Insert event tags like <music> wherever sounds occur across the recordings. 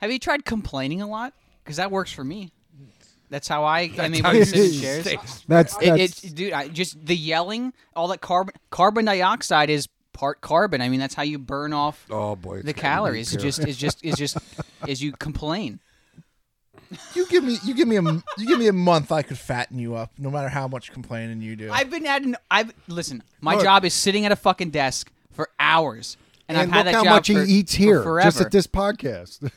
Have you tried complaining a lot? Because that works for me. That's how I. I mean, when you sit in chairs, That's it, that's it's dude, I, just the yelling, all that carbon carbon dioxide is part carbon. I mean, that's how you burn off Oh boy, it's the getting deep calories. It's here. just, it's just, it's just, as you <laughs> complain. You give me you give me a m- you give me a month I could fatten you up no matter how much complaining you do. I've been at an. I've listen. My Look. job is sitting at a fucking desk for hours, and, and I've had that look how job much for, he eats for here, forever. just at this podcast.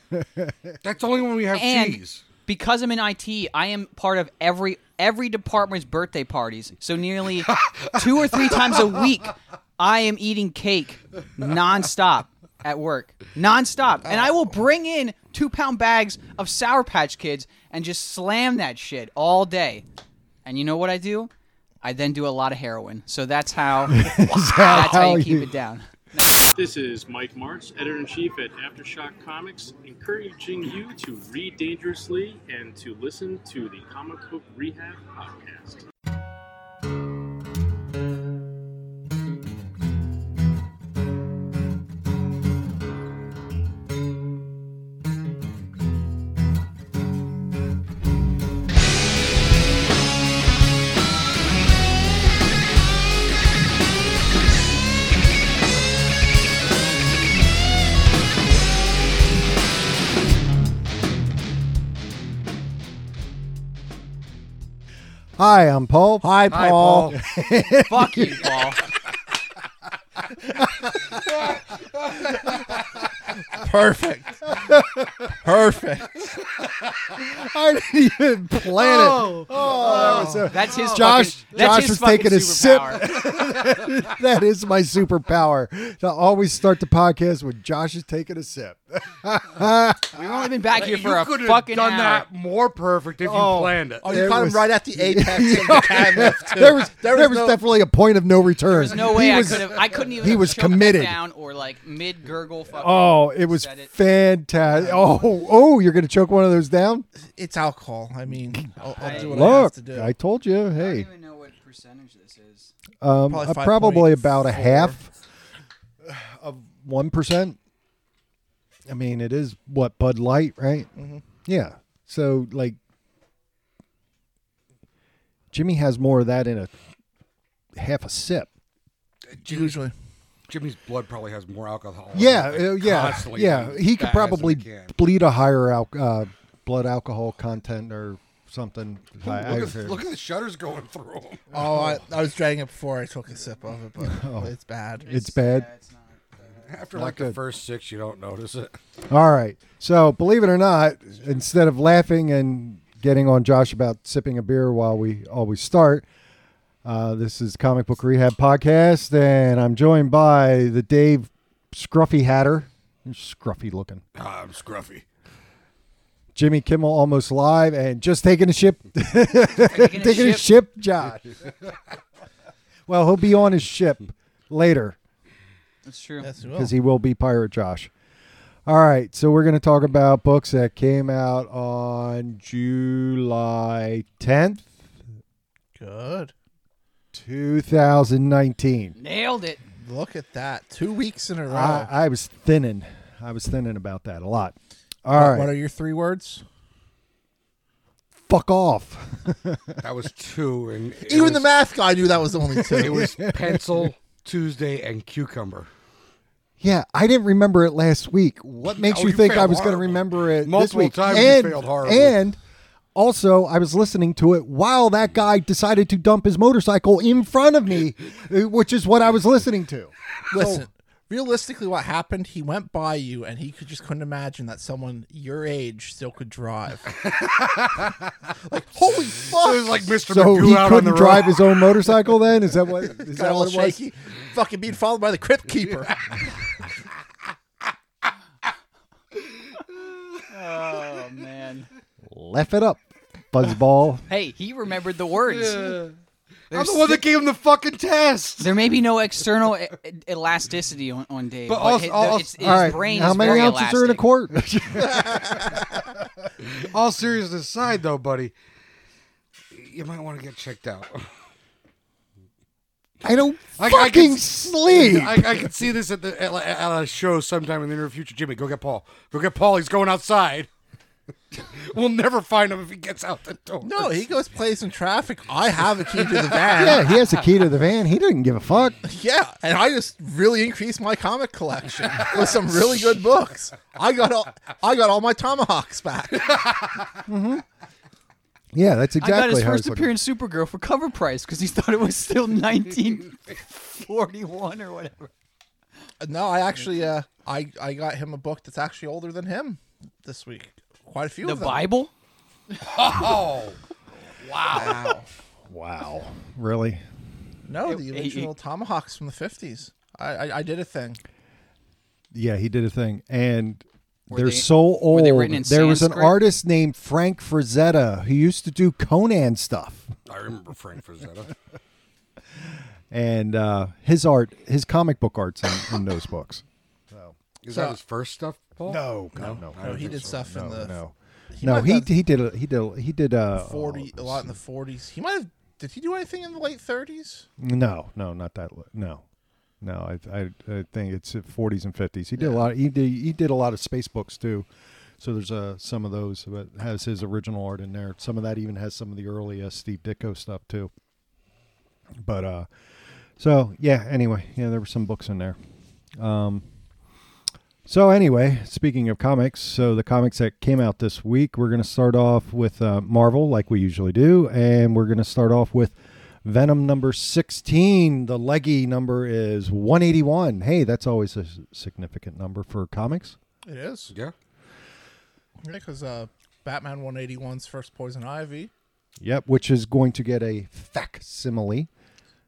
That's only when we have and cheese. because I'm in IT, I am part of every every department's birthday parties. So <laughs> nearly two or three times a week, I am eating cake nonstop at work, nonstop, and I will bring in two pound bags of Sour Patch Kids and just slam that shit all day. And you know what I do? I then do a lot of heroin. So that's <laughs> how that's how how you keep you- it down. This is Mike Martz, editor in chief at Aftershock Comics, encouraging you to read dangerously and to listen to the Comic Book Rehab podcast. Hi, I'm Paul. Hi, Hi, Paul. Fuck you, Paul. <laughs> Perfect. Perfect. <laughs> I didn't even plan it. Oh, that was a- That's his Josh- fucking- that's Josh his was fucking taking a sip. superpower. <laughs> that is my superpower to always start the podcast when Josh is taking a sip. We've only been back here for you a could have fucking done hour. that more perfect if you planned it. Oh, you It caught was- him right at the apex of the time <laughs> left. <laughs> too. There was there, was, no- definitely a point of no return. There's no way He I was- could have. I couldn't even. he have was choked that committed. down or like mid gurgle. Fucking. Oh, it was Said it. fantastic. Oh, oh, you're gonna choke one of those down. It's alcohol. I mean, I'll, I'll do what I have Look, to do. I told you. I Hey, don't even know what percentage this is. um, Probably probably, 5.4. about a half of one percent. I mean, it is what Bud Light, right? Yeah. So like, Jimmy has more of that in a half a sip. Usually, Jimmy's blood probably has more alcohol. in it, Yeah, like, uh, yeah, constantly yeah. as He could fast as probably it can. bleed a higher al- uh, blood alcohol content or something. I, I Look heard. at, look at the shutters going through him. oh, I, I was dragging it before I took a sip of it, <laughs> but Oh. it's bad. it's bad. it's not. After like the good. first six, you don't notice it. All right. So, believe it or not, instead of laughing and getting on Josh about sipping a beer while we always start, uh, this is Comic Book Rehab Podcast, and I'm joined by the Dave Scruffy Hatter. You're scruffy looking. Ah, I'm scruffy. Jimmy Kimmel almost live and just taking a ship <laughs> Taking a taking ship. his ship, Josh. well, he'll be on his ship later That's true. Yes, you will. because he will be Pirate Josh. All right, so we're going to talk about books that came out on July 10th, Good. 2019. Nailed it. Look at that. Two weeks in a row. I, I was thinning. I was thinning about that a lot. All what, right, what are your three words? fuck off. <laughs> That was two, and it Even the was- math guy knew that was the <laughs> only two. It was pencil Tuesday and cucumber. Yeah, I didn't remember it last week. <laughs> What makes Oh, you you think I failed was going to horribly. remember it Multiple this week? times you and, failed horribly. And also, I was listening to it while that guy decided to dump his motorcycle in front of <laughs> me, uh, which is what I was listening to. Listen, realistically, what happened? He went by you, and he could, just couldn't imagine that someone your age still could drive. like, holy fuck! It was like Mr. So Magoo he out on the couldn't road. drive his own motorcycle. Then is that <laughs> what is Got that all what it was? shaky. Fucking being followed by the crypt <laughs> keeper. Oh man. Left it up, fuzzball. Hey, he remembered the words. I'm the one that gave him the fucking test. There may be no external e- e- elasticity on, on Dave, But but, also- hi- the- also- it's, <laughs> his All right, brain how is many very ounces elastic. are in a quart? <laughs> All seriousness aside, though, buddy, you might want to get checked out. I don't I- I can fucking s- sleep. I, I could see this at the at, at a show sometime in the near future. Jimmy, go get Paul. Go get Paul. He's going outside. <laughs> we'll never find him if he gets out the door. No, he goes plays in traffic. I have a key to <laughs> the yeah, van. he has the key to the van. He didn't give a fuck. yeah. and I just really increased my comic collection with some really good books. I got all I got all my tomahawks <laughs> back. Yeah, that's exactly. I got his how first he's looking. appearance in Supergirl for cover price because he thought it was still <laughs> 1941 or whatever. No, I actually uh I I got him a book that's actually older than him this week. Quite a few The of them. Bible? Wow, really? No, It- the it- original tomahawks from the fifties. I, I I did a thing. Yeah, he did a thing, and they're they- so old. they written in there was an Sanskrit? artist named Frank Frazetta who used to do Conan stuff, I remember Frank Frazetta. and uh, his art, his comic book arts in, in those books. Is So- that his first stuff, Paul? No, God, no, I No, don't he think did so. stuff in the no, He no. might He have he did a, he did a, he did uh, a forty a lot in the forties. He might have did he do anything in the late thirties? No, no, not that. li- No, no. I, I, I think it's forties and fifties. He did a lot. He did, he did a lot of space books too. So there's uh, some of those that has his original art in there. Some of that even has some of the early uh, Steve Ditko stuff too. But uh, so yeah. Anyway, yeah, there were some books in there. So anyway, speaking of comics, so the comics that came out this week, we're going to start off with uh, Marvel, like we usually do, and we're going to start off with Venom number sixteen. The leggy number is one eighty one. Hey, that's always a s- significant number for comics. It is. Yeah. Because uh Batman 181's first Poison Ivy. Yep, which is going to get a facsimile.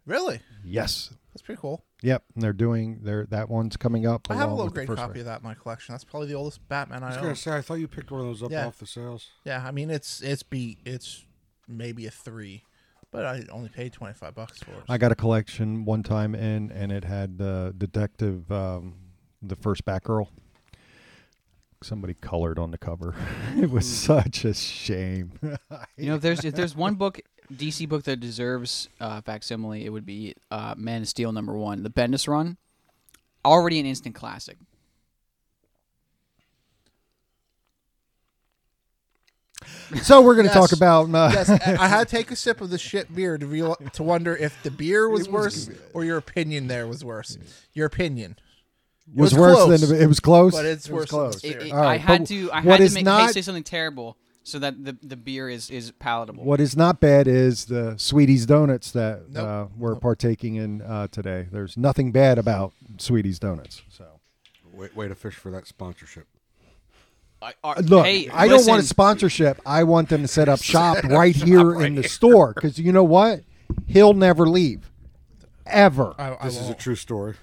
Really? Yes. That's pretty cool. Yep, and they're doing their that one's coming up. I have a along little with the grade first copy one. of that in my collection. That's probably the oldest Batman I I was own. gonna say I thought you picked one of those up Yeah. off the sales. Yeah, I mean it's it's be it's maybe a three, but I only paid twenty five bucks for it. I got a collection one time in, and it had the detective, um, the first Batgirl. Somebody colored on the cover. <laughs> it was Hmm. such a <laughs> shame. You know, if there's if there's one book, DC book that deserves uh, facsimile, it would be uh, Man of Steel number one, the Bendis run. Already an instant classic. so we're going to Yes. talk about. Uh, <laughs> yes, I I had to take a sip of the shit beer to real to wonder if the beer was, worse or your opinion there was worse. Your opinion. was, was worse close, than the- it was close, but it's It was worse than the close. It- it- All right, I had but to I what had to is make not- Hayes say something terrible so that the, the beer is, is palatable. What is not bad is the Sweeties donuts that Nope. uh, we're partaking in uh, today. There's nothing bad about Sweeties donuts. So Wait, way to fish for that sponsorship. I, are- Look, hey, I don't want a listen, sponsorship. I want them to set <laughs> up shop right here in the store because you know what? He'll never leave. Ever. I, I This is a won't. true story.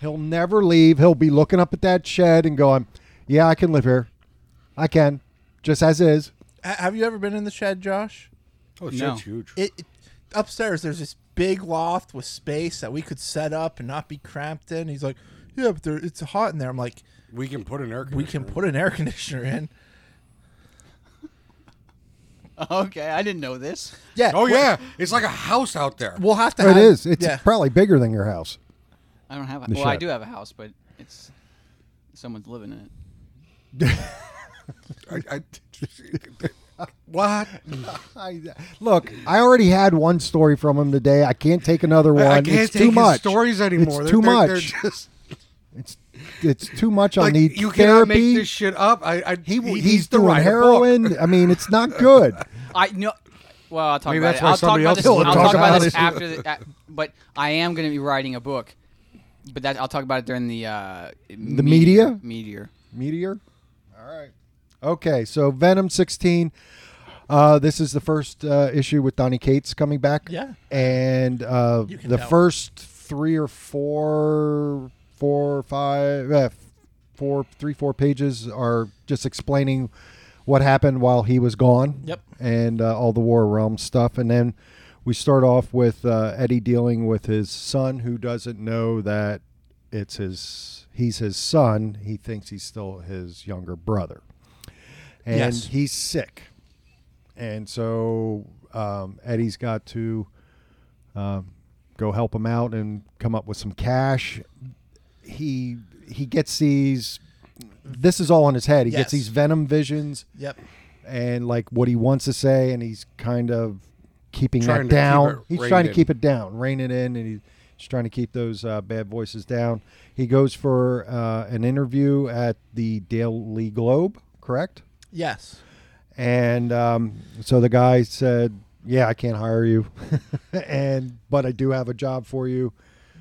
He'll never leave. He'll be looking up at that shed and going, Yeah, I can live here. I can. Just as <laughs> is. Ha- have you ever been in the shed, Josh? Oh, No. shit's huge. It, it upstairs there's this big loft with space that we could set up and not be cramped in. He's like, yeah, but there, it's hot in there. I'm like, we can put an air. we can put an air conditioner in. <laughs> Okay, I didn't know this. Yeah. Oh we- yeah, it's like a house out there. We'll have to. Oh, It have, is. It's yeah. probably bigger than your house. I don't have a, The well, I shed. do have a house, but it's someone's living in it. I, <laughs> I, what? I, uh, look, I already had one story from him today. I can't take another one. I can't it's take too his much. stories anymore. It's They're- too they're- much. They're just, It's it's too much. I'll like, need you cannot therapy. make this shit up. I, I He, he he's, needs to doing write a book. heroin. I mean, it's not good. I know. Well, I'll talk Maybe about that's it. why I'll talk somebody about else this. will I'll talk talk about about this it. after. The, uh, but I am going to be writing a book. But that I'll talk about it during the uh, the media? meteor. <laughs> Meteor. All right. Okay, so Venom 16. Uh, this is the first uh, issue with Donny Cates coming back. Yeah. And uh, You can the tell. first three or four, four, five, uh, four, three, four pages are just explaining what happened while he was gone. Yep. And uh, all the War Realm stuff. And then we start off with uh, Eddie dealing with his son who doesn't know that it's his he's his son he thinks he's still his younger brother and Yes. he's sick and so um, eddie's got to um, go help him out and come up with some cash. He he gets these. This is all in his head. He Yes. gets these Venom visions Yep. and like what he wants to say, and he's kind of keeping that Trying to keep down. it he's trying reined to in. keep it down, rein it in, and he's, he's trying to keep those uh, bad voices down. He goes for uh, an interview at the Daily Globe, correct? Yes. And um, so the guy said, "Yeah, I can't hire you, <laughs> and but I do have a job for you.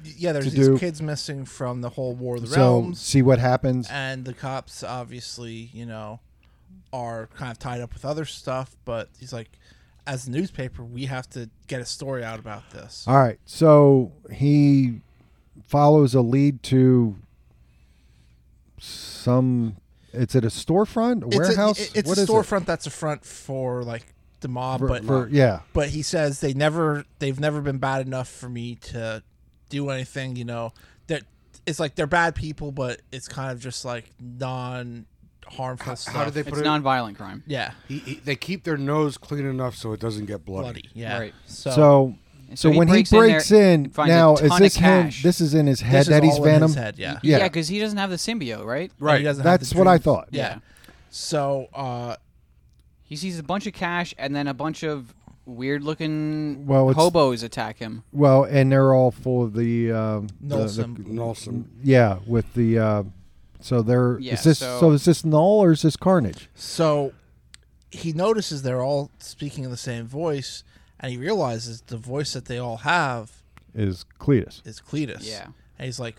Y- Yeah. There's To these do- kids missing from the whole War of the So Realms, see what happens." and the cops obviously, you know, are kind of tied up with other stuff. But he's like, as a newspaper, we have to get a story out about this. All right. So he follows a lead to some. It's at a storefront, a It's a- warehouse. it- It's What a is it? storefront that's a front for like the mob, For- but for- yeah. but he says they never they've never been bad enough for me to do anything you know that it's like they're bad people but it's kind of just like non harmful stuff How did they put It's it? nonviolent crime. yeah he, he, they keep their nose clean enough so it doesn't get bloody. bloody yeah Right. so, So, so, so he when breaks he in there breaks in, and finds a now ton is of this him? cash. This is in his head this that is he's all in Venom. his head yeah Yeah. Yeah, because he doesn't have the symbiote, right? And he Right. doesn't have That's the what I dreams. thought. yeah, Yeah. so uh He sees a bunch of cash and then a bunch of weird-looking Well, it's- hobos attack him. Well, and they're all full of the. Um, the- the- Nolson. Nolson. yeah, with the. Uh, so they're. Yeah, is this so- so? Is this Null or is this Carnage? so he notices they're all speaking in the same voice and he realizes the voice that they all have Is Cletus? is Cletus. Yeah. And he's like,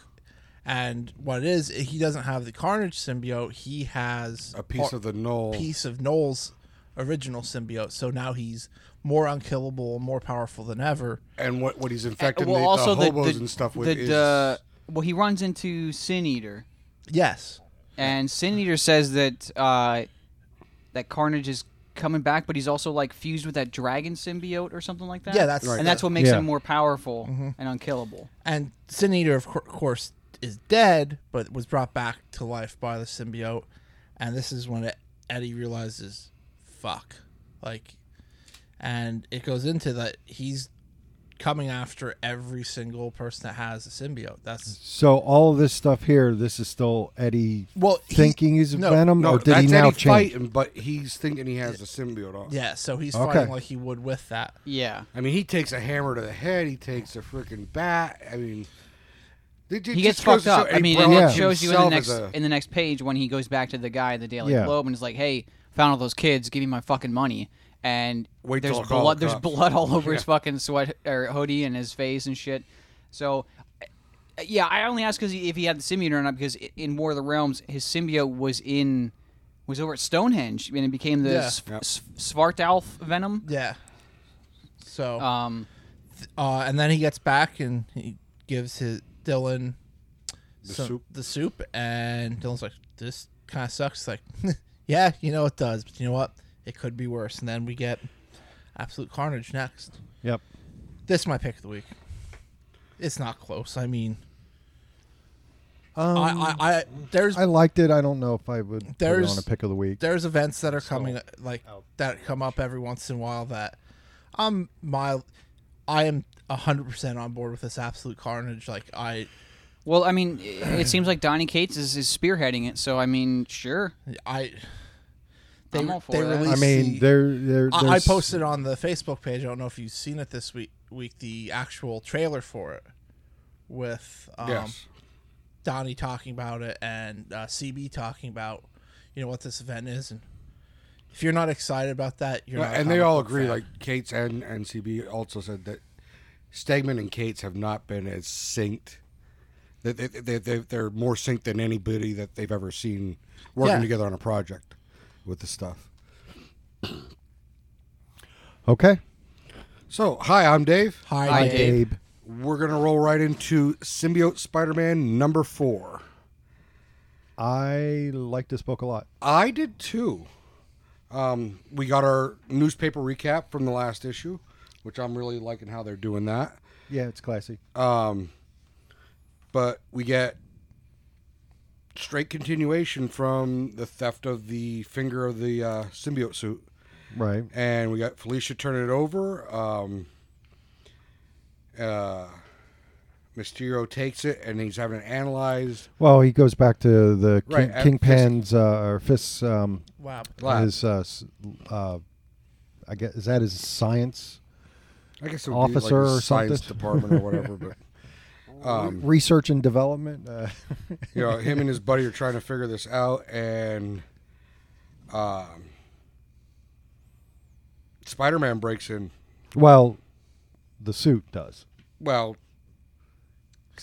and what it is, he doesn't have the Carnage symbiote. He has A piece of the null. piece of Noel's original symbiote. So now he's more unkillable, more powerful than ever. And what, what he's infected well, the, also the the, hobos the- and stuff with the, is the- well, he runs into Sin Eater, Yes. and Sin Eater says that uh, that Carnage is coming back, but he's also like fused with that dragon symbiote or something like that. Yeah, that's- Mm-hmm. Right. and that's what makes Yeah. him more powerful and unkillable. And Sin Eater, of cour- course, is dead, but was brought back to life by the symbiote. And this is when E-, Eddie realizes, fuck. Like, and it goes into that he's coming after every single person that has a symbiote. That's So all of this stuff here, this is still Eddie Well, he- thinking he's no, Venom, no, or did that's he now Eddie change? fighting, but he's thinking he has the symbiote on. Yeah, so he's Okay. fighting like he would with that. Yeah, I mean, he takes a hammer to the head. He takes a freaking bat. I mean, they ju- he just gets fucked goes to show- up. I he mean, brought and Yeah. it shows you in the himself next as a- in the next page when he goes back to the guy at the Daily Yeah. Globe and is like, "Hey, found all those kids. Give me my fucking money." And Wait till there's I call blood. the There's cops. blood all over his fucking sweat or hoodie and his face and shit. So. uh, Yeah, I only asked because if he had the symbiote or not. Because i- in War of the Realms, his symbiote was in was over at Stonehenge, and it became the Yeah. S- Yep. S- Svartalf venom. Yeah. So, uh, Um, and then he gets back and he gives his Dylan the soup. The soup, and Dylan's like, "This kind of sucks." It's like, <laughs> yeah, you know it does, but you know what? It could be worse. And then we get absolute carnage next. Yep. This is my pick of the week. It's not close. I mean, Um, I, I, I, I, there's liked it. I don't know if I would put it There's- on a pick of the week. there's events that are coming like that come up every once in a while that I'm mild I am 100% on board with this absolute carnage like I well, I mean, i- it seems like Donny Cates is, is spearheading it. So I mean, sure. I they I'm all for they that. released I mean, the- there, there. I, I there's- posted on the Facebook page I don't know if you've seen it this week week the actual trailer for it with um yes. Donnie talking about it and uh, CB talking about you know what this event is and if you're not excited about that you're No, not a and they comic all book agree. fan. Like Kate's and and CB also said that Stegman and Kate's have not been as synced. That they, they, they, they're more synced than anybody that they've ever seen working Yeah. together on a project with the stuff. Okay. So, hi, I'm Dave. hi, Hi, Dave. Dave. Abe. We're gonna roll right into Symbiote Spider-Man number four. I liked this book a lot. I did too. Um, we got our newspaper recap from the last issue, which I'm really liking how they're doing that. Yeah, it's classy. But we get straight continuation from the theft of the finger of the uh, symbiote suit, right. and we got Felicia turning it over. Um, uh, Mysterio takes it and he's having it analyzed. Well, he goes back to the King, Right, uh, Kingpin's uh, or Fist's um, Wow. Lab. his uh, s- uh, I guess is that his science I guess it would be like officer his or science something. department or whatever. <laughs> But um, research and development. Uh, <laughs> you know, him and his buddy are trying to figure this out, and um, Spider-Man breaks in. well, the suit does. Well,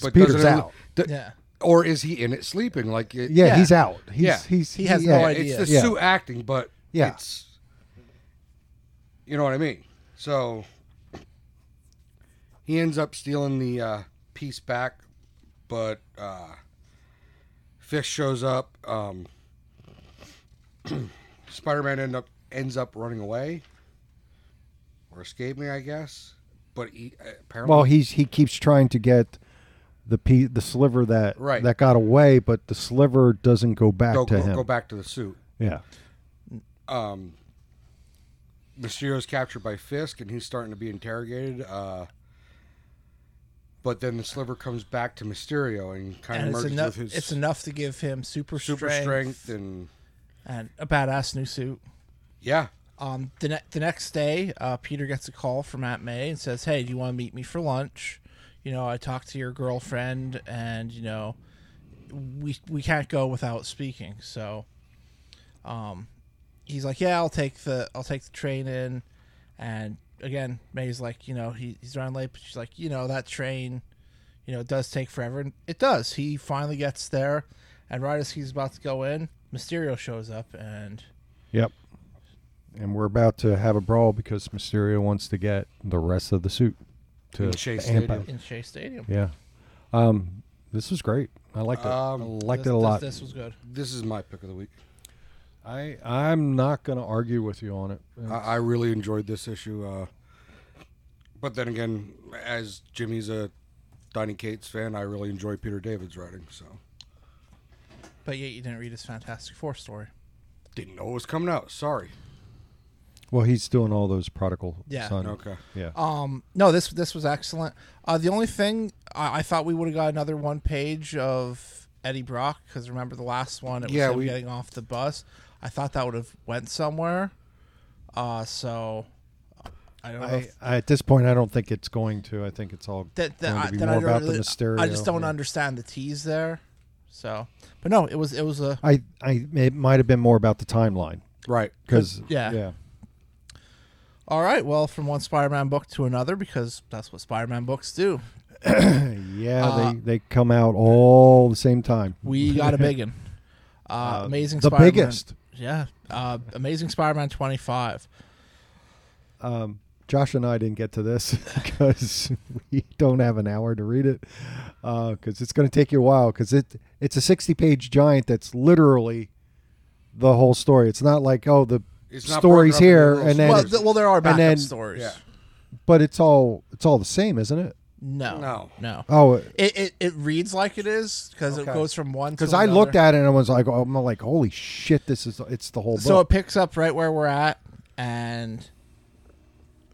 but Peter's doesn't it- out. d- Yeah. or is he in it sleeping? Like, it, Yeah, Yeah. he's out. He's, Yeah. he's He has yeah. no idea. it's the Yeah. suit acting, but Yeah. it's you know what I mean. So he ends up stealing the uh, piece back, but uh, Fish shows up. Um, <clears throat> Spider-Man end up ends up running away or escaping, I guess. But he, uh, apparently, Well, he's he keeps trying to get the pe- the sliver that Right. that got away, but the sliver doesn't go back go, to go, him. go back to the suit. Yeah. um, Mysterio's captured by Fisk, and he's starting to be interrogated. Uh, but then the sliver comes back to Mysterio and kind And of it's merges enough. with his It's enough to give him super, super strength, strength, and and a badass new suit. yeah, Um, the, ne- the next day, uh, Peter gets a call from Aunt May and says, "Hey, do you want to meet me for lunch? You know, I talked to your girlfriend, and you know, we we can't go without speaking." So, um, he's like, "Yeah, I'll take the I'll take the train in," and again, May's like, "You know, he, he's running late," but she's like, "You know, that train, you know, it does take forever." And it does. He finally gets there, and right as he's about to go in, Mysterio shows up and. Yep. And we're about to have a brawl because Mysterio wants to get the rest of the suit to In Shea amp Stadium. up. in Shea Stadium. Yeah. Um, this was great. I liked it. Um, I liked This- it a this- lot. This was good. this is my pick of the week. I I'm not going to argue with you on it. I, I really enjoyed this issue. Uh, but then again, as Jimmy's a Donny Cates fan, I really enjoy Peter David's writing. So But yet you didn't read his Fantastic Four story. didn't know it was coming out. Sorry. Well, he's doing all those prodigal Yeah. son. Okay. Yeah. Um, no, this this was excellent. Uh, the only thing I, I thought we would have got another one page of Eddie Brock because remember the last one it was Yeah, him we- getting off the bus. I thought that would have went somewhere. Uh, so I don't know. I, if- I, at this point, I don't think it's going to. I think it's all that, that, going I, to be that more I don't about really, the Mysterio. I just don't yeah. understand the tease there. So, but no, it was it was a I, I it might have been more about the timeline Right. because Uh, Yeah. yeah all right. Well, from one Spider-Man book to another because that's what Spider-Man books do. yeah Uh, they, they come out all the same time. <laughs> We got a big one. Uh, amazing the Spider-Man. biggest. Yeah. Uh, amazing Spider-Man 25. Josh and I didn't get to this <laughs> because we don't have an hour to read it because it's going to take you a while because it it's a sixty page giant that's literally the whole story. It's not like oh the It's not story's broken up into here little and then well, th- well, there are backup then- stories. Yeah. but it's all it's all the same, isn't it? No. No. No. Oh, It, it, it reads like it is because Okay. it goes from one because I looked at it and I was like, oh, I'm like, holy shit, this is it's the whole book. So it picks up right where we're at, and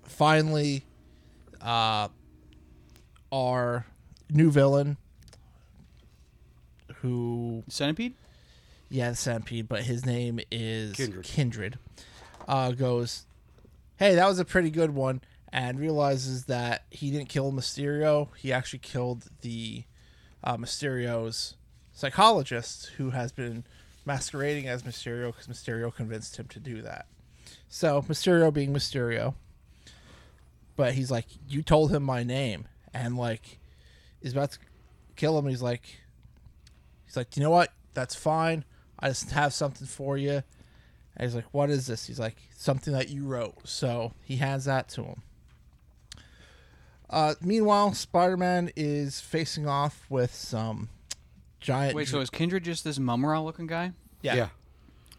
finally, uh, our new villain, who Centipede? yeah, the Centipede, but his name is Kindred. Kindred. uh, goes, hey, that was a pretty good one, and realizes that he didn't kill Mysterio. He actually killed the uh, Mysterio's psychologist, who has been masquerading as Mysterio because Mysterio convinced him to do that. So Mysterio being Mysterio, but he's like, you told him my name, and like, is about to kill him. He's like, He's like, you know what? That's fine. I just have something for you. And he's like, what is this? He's like, something that you wrote. So he hands that to him. Uh, meanwhile, Spider Man is facing off with some giant. Wait, so is Kindred just this mumra looking guy? yeah. yeah.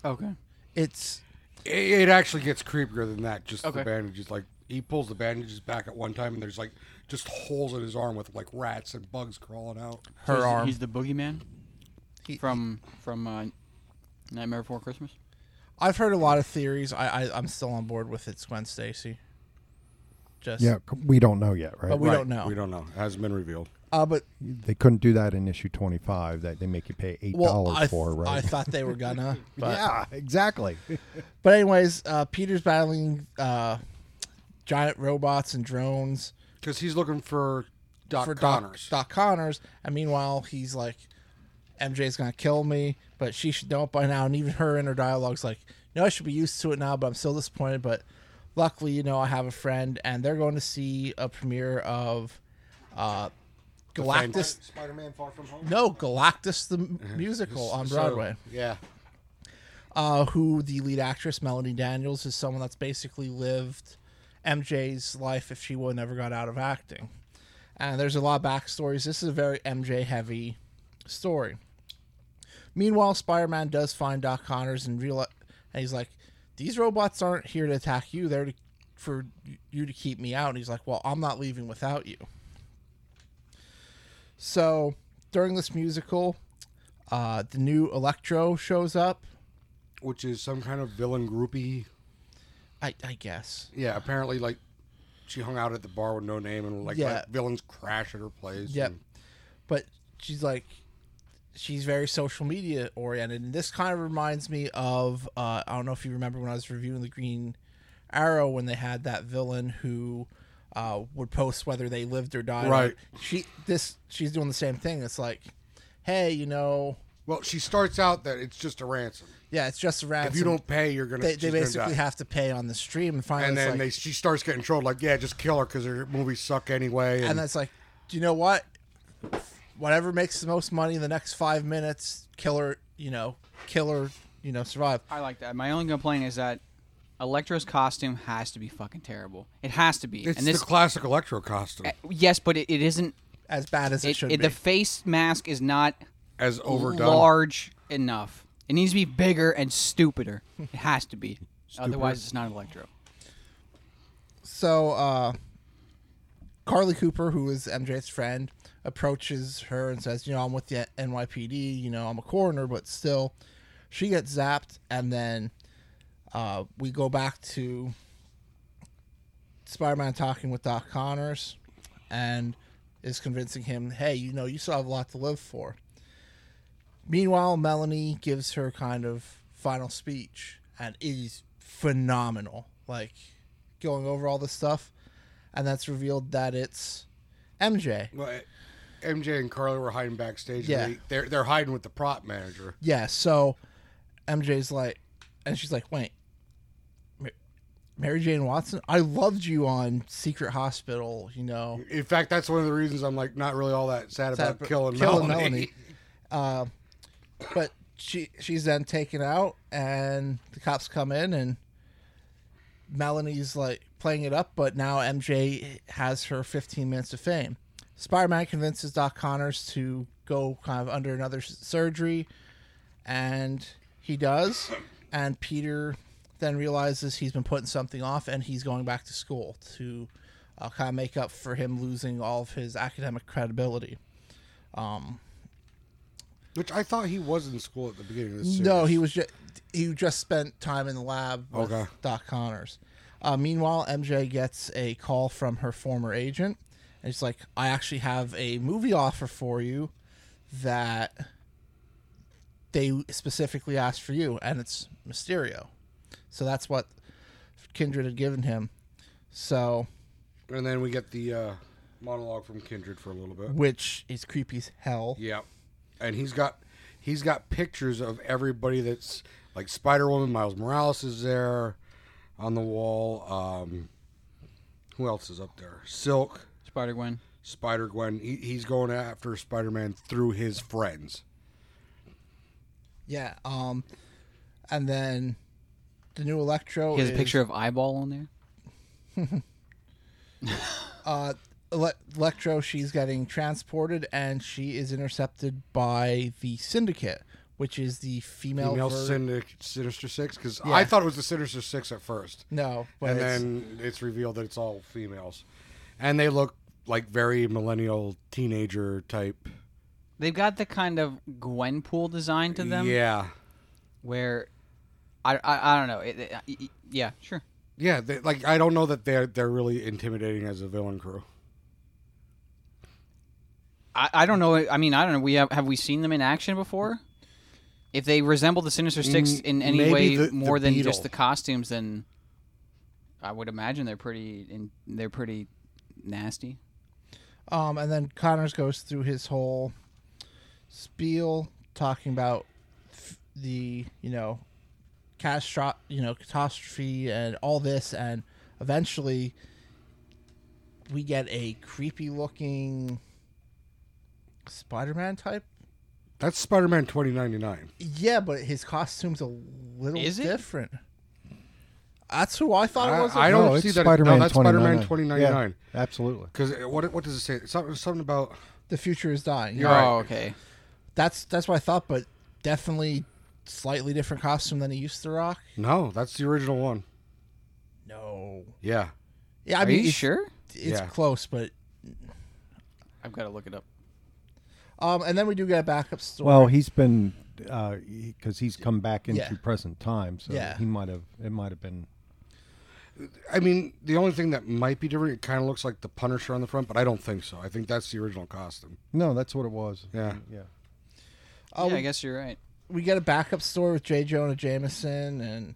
Okay. It's It, it actually gets creepier than that. Just Okay. the bandages. Like he pulls the bandages back at one time, and there's like just holes in his arm with like rats and bugs crawling out. So her he's- arm. He's the boogeyman He- from from uh, Nightmare Before Christmas. I've heard a lot of theories. I, I I'm still on board with it's Gwen Stacy. Just yeah, we don't know yet, right? But we Right. don't know. We don't know. It hasn't been revealed. Uh, but They couldn't do that in issue 25 that they make you pay $8 well, I, for, th- right? <laughs> I thought they <laughs> were gonna. But, yeah, <laughs> exactly. but anyways, uh, Peter's battling uh, giant robots and drones because he's looking for Doc for Doc- Connors. Doc, Connors, and meanwhile he's like, MJ's gonna kill me, but she should know it by now. And even her in her dialogue's like, no, I should be used to it now, but I'm still disappointed. But luckily, you know, I have a friend, and they're going to see a premiere of uh, Galactus. Spider-Man Far From Home. No, Galactus the m- musical on Uh-huh. So, Broadway. yeah, uh, who the lead actress Melanie Daniels is someone that's basically lived MJ's life if she would never got out of acting. And there's a lot of backstories. This is a very MJ heavy story. Meanwhile, Spider Man does find Doc Connors and real, and he's like, "These robots aren't here to attack you. They're to, for you to keep me out." And he's like, "Well, I'm not leaving without you." So during this musical, uh, the new Electro shows up. which is some kind of villain groupie. I, I guess. Yeah, apparently like she hung out at the bar with no name and like, Yeah. let villains crash at her place. Yep. and- But she's like, she's very social media oriented. And this kind of reminds me of, uh, I don't know if you remember when I was reviewing The Green Arrow when they had that villain who uh, would post whether they lived or died. Right. She, this, she's doing the same thing. It's like, hey, you know, Well, she starts out that it's just a ransom. yeah, it's just a ransom. If you don't pay, you're gonna. <laughs> they, she's they gonna basically die. have to pay on the stream. And finally, And it's then like, they, she starts getting trolled like, yeah, just kill her because her movies suck anyway. And, and that's like, do you know what? Whatever makes the most money in the next five minutes, killer, you know, killer, you know, survive. I like that. My only complaint is that Electro's costume has to be fucking terrible. It has to be. it's and this, the classic electro costume, yes, but it, it isn't. As bad as it, It, should it- be. the face mask is not as overdone. large enough. It needs to be bigger and stupider. It has to <laughs> be. Otherwise, it's not Electro. so, uh, Carly Cooper, who is MJ's friend, approaches her and says, you know, I'm with the NYPD, you know, I'm a coroner, but still. She gets zapped, and then uh, we go back to Spider-Man talking with Doc Connors and is convincing him, "Hey, you know, you still have a lot to live for." Meanwhile, Melanie gives her kind of final speech and it is phenomenal. Like going over all this stuff and that's revealed that it's MJ. Well, eh, MJ and Carly were hiding backstage. Yeah. Yeah, they, they're they're hiding with the prop manager. Yeah, so MJ's like and she's like, "Wait. Ma- Mary Jane Watson, I loved you on Secret Hospital, you know." In fact, that's one of the reasons I'm like not really all that sad Sad about about killing, Melanie. Uh, but she she's then taken out, and the cops come in, and Melanie's like playing it up, but now MJ has her 15 minutes of fame. Spider-Man convinces Doc Connors to go kind of under another s- surgery, and he does. And Peter then realizes he's been putting something off, and he's going back to school to uh, kind of make up for him losing all of his academic credibility. <laughs> Which I thought he was in school at the beginning of this series. No, he was just he just spent time in the lab with Okay. Doc Connors. Uh, meanwhile, MJ gets a call from her former agent, and she's like, "I actually have a movie offer for you that they specifically asked for you, and it's Mysterio." So that's what Kindred had given him. So, And then we get the uh, monologue from Kindred for a little bit. which is creepy as hell. Yeah, and he's got he's got pictures of everybody that's like Spider Woman. Miles Morales is there on the wall. Um, who else is up there? Silk, Spider Gwen. Spider Gwen. He, he's going after Spider Man through his friends. Yeah. Um, and then the new Electro He has a Oh, is- picture of eyeball on there. Ele- Electro, she's getting transported and she is intercepted by the Syndicate, which is the female. Female ver- Syndi- Sinister Six because Yeah. I thought it was the Sinister Six at first, no, but and it's- then it's revealed that it's all females, and they look like very millennial teenager type. They've got the kind of Gwenpool design to them Yeah. where I, I, I don't know. It, it- I- I- yeah, sure. Yeah, they, like I don't know that they're they're really intimidating as a villain crew. I, I don't know. I mean, I don't know. We have have we seen them in action before? If they resemble the Sinister Six Mm, in any maybe way the- the more than just Beetle. the costumes, then I would imagine they're pretty. In, they're pretty nasty. Um, and then Connors goes through his whole spiel talking about f- the you know catastro- you know catastrophe and all this, and eventually we get a creepy looking Spider-Man type. That's Spider Man 2099. Yeah, but his costume's a little Is it? different. That's who I thought it was. I, I don't no, see it's that. Spider-Man no, that's Spider Man 2099. 2099. Yeah, absolutely. Because uh, what, what does it say? It's something, something about. the future is dying. You're right. Oh, okay. That's that's what I thought, but definitely slightly different costume than he used to rock. No, that's the original one. No. Yeah. Yeah, I Are mean, you it's, sure? it's Yeah. close, but I've got to look it up. um, and then we do get a backup story. Well, he's been because he's come back into Yeah. present time, so Yeah. he might have. It might have been. I mean, the only thing that might be different, it kind of looks like the Punisher on the front, but I don't think so. I think that's the original costume. No, that's what it was. Yeah. yeah. Oh, yeah, I we- guess you're right. we get a backup story with J. Jonah Jameson and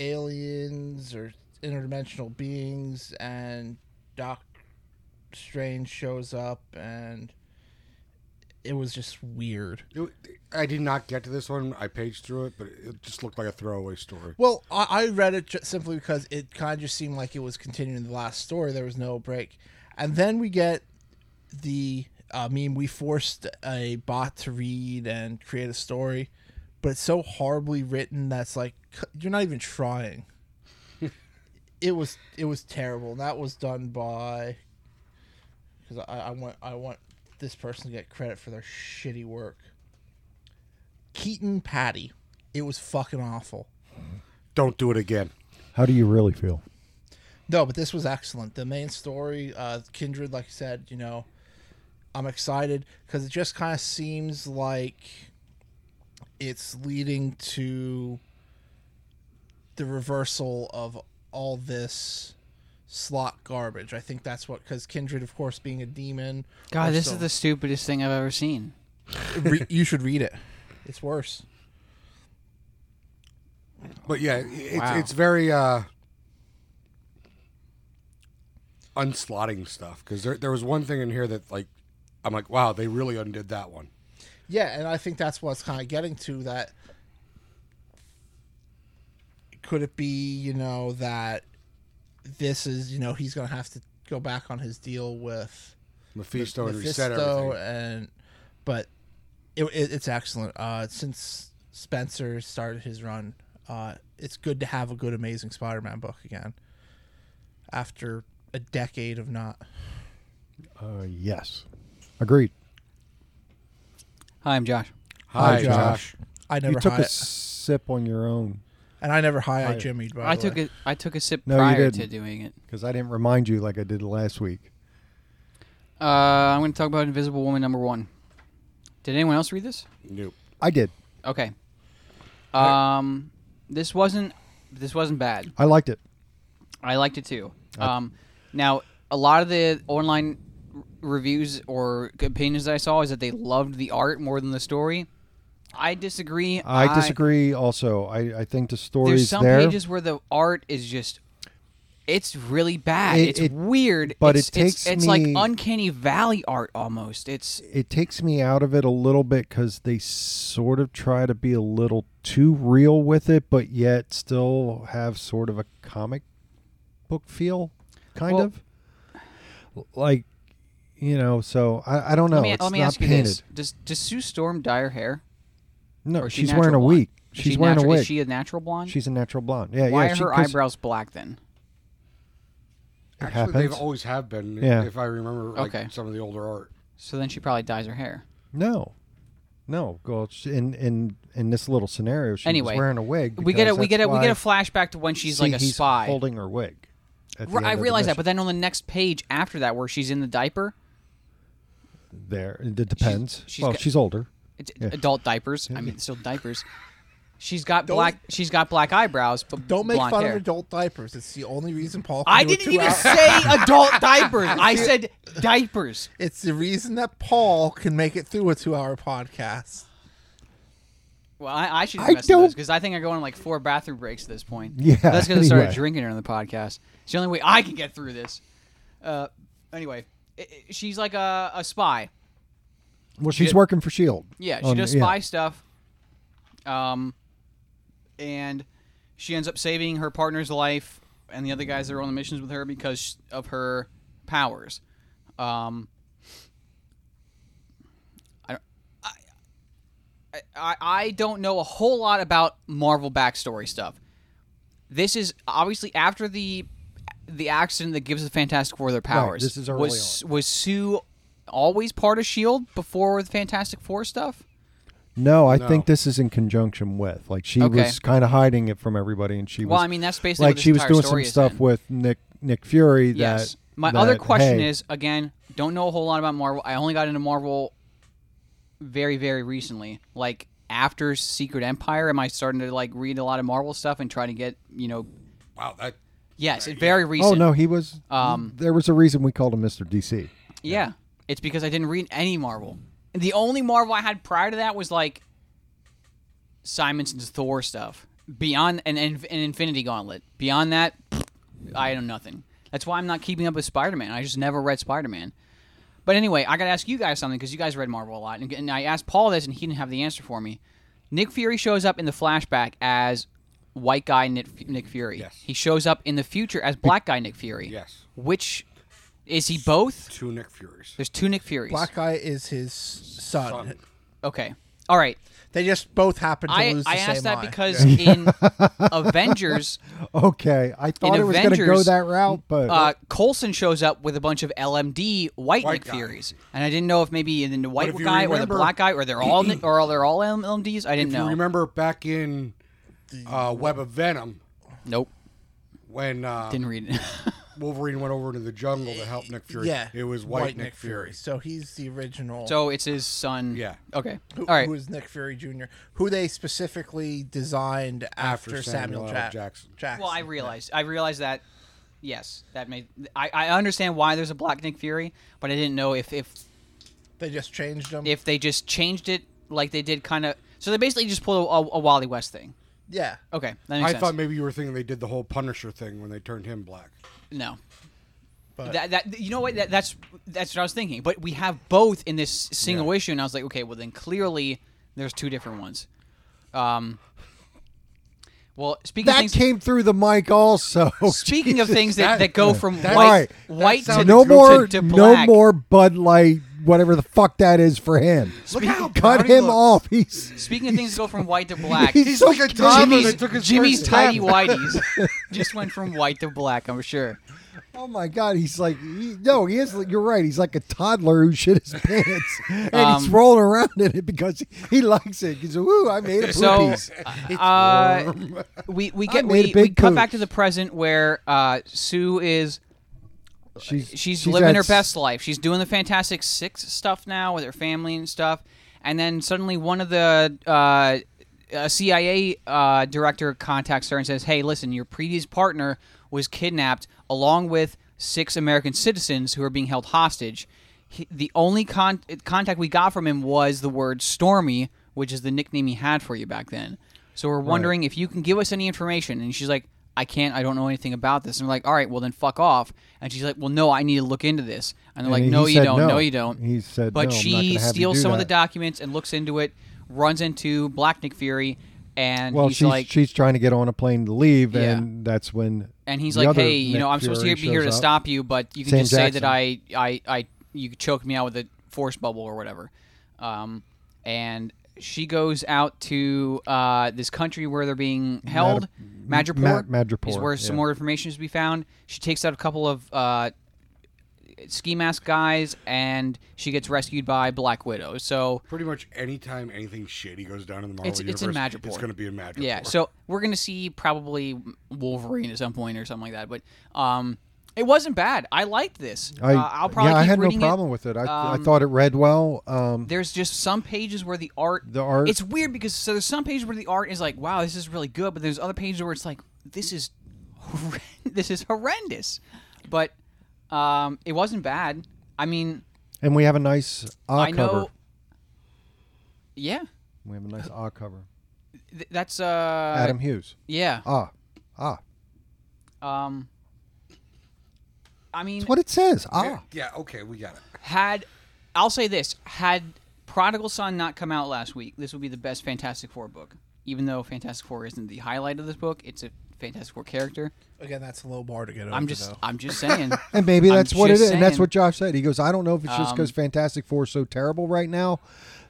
aliens or interdimensional beings, and Doc Strange shows up, and it was just weird. It- I did not get to this one. I paged through it, but it just looked like a throwaway story. Well, I, I read it ju- simply because it kind of just seemed like it was continuing the last story. There was no break, and then we get the. I mean, we forced a bot to read and create a story, but it's so horribly written that's like c- you're not even trying. it was it was terrible. And that was done by because I, I want I want this person to get credit for their shitty work. Keaton Patty. It was fucking awful. Don't do it again. How do you really feel? No, but this was excellent. The main story, uh, Kindred, like I said, you know, I'm excited because it just kind of seems like it's leading to the reversal of all this slot garbage. I think that's what, because Kindred, of course, being a demon. God, or this so- is the stupidest thing I've ever seen. Re- you should read it. It's worse. But yeah, it's, Wow. it's very uh, unslotting stuff because there, there was one thing in here that like I'm like, wow, they really undid that one. Yeah, and I think that's what's kind of getting to that. Could it be, you know, that this is, you know, he's going to have to go back on his deal with Mephisto, and reset Mephisto everything. and but it, it, it's excellent. Uh, since Spencer started his run, uh, it's good to have a good Amazing Spider-Man book again after a decade of not. Uh, yes, agreed. Hi, I'm Josh. Hi, Hi, Josh. I never you took hi- a sip on your own and I never hi I Hi. Jimmy. By I the took way. a I took a sip No, you prior to didn't. doing it. because I didn't remind you like I did last week. Uh, I'm going to talk about Invisible Woman number one. Did anyone else read this? Nope. I did. Okay. Um, this wasn't this wasn't bad. I liked it. I liked it too. Uh, Um, now a lot of the online r- reviews or opinions I saw is that they loved the art more than the story. I disagree. I disagree. Also, I, I think the There's story's some there, pages where the art is just. It's really bad. It- it's it- weird. but it it's, it's, takes it's like me- uncanny valley art almost. It's it takes me out of it a little bit because they sort of try to be a little too real with it, but yet still have sort of a comic book feel, kind Well- of like you know. So I, I don't know. let me, it's let me not ask you painted. this: Does does Sue Storm dye her hair? No, Or is she she's wearing a natural blonde? wig. Is She's she wearing a natu- wig. Is she a natural blonde? she's a natural blonde. Yeah, Why yeah. are she- her 'cause- eyebrows black then? Actually, they've happens. always have been. Yeah. If I remember, like Okay. some of the older art. So then she probably dyes her hair. No, no. Well, she- in in in this little scenario, she Anyway, was wearing a wig. we get a it. we get a we get a flashback to when she's like a he's spy. holding her wig. at the Right, end I of the realize that, mission. but then on the next page after that, where she's in the diaper, there it depends. she's well, got- she's older. it's Yeah. adult diapers. I mean, still diapers. She's got black. She's got black eyebrows, but Don't make blonde fun hair. of adult diapers. It's the only reason Paul. Can I do a didn't even two-hour- <laughs> say adult diapers. I said diapers. It's the reason that Paul can make it through a two-hour podcast. Well, I, I should I invest in those don't- because I think I go on like four bathroom breaks at this point. Yeah, that's because I started anyway. drinking during the podcast. It's the only way I can get through this. Uh, anyway, i i- she's like a, a spy. Well, she's working for Shield. Yeah, she On- does spy stuff. Um, and she ends up saving her partner's life and the other guys that are on the missions with her because of her powers. Um, I, don't- I, I, I don't know a whole lot about Marvel backstory stuff. This is obviously after the the accident that gives the Fantastic Four their powers. this is early was was Sue always part of Shield E before the Fantastic Four stuff? No, I No. think this is in conjunction with. Like she Okay. was kind of hiding it from everybody, and she Well, was I mean that's basically what like this she was entire doing story some is stuff in. with Nick Nick Fury. Yes. That My other that, question hey, is again, don't know a whole lot about Marvel. I only got into Marvel very, very recently. Like after Secret Empire, am I starting to like read a lot of Marvel stuff and try to get you know? Wow, that Yes, it's very recent. Oh no, he was. Um, there was a reason we called him Mister DC. Yeah, it's because I didn't read any Marvel. The only Marvel I had prior to that was like Simonson's Thor stuff. Beyond and and, and Infinity Gauntlet. Beyond that, pfft, I know nothing. That's why I'm not keeping up with Spider Man. I just never read Spider Man. But anyway, I got to ask you guys something because you guys read Marvel a lot, and, and I asked Paul this, and he didn't have the answer for me. Nick Fury shows up in the flashback as white guy Nick, Nick Fury. Yes. He shows up in the future as black guy Nick Fury. Yes. Which is he both? two Nick Furies. There's two Nick Furies. Black guy is his son. Son. Okay. All right. They just both happen to I, lose the I same asked that eye. because <laughs> in Avengers, Okay, I thought it was going to go Avengers, that route, but uh, Colson shows up with a bunch of LMD white, White Nick guy. Furies, and I didn't know if maybe in the white if you guy or the remember- black guy or they're all <clears throat> Nick- or they're all LMDs. I didn't if know. you remember back in uh, Web of Venom nope, when uh, didn't read it. Wolverine went over to the jungle to help Nick Fury. yeah, it was White, Nick, Fury. So he's the <laughs> original. so it's his son. Yeah. Okay. who, All right. who is Nick Fury Jr., who they specifically designed after, Samuel, Jack- Jackson. Jackson. Well, I realized. I realized that. Yes, that made. I, I understand why there's a black Nick Fury, but I didn't know if if They just changed him. if they just changed it like they did kind of. So they basically just pulled a, a, a Wally West thing. yeah. Okay, that makes I sense. thought maybe you were thinking they did the whole Punisher thing when they turned him black. no, But that, that you know what that, that's that's what I was thinking. But we have both in this single issue, and I was like, okay, well then clearly there's two different ones. Um. Well, speaking that of <laughs> things, came through the <laughs> mic also. speaking of things that, that- that go from that- white Alright, that white to, sounded no to- more, to no black. more Bud Light, whatever the fuck that is for him. Look how Cut brown he him looks. off. He's Speaking of things that go from <laughs> white to <laughs> black, He's like a toddler Jimmy's, that took his Jimmy's first tidy step. whiteys just went from white to black. I'm sure. Oh my God! He's like, he, no, he is. You're right. He's like a toddler who shit his <laughs> pants, and he's Um, rolling around in it because he likes it. He's ooh, I made <laughs> a So, <laughs> poopies. uh, we we get made a we, we big cut pooch. back to the present where uh, Sue is she's, she's, she's living at her s- best life. She's doing the Fantastic Six stuff now with her family and stuff. And then suddenly one of the uh, a CIA uh, director contacts her and says, "Hey, listen, your previous partner was kidnapped along with six American citizens who are being held hostage. He, the only con- contact we got from him was the word Stormy, which is the nickname he had for you back then. So we're wondering if you can give us any information." And she's like, I can't. I don't know anything about this. And we're like, all right, well then fuck off. And she's like, well, no, I need to look into this. And they're like, he no, you said don't. no. No. you don't. He said, but "No, I'm not gonna she have you steals do some of the that." documents and looks into it. Runs into Black Nick Fury, and Well, he's she's like, she's trying to get on a plane to leave, Yeah. and that's when. and he's the like, other hey, you Nick know, I'm supposed to Fury be here to shows up. stop you, but you can Sam just say Jackson. that I, I, I, you choked me out with a force bubble or whatever. Um, and she goes out to uh, this country where they're being held. Madripoor. Ma- Madripoor, Is where some yeah. more information is to be found. She takes out a couple of uh, ski mask guys, and she gets rescued by Black Widow. So. Pretty much anytime anything shitty goes down in the Marvel It's- universe, it's in Madripoor. it's going to be in Madripoor. Yeah, so we're gonna see probably Wolverine at some point or something like that. But um, It wasn't bad. I liked this. I, uh, I'll probably yeah, I keep had no reading it. problem with it. I, I Um, thought it read well. Um, There's just some pages where the art the art. It's weird because so there's some pages where the art is like, wow, this is really good, but there's other pages where it's like, this is, <laughs> horren- this is horrendous. But um, it wasn't bad. I mean, and we have a nice ah I cover. know. Yeah, We have a nice ah cover. th- that's uh, Adam Hughes. Yeah. Ah. Ah. Um, I mean, That's what it says. Ah. Yeah, okay, we got it. had I'll say this: had Prodigal Son not come out last week, this would be the best Fantastic Four book. Even though Fantastic Four isn't the highlight of this book, it's a Fantastic Four character. Again, that's a low bar to get over. I'm just, though. I'm just saying. <laughs> And maybe I'm that's what it is. just And that's saying. Um, what Josh said. He goes, I don't know if it's just because Fantastic Four is so terrible right now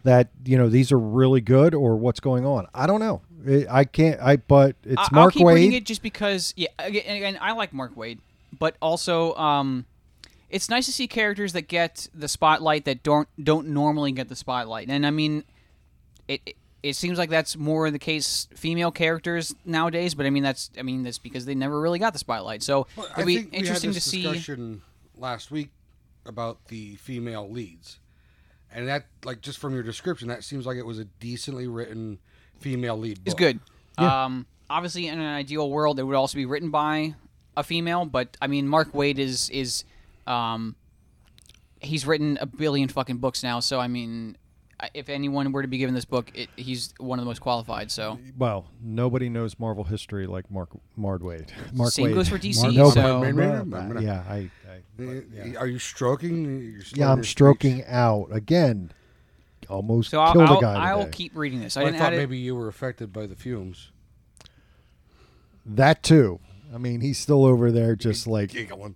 that, you know, these are really good or what's going on. I don't know. It, I can't. I But it's I- I'll Mark keep reading Wade. it just because. Yeah, again, and again, I like Mark Wade, but also, um, it's nice to see characters that get the spotlight that don't don't normally get the spotlight. And I mean, it it, it seems like that's more the case female characters nowadays. But I mean, that's I mean that's because they never really got the spotlight. So it'll be interesting we had to this see. discussion last week about the female leads, and that like just from your description, that seems like it was a decently written female lead. It's book. good. Um, obviously, in an ideal world, it would also be written by a female. But I mean, Mark Wade is is um, he's written a billion fucking books now. So I mean, I- if anyone were to be given this book, it, he's one of the most qualified. So Well, nobody knows Marvel history like Mark Mard Wade. Mark Same Wade. goes for DC, Mark- so- Nobody- Yeah, I, I Are you stroking? You're slowing Yeah, I'm your speech. stroking out again. Almost so I'll killed a I'll, guy. I'll today. keep reading this. I I, didn't thought add it- maybe you were affected by the fumes. that too. I mean, he's still over there, just like Giggling.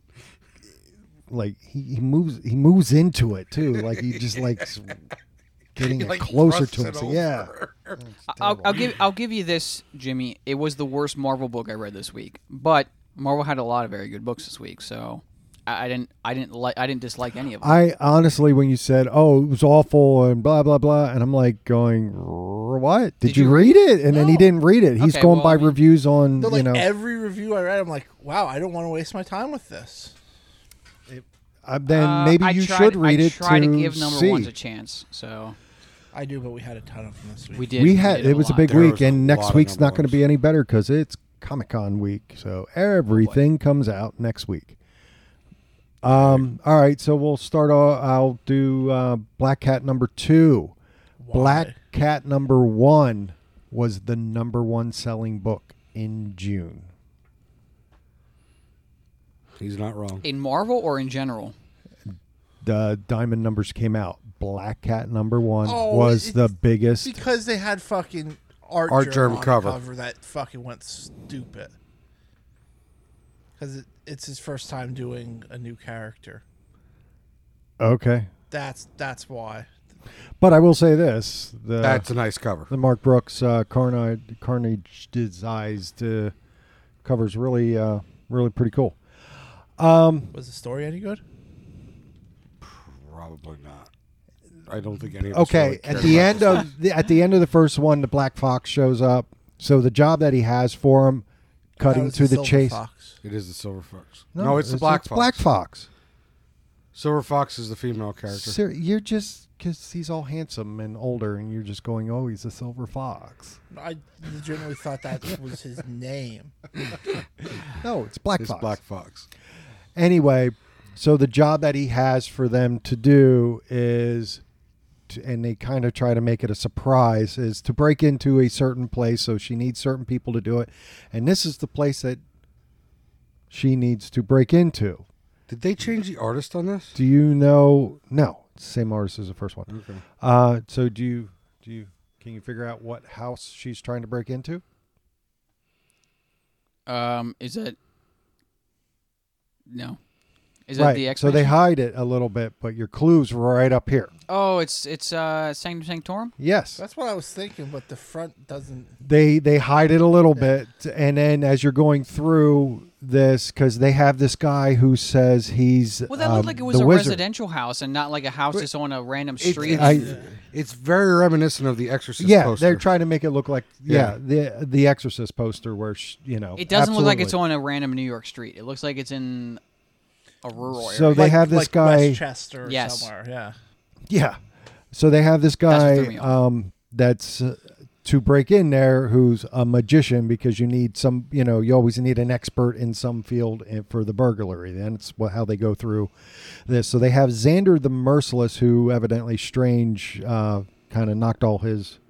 like he, he moves he moves into it too. Like he <laughs> just like s- getting it Like, closer thrusts to him. it So yeah, over. I'll, I'll give I'll give you this, Jimmy. It was the worst Marvel book I read this week, but Marvel had a lot of very good books this week. So I, I didn't I didn't like I didn't dislike any of them. I honestly, when you said, "Oh, it was awful," and blah blah blah, and I'm like going, "R- "What? Did, Did you, you read it?" And then he No. didn't read it. He's Okay, going well, by I mean- reviews on No, you like know. every review I read, I'm like, wow, I don't want to waste my time with this. uh, then Uh, maybe I you tried- should read I it try to, give number see. ones a chance. So I do, but we had a ton of them this week. we did. we had did it was a lot. big There week, was a and lot next of week's number not going to ones. be any better because it's Comic Con week, so everything comes out next week. Um, all right, so we'll start. Off, I'll do uh, Black Cat number two. Black Cat number one was the number one selling book in June. He's not wrong. in Marvel or in general. The Diamond numbers came out. Black Cat number one Oh, was it- the biggest. because they had fucking art, Art germ, germ on the cover. cover that fucking went stupid. Because it, it's his first time doing a new character. okay, That's that's why. but I will say this: the uh, That's a nice cover. The Mark Brooks uh, Carnage Carnage Desized uh, covers really uh, really pretty cool. Was the story any good? Probably not. I don't think any. Of us Okay, really cared at the about end this. of the, at the end of the first one, the Black Fox shows up. So the job that he has for him, That cutting was to the Silver chase. Fox. it is the silver fox. No, it's, the black fox. Black Fox. Silver fox is the female character. Sir, you're just because he's all handsome and older, and you're just going, "Oh, he's a silver fox." I legitimately thought that was <laughs> his name. No, it's Black it's Fox. black fox. anyway, so the job that he has for them to do is, to, and they kind of try to make it a surprise, is to break into a certain place. So she needs certain people to do it. And this is the place that she needs to break into. Did they change the artist on this? Do you know? No, it's the same artist as the first one. Okay. Uh, so do you, do you, can you figure out what house she's trying to break into? Um, is it no? Is right. that the X? so they hide it a little bit, but your clue's right up here. oh, it's it's uh Sanctum Sanctorum. Yes. That's what I was thinking, but the front doesn't. they they hide it a little bit and then as you're going through this because they have this guy who says he's Well, that um, looked like it was the a wizard. residential house and not like a house that's on a random It's, street. it's- I- it's very reminiscent of the Exorcist. yeah poster. they're trying to make it look like yeah, Yeah. the the exorcist poster where sh you know it doesn't look like it's absolutely. on a random New York street. It looks like it's in a rural area. So they Like- have this like guy. Westchester or Yes. somewhere. Yeah. Yeah. So they have this That's what threw guy me off. um, that's uh, to break in there who's a magician because you need some, you know, you always need an expert in some field in- for the burglary. Then it's what, how they go through this. So they have Xander the Merciless, who evidently Strange uh, kind of knocked all his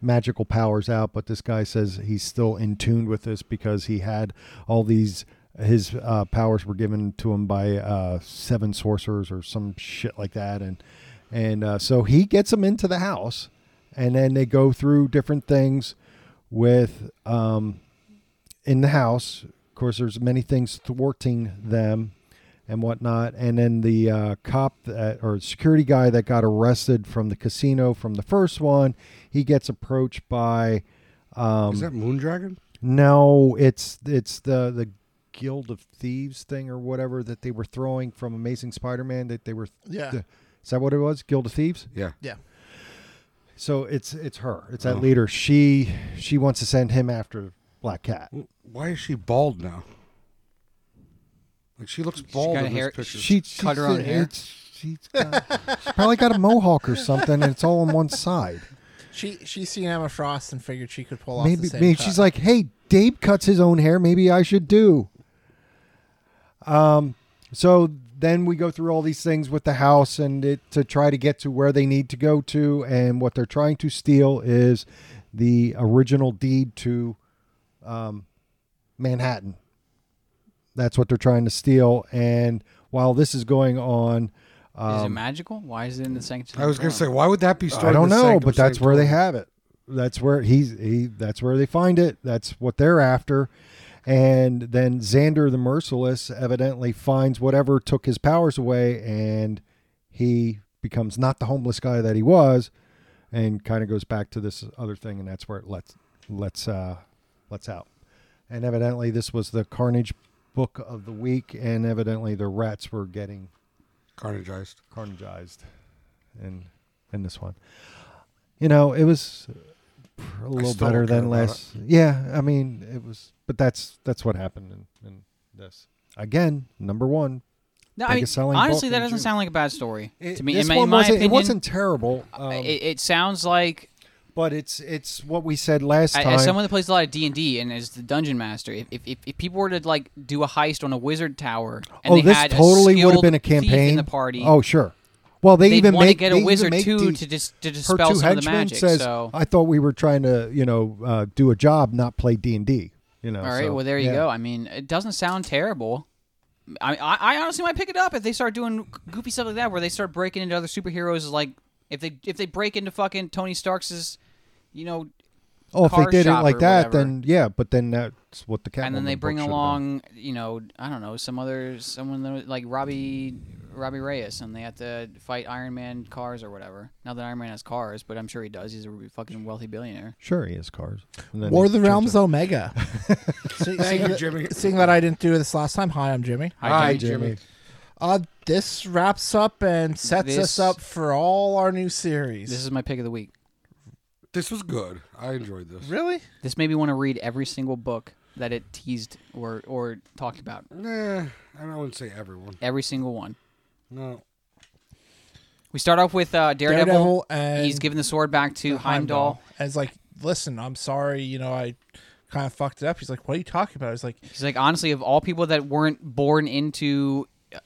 magical powers out, but this guy says he's still in tune with this because he had all these. His uh, powers were given to him by uh, seven sorcerers or some shit like that, and and uh, so he gets them into the house, and then they go through different things with um, in the house. Of course, there's many things thwarting them and whatnot. And then the uh, cop that, or security guy that got arrested from the casino from the first one, he gets approached by. Um, Is that Moondragon? no, it's it's the the Guild of Thieves thing or whatever that they were throwing from Amazing Spider-Man that they were. Yeah. is that what it was? Guild of Thieves. Yeah. Yeah. So it's it's her. It's that Oh. leader. She she wants to send him after Black Cat. Why is she bald now? Like she looks bald got in hair- this picture. She cut her own it's- hair? She's, got, she's probably got a mohawk or something, and it's all on one <laughs> side. She she's seen Emma Frost and figured she could pull off Maybe, the same. maybe cut. she's like, "Hey, Dave cuts his own hair. Maybe I should do." Um, so then we go through all these things with the house and it to try to get to where they need to go to, and what they're trying to steal is the original deed to um, Manhattan. That's what they're trying to steal, and while this is going on, is it um, magical? Why is it in the sanctum? <laughs> I was gonna say, Sanctorum? why would that be? stored I in don't the know, Sanctum but that's where they Sanctorum? have it. That's where he's he. That's where they find it. That's what they're after. And then Xander the Merciless evidently finds whatever took his powers away, and he becomes not the homeless guy that he was, and kind of goes back to this other thing, and that's where it lets lets uh, lets out. And evidently, this was the Carnage book of the week, and evidently the rats were getting Carnageized. carnageized in in this one. You know, it was a little still better don't care than about last. Yeah, I mean, it was, but that's that's what happened in, in this. Again, number one. No, I mean, biggest selling honestly, book that in doesn't June. sound like a bad story to me. this in my, one in my wasn't, opinion, uh, it wasn't terrible, um, it, it sounds like but it's it's what we said last A- time. As someone that plays a lot of D and D and is the dungeon master, if, if, if people were to like do a heist on a wizard tower, and oh, they this had totally a would have been a skilled thief campaign in the party. Oh, sure. Well, they they'd even want make to get they a even wizard make too the- to dis- to her dispel two some of the henchmen magic. says, so, "I thought we were trying to, you know, uh, do a job, not play D and D." You know. all right, so, well there you yeah. go. I mean, it doesn't sound terrible. I, I I honestly might pick it up if they start doing goofy stuff like that, where they start breaking into other superheroes. Like if they if they break into fucking Tony Stark's, you know, Oh, if car they did it shop like or that, whatever. then yeah. But then that's what the Catwoman and then they book bring should've been. along you know i don't know some other someone that- like robbie robbie reyes and they have to fight iron man cars or whatever not that iron man has cars but i'm sure he does he's a fucking wealthy billionaire Sure, he has cars. And then War he of the turns Realms out- <laughs> Omega. See- Thank seeing you, that- Jimmy. Seeing that I didn't do this last time. Hi, I'm Jimmy. Hi, Hi, Jimmy. Jimmy. Uh, this wraps up and sets This- us up for all our new series. this is my pick of the week This was good. I enjoyed this. really? this made me want to read every single book that it teased or or talked about Nah, I wouldn't say everyone. every single one No. we start off with uh, daredevil, Daredevil and he's giving the sword back to heimdall, And it's like, listen, I'm sorry. You know, I kind of fucked it up. He's like, what are you talking about? I was like, he's like honestly of all people that weren't born into uh,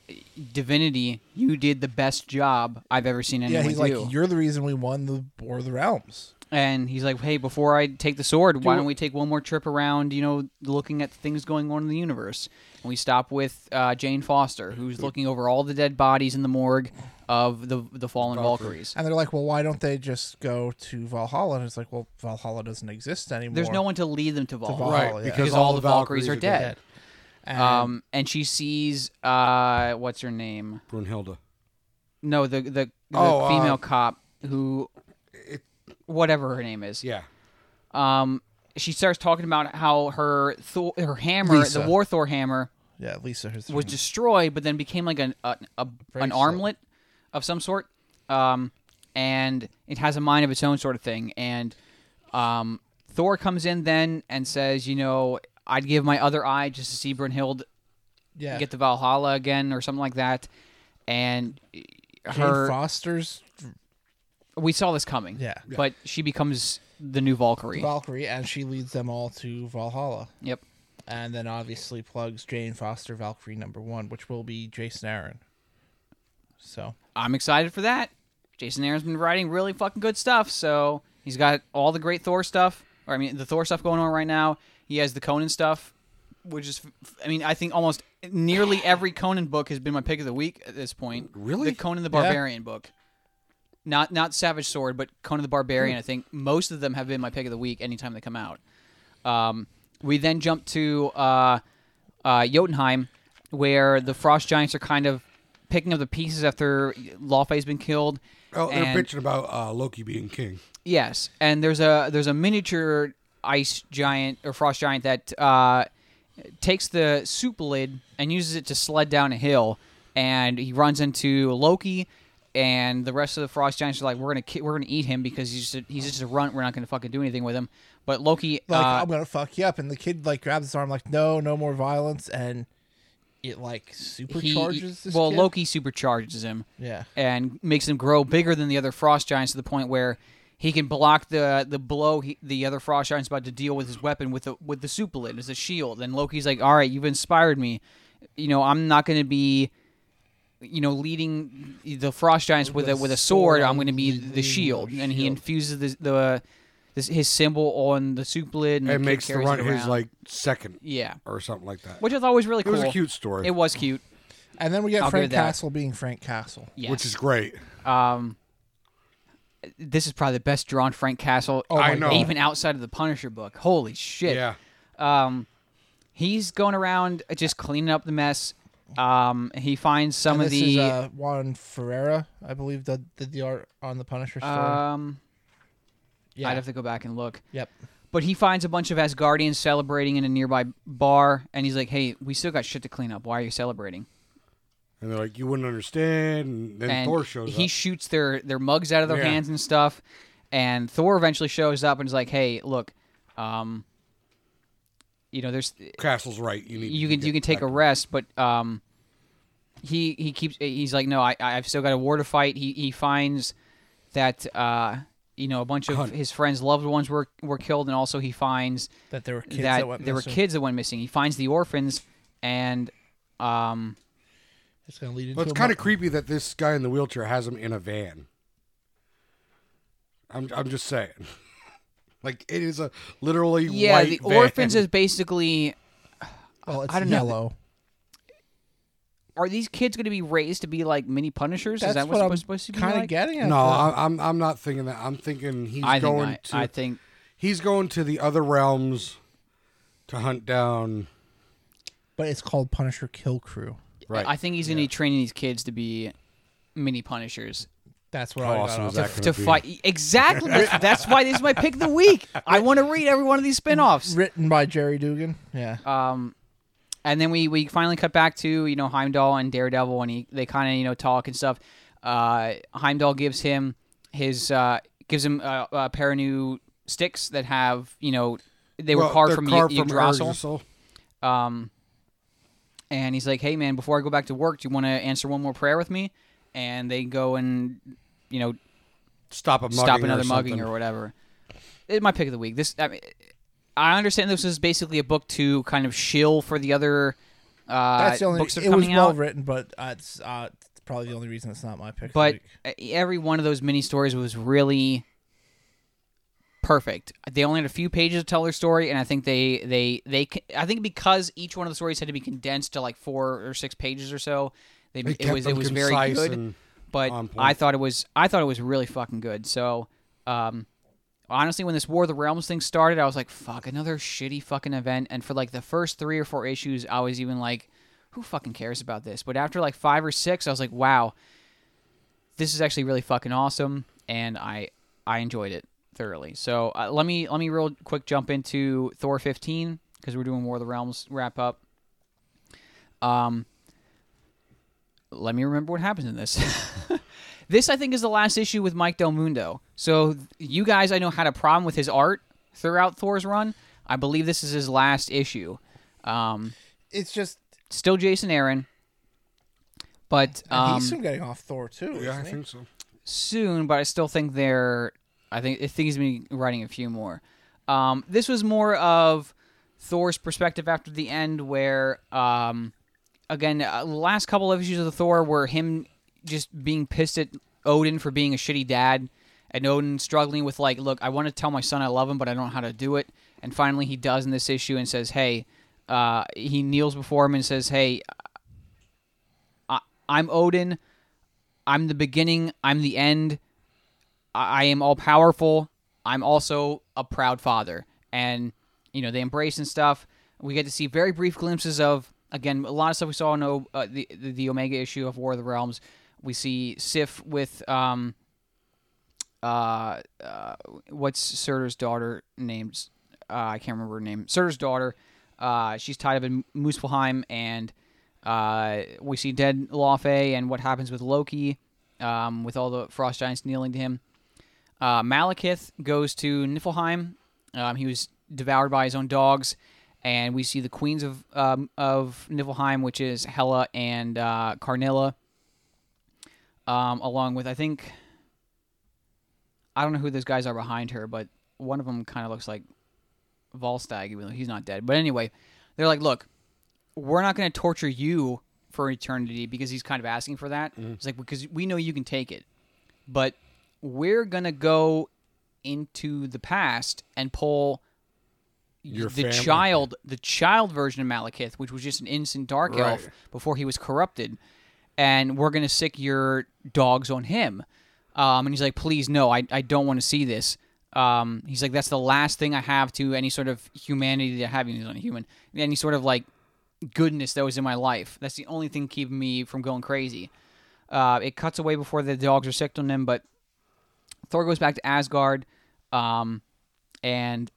divinity you did the best job i've ever seen yeah, anyone he's do like, you're the reason we won the War of the Realms. and he's like, "Hey, before I take the sword, why don't we take one more trip around? You know, looking at things going on in the universe." And we stop with uh, Jane Foster, who's looking over all the dead bodies in the morgue of the the fallen Valkyries. And they're like, well, why don't they just go to Valhalla? And it's like, well, Valhalla doesn't exist anymore. There's no one to lead them to Valhalla, Valhalla, Right, yeah. Because, all, the Valkyries, are dead. And Um, and she sees uh, what's her name? Brunhilde. No, the the, the Oh, uh, female cop who, It, whatever her name is. yeah. Um, she starts talking about how her Thor, her hammer, Lisa. the War Thor hammer, yeah, Lisa has Mm-hmm. was destroyed, but then became like an a, a, an Bracelet. armlet of some sort, um, and it has a mind of its own, sort of thing. And um, Thor comes in then and says, "You know, I'd give my other eye just to see Brunhild Yeah. you get to Valhalla again or something like that, and Jane her Foster's we saw this coming. Yeah. Yeah. but she becomes the new Valkyrie. Valkyrie, and she leads them all to Valhalla, yep. and then obviously plugs Jane Foster Valkyrie number one, which will be Jason Aaron. So I'm excited for that. Jason Aaron's been writing really fucking good stuff, so he's got all the great Thor stuff, or I mean, the Thor stuff going on right now. He has the Conan stuff, which is, I mean, I think almost nearly every Conan book has been my pick of the week at this point. Really? the Conan the Barbarian book, not not Savage Sword, but Conan the Barbarian. I think most of them have been my pick of the week anytime they come out. Um, we then jump to uh, uh, Jotunheim, where the Frost Giants are kind of picking up the pieces after Lawfey's been killed. Oh, they're and, bitching about uh, Loki being king. Yes, and there's a there's a miniature ice giant or frost giant that uh, takes the soup lid and uses it to sled down a hill, and he runs into Loki. And the rest of the frost giants are like, we're gonna ki- we're gonna eat him because he's just a, he's just a runt. We're not gonna fucking do anything with him. But Loki, like uh, I'm gonna fuck you up, and the kid like grabs his arm, like no, no more violence, and it like he, supercharges this. well, kid? Loki supercharges him. Yeah. and makes him grow bigger than the other frost giants to the point where he can block the the blow he, the other frost giant's about to deal with his weapon with the with the super lid as a shield. And Loki's like, "All right, you've inspired me. You know, I'm not going to be, you know, leading the frost giants with, a with a sword. I'm going to be leading the the shield." And he shield. infuses the the this, his symbol on the super lid and It the kid makes the carries run it his around. like second yeah, or something like that. which I thought was really it cool. was a cute story, It was cute. And then we get I'll give Frank it that. Castle being Frank Castle. Yes. which is great. Um, this is probably the best drawn Frank Castle, Oh, I uh, know. even outside of the Punisher book. Holy shit! Yeah, Um, he's going around just cleaning up the mess. Um, he finds some And of this is the uh, Juan Ferreira, I believe, did, did the art on the Punisher story. um. uh, yeah. I'd have to go back and look. Yep. But he finds a bunch of Asgardians celebrating in a nearby bar, and he's like, "Hey, we still got shit to clean up. Why are you celebrating?" and they're like, you wouldn't understand. And then Thor shows he up. shoots their their mugs out of their Yeah. hands and stuff. And Thor eventually shows up and is like, "Hey, look, um, you know, there's Castle's right. You need. you to can get you can take back a to- rest, but um, he he keeps he's like, no, I I've still got a war to fight. He he finds that uh, you know, a bunch of his friends' loved ones were were killed, and also he finds That there were kids that, that, went there missing. were kids that went missing. He finds the orphans, and um, It's going to lead into But it's a kind of mo- creepy that this guy in the wheelchair has him in a van. I'm I'm just saying, <laughs> like it is a literally yeah, white the van. orphans is basically Well, it's I don't know. yellow. are these kids going to be raised to be like mini Punishers? That's is that what what's I'm supposed, supposed to be kind of like? getting at. No, though. I, I'm I'm not thinking that. I'm thinking he's I think going I, to. I think he's going to the other realms to hunt down. but it's called Punisher Kill Crew. Right. I think he's going to be training these kids to be mini Punishers That's what How I got awesome off is that of. to gonna be? fight. Exactly. That's- That's why this is my pick of the week. I want to read every one of these spin-offs. Written by Jerry Dugan. Yeah. Um, and then we we finally cut back to you know Heimdall and Daredevil, and he they kind of you know talk and stuff. Uh, Heimdall gives him his uh, gives him a, a pair of new sticks that have you know they were Well, carved they're from carved Yggdrasil. Yggdrasil. Um, and he's like, "Hey, man, before I go back to work, do you want to answer one more prayer with me?" And they go and you know Stop a mugging stop or another mugging something. or whatever. It's my pick of the week. This I mean, I understand this is basically a book to kind of shill for the other uh, That's the only. books that are it was coming well out. written, but uh, it's, uh, it's probably the only reason it's not my pick. of the but e, week. every one of those mini stories was really perfect. They only had a few pages to tell their story, and I think they they they c- I think because each one of the stories had to be condensed to like four or six pages or so, they, They it kept was them it was very concise good. and but on point. I thought it was I thought it was really fucking good. So, um, honestly, when this War of the Realms thing started, I was like, fuck, another shitty fucking event. And for like the first three or four issues, I was even like, who fucking cares about this? But after like five or six, I was like, wow, this is actually really fucking awesome, and I I enjoyed it thoroughly. So uh, let me let me real quick jump into Thor 15 because we're doing War of the Realms wrap up. Um, let me remember what happens in this. <laughs> this I think is the last issue with Mike Del Mundo. So th- you guys I know had a problem with his art throughout Thor's run. I believe this is his last issue. Um, it's just still Jason Aaron, but And um, he's soon soon. getting off Thor too. Yeah, I isn't he? think so. But I still think they're. I think I think he's been writing a few more. Um, this was more of Thor's perspective after the end, where um, again, uh, the last couple of issues of the Thor were him just being pissed at Odin for being a shitty dad, and Odin struggling with like, look, I want to tell my son I love him, but I don't know how to do it. And finally, he does in this issue and says, hey, uh, he kneels before him and says, hey, I- I'm Odin. I'm the beginning. I'm the end. I, I am all powerful. I'm also a proud father. And, you know, they embrace and stuff. We get to see very brief glimpses of, again, a lot of stuff we saw in O- uh, the, the, the Omega issue of War of the Realms. We see Sif with, um, uh, uh, what's Surtur's daughter named? Uh, I can't remember her name. Surtur's daughter. Uh, she's tied up in Muspelheim, and uh, we see dead Lofe and what happens with Loki, um, with all the frost giants kneeling to him. Uh, Malekith goes to Niflheim. Um, he was devoured by his own dogs, and we see the queens of um, of Niflheim, which is Hela and uh, Carnilla, um, along with I think I don't know who those guys are behind her, but one of them kind of looks like Volstagg. even though He's not dead, but anyway, they're like, look, we're not going to torture you for eternity because he's kind of asking for that. It's like because we know you can take it, but we're going to go into the past and pull Your the family. child, the child version of Malekith, which was just an innocent dark elf Right. before he was corrupted, and we're going to sick your dogs on him. Um, and he's like, please, no, I, I don't want to see this. Um, he's like, that's the last thing I have to any sort of humanity that I have. He's not a human. Any sort of like goodness that was in my life. That's the only thing keeping me from going crazy. Uh, it cuts away before the dogs are sick on them, but Thor goes back to Asgard, um, and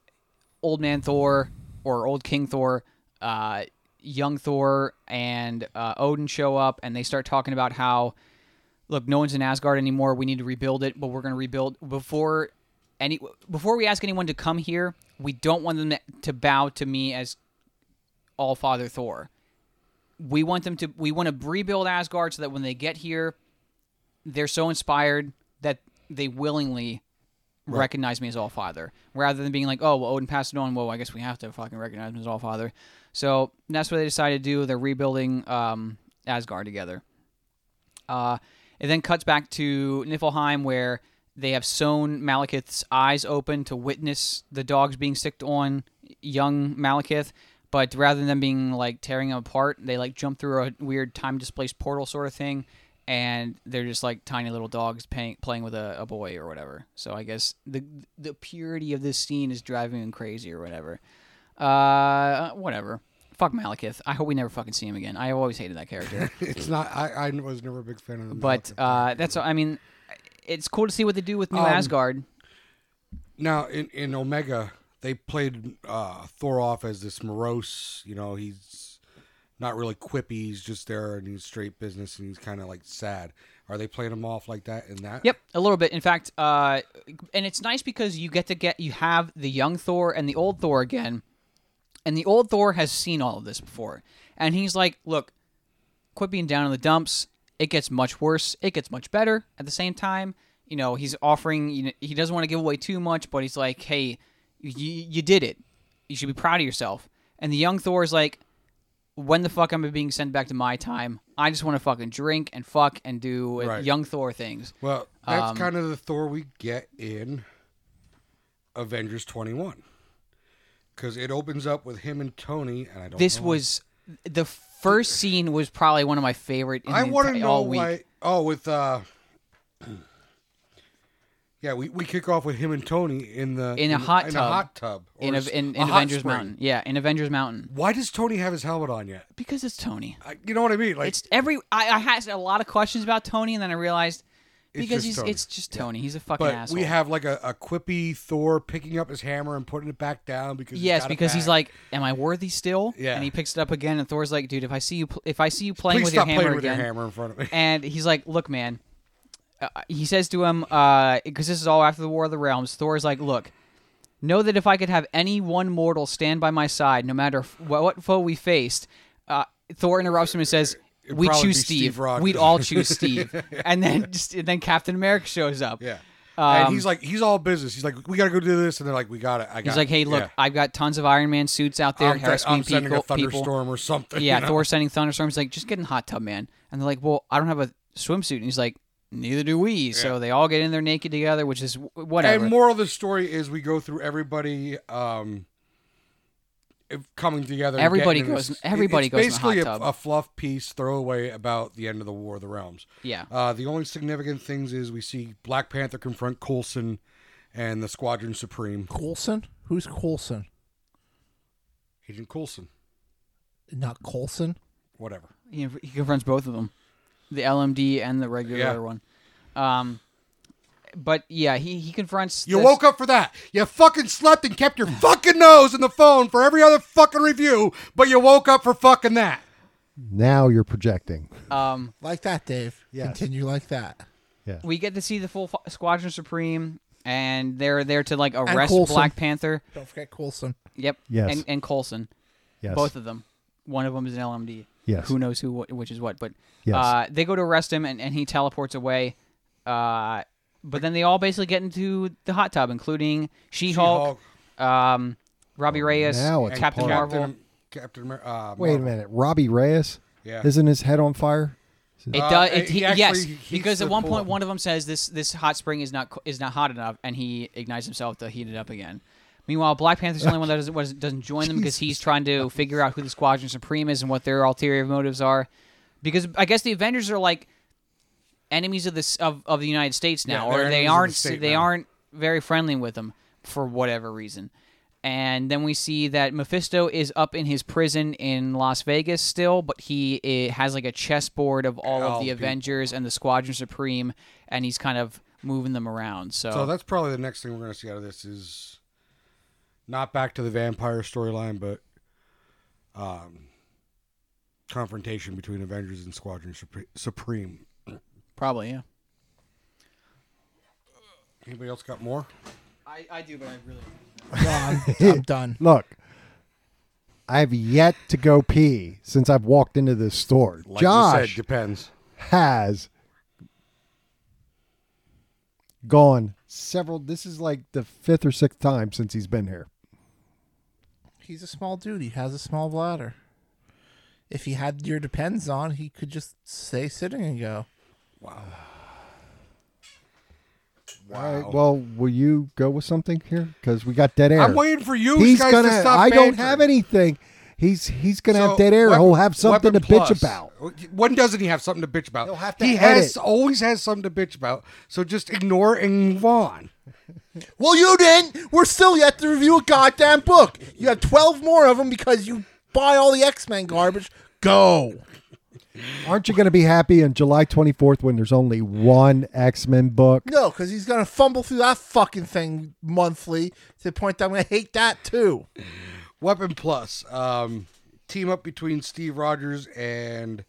old man Thor or old King Thor, uh, young Thor and uh, Odin show up, and they start talking about how, look, no one's in Asgard anymore. We need to rebuild it, but we're going to rebuild before any before we ask anyone to come here. We don't want them to bow to me as All Father Thor. We want them to. We want to rebuild Asgard so that when they get here, they're so inspired that they willingly recognize me as All Father, rather than being like, oh, well, Odin passed it on. Well, I guess we have to fucking recognize him as All Father. So that's what they decided to do. They're rebuilding um, Asgard together. Uh, it then cuts back to Niflheim, where they have sewn Malekith's eyes open to witness the dogs being sicked on young Malekith. But rather than being like tearing him apart, they like jump through a weird time displaced portal sort of thing, and they're just like tiny little dogs paying, playing with a, a boy or whatever. So I guess the the purity of this scene is driving him crazy or whatever. Uh, whatever. Fuck Malekith. I hope we never fucking see him again. I always hated that character. <laughs> It's not. I, I was never a big fan of them. But uh, that's I mean, it's cool to see what they do with New Asgard. now in, in Omega, they played uh, Thor off as this morose. You know, he's not really quippy. He's just there and he's straight business and he's kind of like sad. Are they playing him off like that in that? Yep, a little bit. In fact, uh, and it's nice because you get to get you have the young Thor and the old Thor again, and the old Thor has seen all of this before, and he's like, "Look, quit being down in the dumps. It gets much worse. It gets much better. At the same time, you know, he's offering. You know, he doesn't want to give away too much, but he's like, "Hey, you, you did it. You should be proud of yourself." And the young Thor is like, "When the fuck am I being sent back to my time? I just want to fucking drink and fuck and do uh, Right. young Thor things." Well, Um, that's kind of the Thor we get in Avengers 21. Because it opens up with him and Tony, and I don't. this know- was the first scene was probably one of my favorite. In I the want to enti- know all week. why. Oh, with uh, <clears throat> yeah, we, we kick off with him and Tony in the In a hot in a tub. hot tub or in, a a, s- in, in a hot Avengers spring. Mountain. Yeah, in Avengers Mountain Why does Tony have his helmet on yet? because it's Tony. I, you know what I mean? Like It's every I, I had a lot of questions about Tony, and then I realized It's because just he's Tony. it's just Tony. He's a fucking but asshole. we have like a, a quippy Thor picking up his hammer and putting it back down because he's yes, got it because he's back. like, "Am I worthy still?" Yeah. and he picks it up again, and Thor's like, "Dude, if I see you, pl- if I see you playing please with stop your playing hammer with again, your hammer in front of me. <laughs> and he's like, "Look, man," uh, he says to him, because this is all after the War of the Realms. Thor is like, "Look, know that if I could have any one mortal stand by my side, no matter f- what, what foe we faced, uh, Thor interrupts him and says, It'd "We probably choose be Steve. Steve Rogers. We'd all <laughs> choose Steve." And then just and then Captain America shows up. Yeah. Um, and he's like, he's all business. He's like, we got to go do this, and they're like, we got it. I got He's like, "Hey, look, yeah. I've got tons of Iron Man suits out there I'm, th- harassing I'm sending people." a thunderstorm people. or something. Yeah, you know? Thor sending thunderstorms. Like, just get in the hot tub, man. And they're like, "Well, I don't have a swimsuit." And he's like, "Neither do we." So they all get in there naked together, which is wh- whatever. And moral of the story is we go through everybody um, if- coming together. and Everybody getting in goes- this- everybody it's goes in the Basically, hot a, tub. a fluff piece throwaway about the end of the War of the Realms. yeah, Uh, the only significant things is we see Black Panther confront Coulson and the Squadron Supreme. Coulson? Who's Coulson? Agent Coulson, Not Coulson. whatever. he, he confronts both of them, the LMD and the regular Yeah. one. Um, but yeah, he he confronts. You this- woke up for that. You fucking slept and kept your fucking nose in the phone for every other fucking review, but you woke up for fucking that. Now you're projecting. Um, Like that, Dave. Yes. Continue like that. we get to see the full fo- Squadron Supreme, and they're there to like arrest Coulson. Black Panther. Don't forget <laughs> Coulson. Yep. Yes. And and Coulson. Yes. Both of them. One of them is an LMD. Yes. Who knows who wh- which is what? But Yes. uh, they go to arrest him, and, and he teleports away. Uh, but then they all basically get into the hot tub, including She-Hulk, She-Hulk um, Robbie Reyes, now it's Captain part- Marvel. Captain Amer- uh, Wait a Marvel. minute, Robbie Reyes. Yeah. Isn't his head on fire? It Uh, does. uh, It, he he- actually yes, heats because the at one point pool up. one of them says this this hot spring is not co- is not hot enough, and he ignites himself to heat it up again. Meanwhile, Black Panther's the only one that doesn't, was- doesn't join them <laughs> because he's trying to figure out who the Squadron Supreme is and what their ulterior motives are. Because I guess the Avengers are like enemies of this of, of the United States now, they're or enemies they of the aren't state they now. aren't very friendly with them for whatever reason. And then we see that Mephisto is up in his prison in Las Vegas still, but he eh, has like a chessboard of all All of the people. Avengers and the Squadron Supreme, and he's kind of moving them around. So, So that's probably the next thing we're going to see out of this is not back to the vampire storyline, but um, confrontation between Avengers and Squadron Supre- Supreme. probably yeah. Anybody else got more? I, I do, but I really No, <laughs> I'm, I'm done. Look, I've yet to go pee since I've walked into this store. Like you Josh said, depends. has gone several. This is like the fifth or sixth time since he's been here. He's a small dude. He has a small bladder. If he had your depends on, he could just stay sitting and go. All right. Well, will you go with something here? Because we got dead air. I'm waiting for you he's guys gonna. to stop. I don't bantering. have anything. He's he's gonna So, have dead air. weapon- He'll have something to weapon bitch plus. about. When doesn't he have something to bitch about? He'll have to he edit. has always has something to bitch about. So just ignore it and move on. Well, you didn't. We're still yet to review a goddamn book. You have 12 more of them because you buy all the X Men garbage. Go. Aren't you gonna be happy on July 24th when there's only one X Men book? No, because he's going to fumble through that fucking thing monthly to the point that I'm going to hate that too. Weapon Plus, um, team up between Steve Rogers and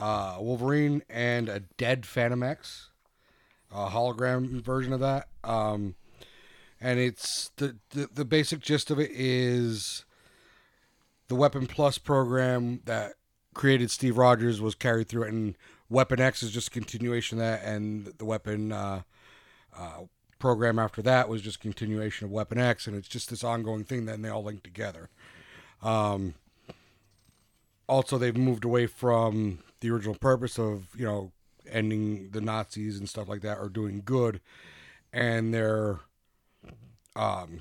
uh, Wolverine and a dead Phantom X, a hologram version of that. Um, and it's the, the the basic gist of it is the Weapon Plus program that created Steve Rogers was carried through, it, and Weapon X is just a continuation of that, and the Weapon. Uh, program after that was just continuation of Weapon X, and it's just this ongoing thing. Then they all link together. Um, also, they've moved away from the original purpose of you know ending the Nazis and stuff like that, or doing good, and they're um,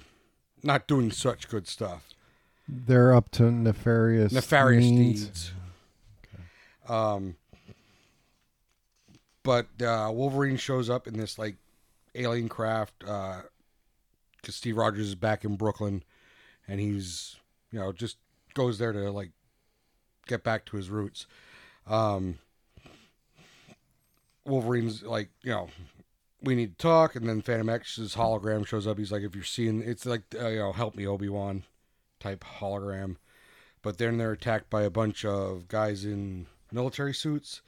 not doing such good stuff. They're up to nefarious Nefarious means. deeds. Um, but uh, Wolverine shows up in this like alien craft because Steve Rogers is back in Brooklyn, and he's you know just goes there to like get back to his roots. Um, Wolverine's like you know. We need to talk, and then Phantom X's hologram shows up. He's like, "If you're seeing, it's like uh, you know, help me, Obi Wan, type hologram." but then they're attacked by a bunch of guys in military suits.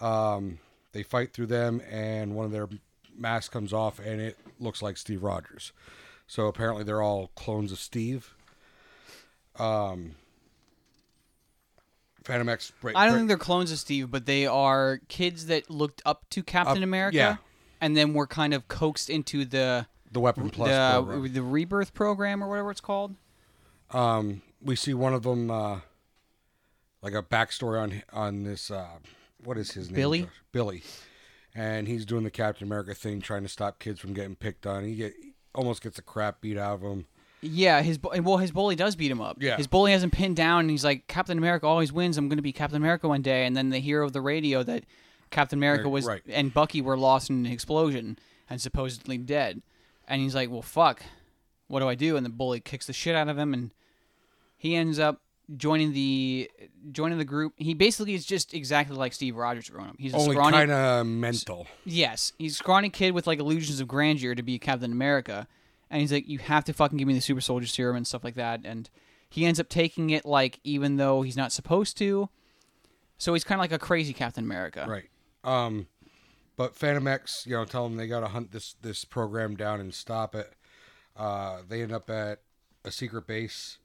Um, they fight through them, and one of their masks comes off, and it looks like Steve Rogers. So apparently, they're all clones of Steve. Um, Phantom X. Right, I don't right. think they're clones of Steve, but they are kids that looked up to Captain Up- America, yeah. and then were kind of coaxed into the the Weapon Plus. the, program. the rebirth program or whatever it's called. um, we see one of them, uh, like a backstory on on this. Uh, what is his name? Billy? Josh? Billy, and he's doing the Captain America thing, trying to stop kids from getting picked on. He get almost gets the crap beat out of him. Yeah, his bu- well, his bully does beat him up. Yeah. his bully has him pinned down, and he's like, "Captain America always wins. I'm going to be Captain America one day." And then the hero of the radio that Captain America Right, was Er, right. and Bucky were lost in an explosion and supposedly dead. And he's like, "Well, fuck, what do I do?" And the bully kicks the shit out of him, and he ends up joining the joining the group. He basically is just exactly like Steve Rogers growing up. He's a Only scrawny, kind of mental. Yes, he's a scrawny kid with like illusions of grandeur to be Captain America, and he's like, "You have to fucking give me the super soldier serum and stuff like that." And he ends up taking it, like even though he's not supposed to. So he's kind of like a crazy Captain America. Right. Um, but Phantom X, you know, tell them they got to hunt this this program down and stop it. Uh, they end up at a secret base,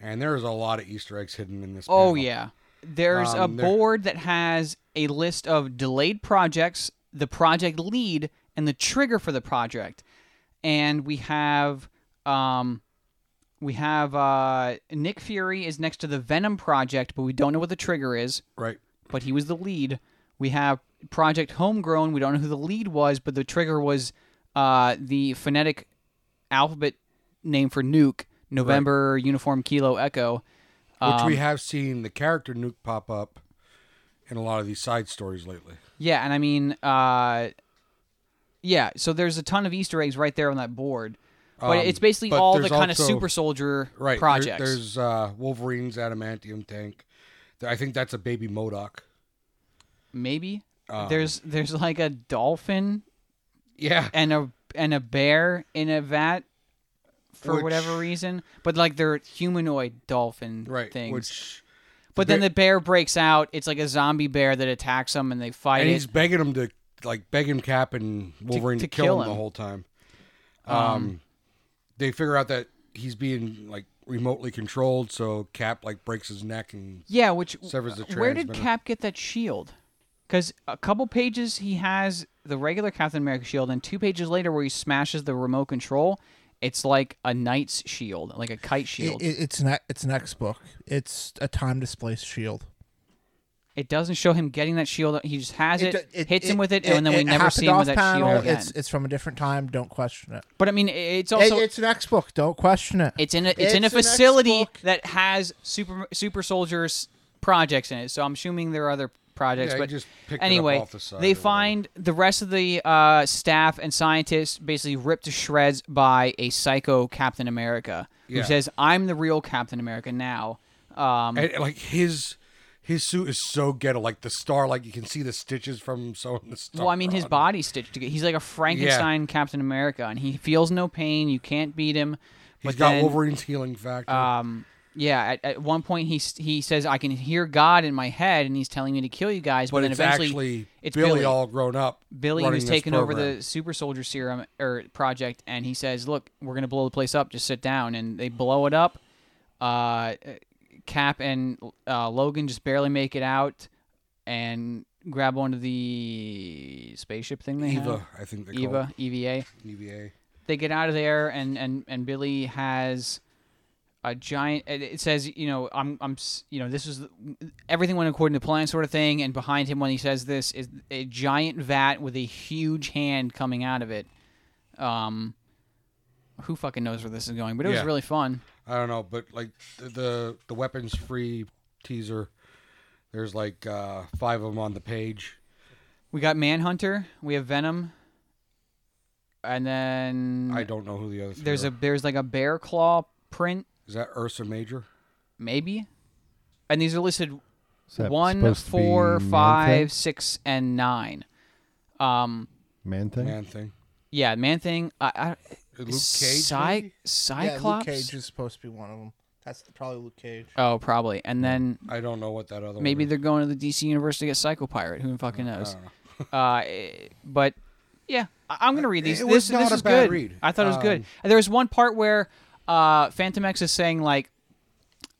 and there's a lot of Easter eggs hidden in this. Oh panel. yeah, there's Um, a there- board that has a list of delayed projects, the project lead, and the trigger for the project, and we have um, we have uh, Nick Fury is next to the Venom project, but we don't know what the trigger is. Right. but he was the lead. We have Project Homegrown. We don't know who the lead was, but the trigger was uh, the phonetic alphabet name for Nuke, November Uniform Kilo Echo. Which we have seen the character Nuke pop up in a lot of these side stories lately. Yeah, and I mean, uh, yeah. So there's a ton of Easter eggs right there on that board, but Um, it's basically but all the there's kind of also- super soldier Right. there- projects. there's uh, Wolverine's adamantium tank. Th- I think that's a baby Modoc. Maybe Um, there's there's like a dolphin Yeah. and a and a bear in a vat for Which- whatever reason, but like they're humanoid dolphin Right. things. Which but then bear- the bear breaks out. It's like a zombie bear that attacks them, and they fight and it. he's begging him to like begging Cap and Wolverine to, to kill, kill him. him the whole time. Um, they figure out that he's being like remotely controlled, so Cap like breaks his neck and Yeah, which Severs the where did transmitter. Cap get that shield? Because a couple pages he has the regular Captain America shield, and two pages later where he smashes the remote control, it's like a knight's shield, like a kite shield. It, it, it's an it's an X book. It's a time displaced shield. It doesn't show him getting that shield. He just has it, do- hits him with it, and then we never happened see him with off that panel. shield again. It's it's from a different time. Don't question it. but I mean, it's It- also it's an X book. Don't question it. It's in a it's, in a It's an facility Xbox. that has super super soldiers projects in it. So I'm assuming there are other projects. Yeah, you but just picked it up anyway, off the side they or whatever. find the rest of the uh, staff and scientists basically ripped to shreds by a psycho Captain America Yeah. who says, "I'm the real Captain America now." Um, and like his his suit is so ghetto, like the star, like you can see the stitches from <laughs> sewing the star. well, I mean, his on. body's stitched together. He's like a Frankenstein Captain America, and he feels no pain. You can't beat him. He's but got then, Wolverine's healing factor. um yeah at, at one point he s- he says i can hear god in my head and he's telling me to kill you guys but, but then it's eventually actually it's Billy, billy, all grown up. Billy running who's this taken over program. the super soldier serum or project and he says look we're gonna blow the place up just sit down and they blow it up uh cap and uh, logan just barely make it out and grab onto the spaceship thing they Eva, I think they have call eva E eva it EVA. they get out of there and and and Billy has a giant it- it says you know I'm I'm s- you know this is everything went according to plan sort of thing and behind him when he says this is a giant vat with a huge hand coming out of it um who fucking knows where this is going but it Yeah. was really fun I don't know, but like the the, the weapons free teaser, there's like uh, five of them on the page. we got Manhunter we have Venom and then I don't know who the other. Three Mm. there's are. a there's like a bear claw print is that Ursa Major? maybe and these are listed Is that one, supposed to be four, Man-Thing? five, six, and nine. Um, Man thing. Man thing. yeah, Man Thing. I, I, Luke Cage. Cy- maybe? yeah, Cyclops. Luke Cage is supposed to be one of them. That's probably Luke Cage. Oh, probably. And then I don't know what that other. maybe one is. they're going to the DC universe to get Psycho Pirate. Who fucking knows? uh, eh, but yeah, I- I'm gonna read these. It this was not this a is bad good. read. Um, I thought it was good. And there was one part where uh, Phantom X is saying like,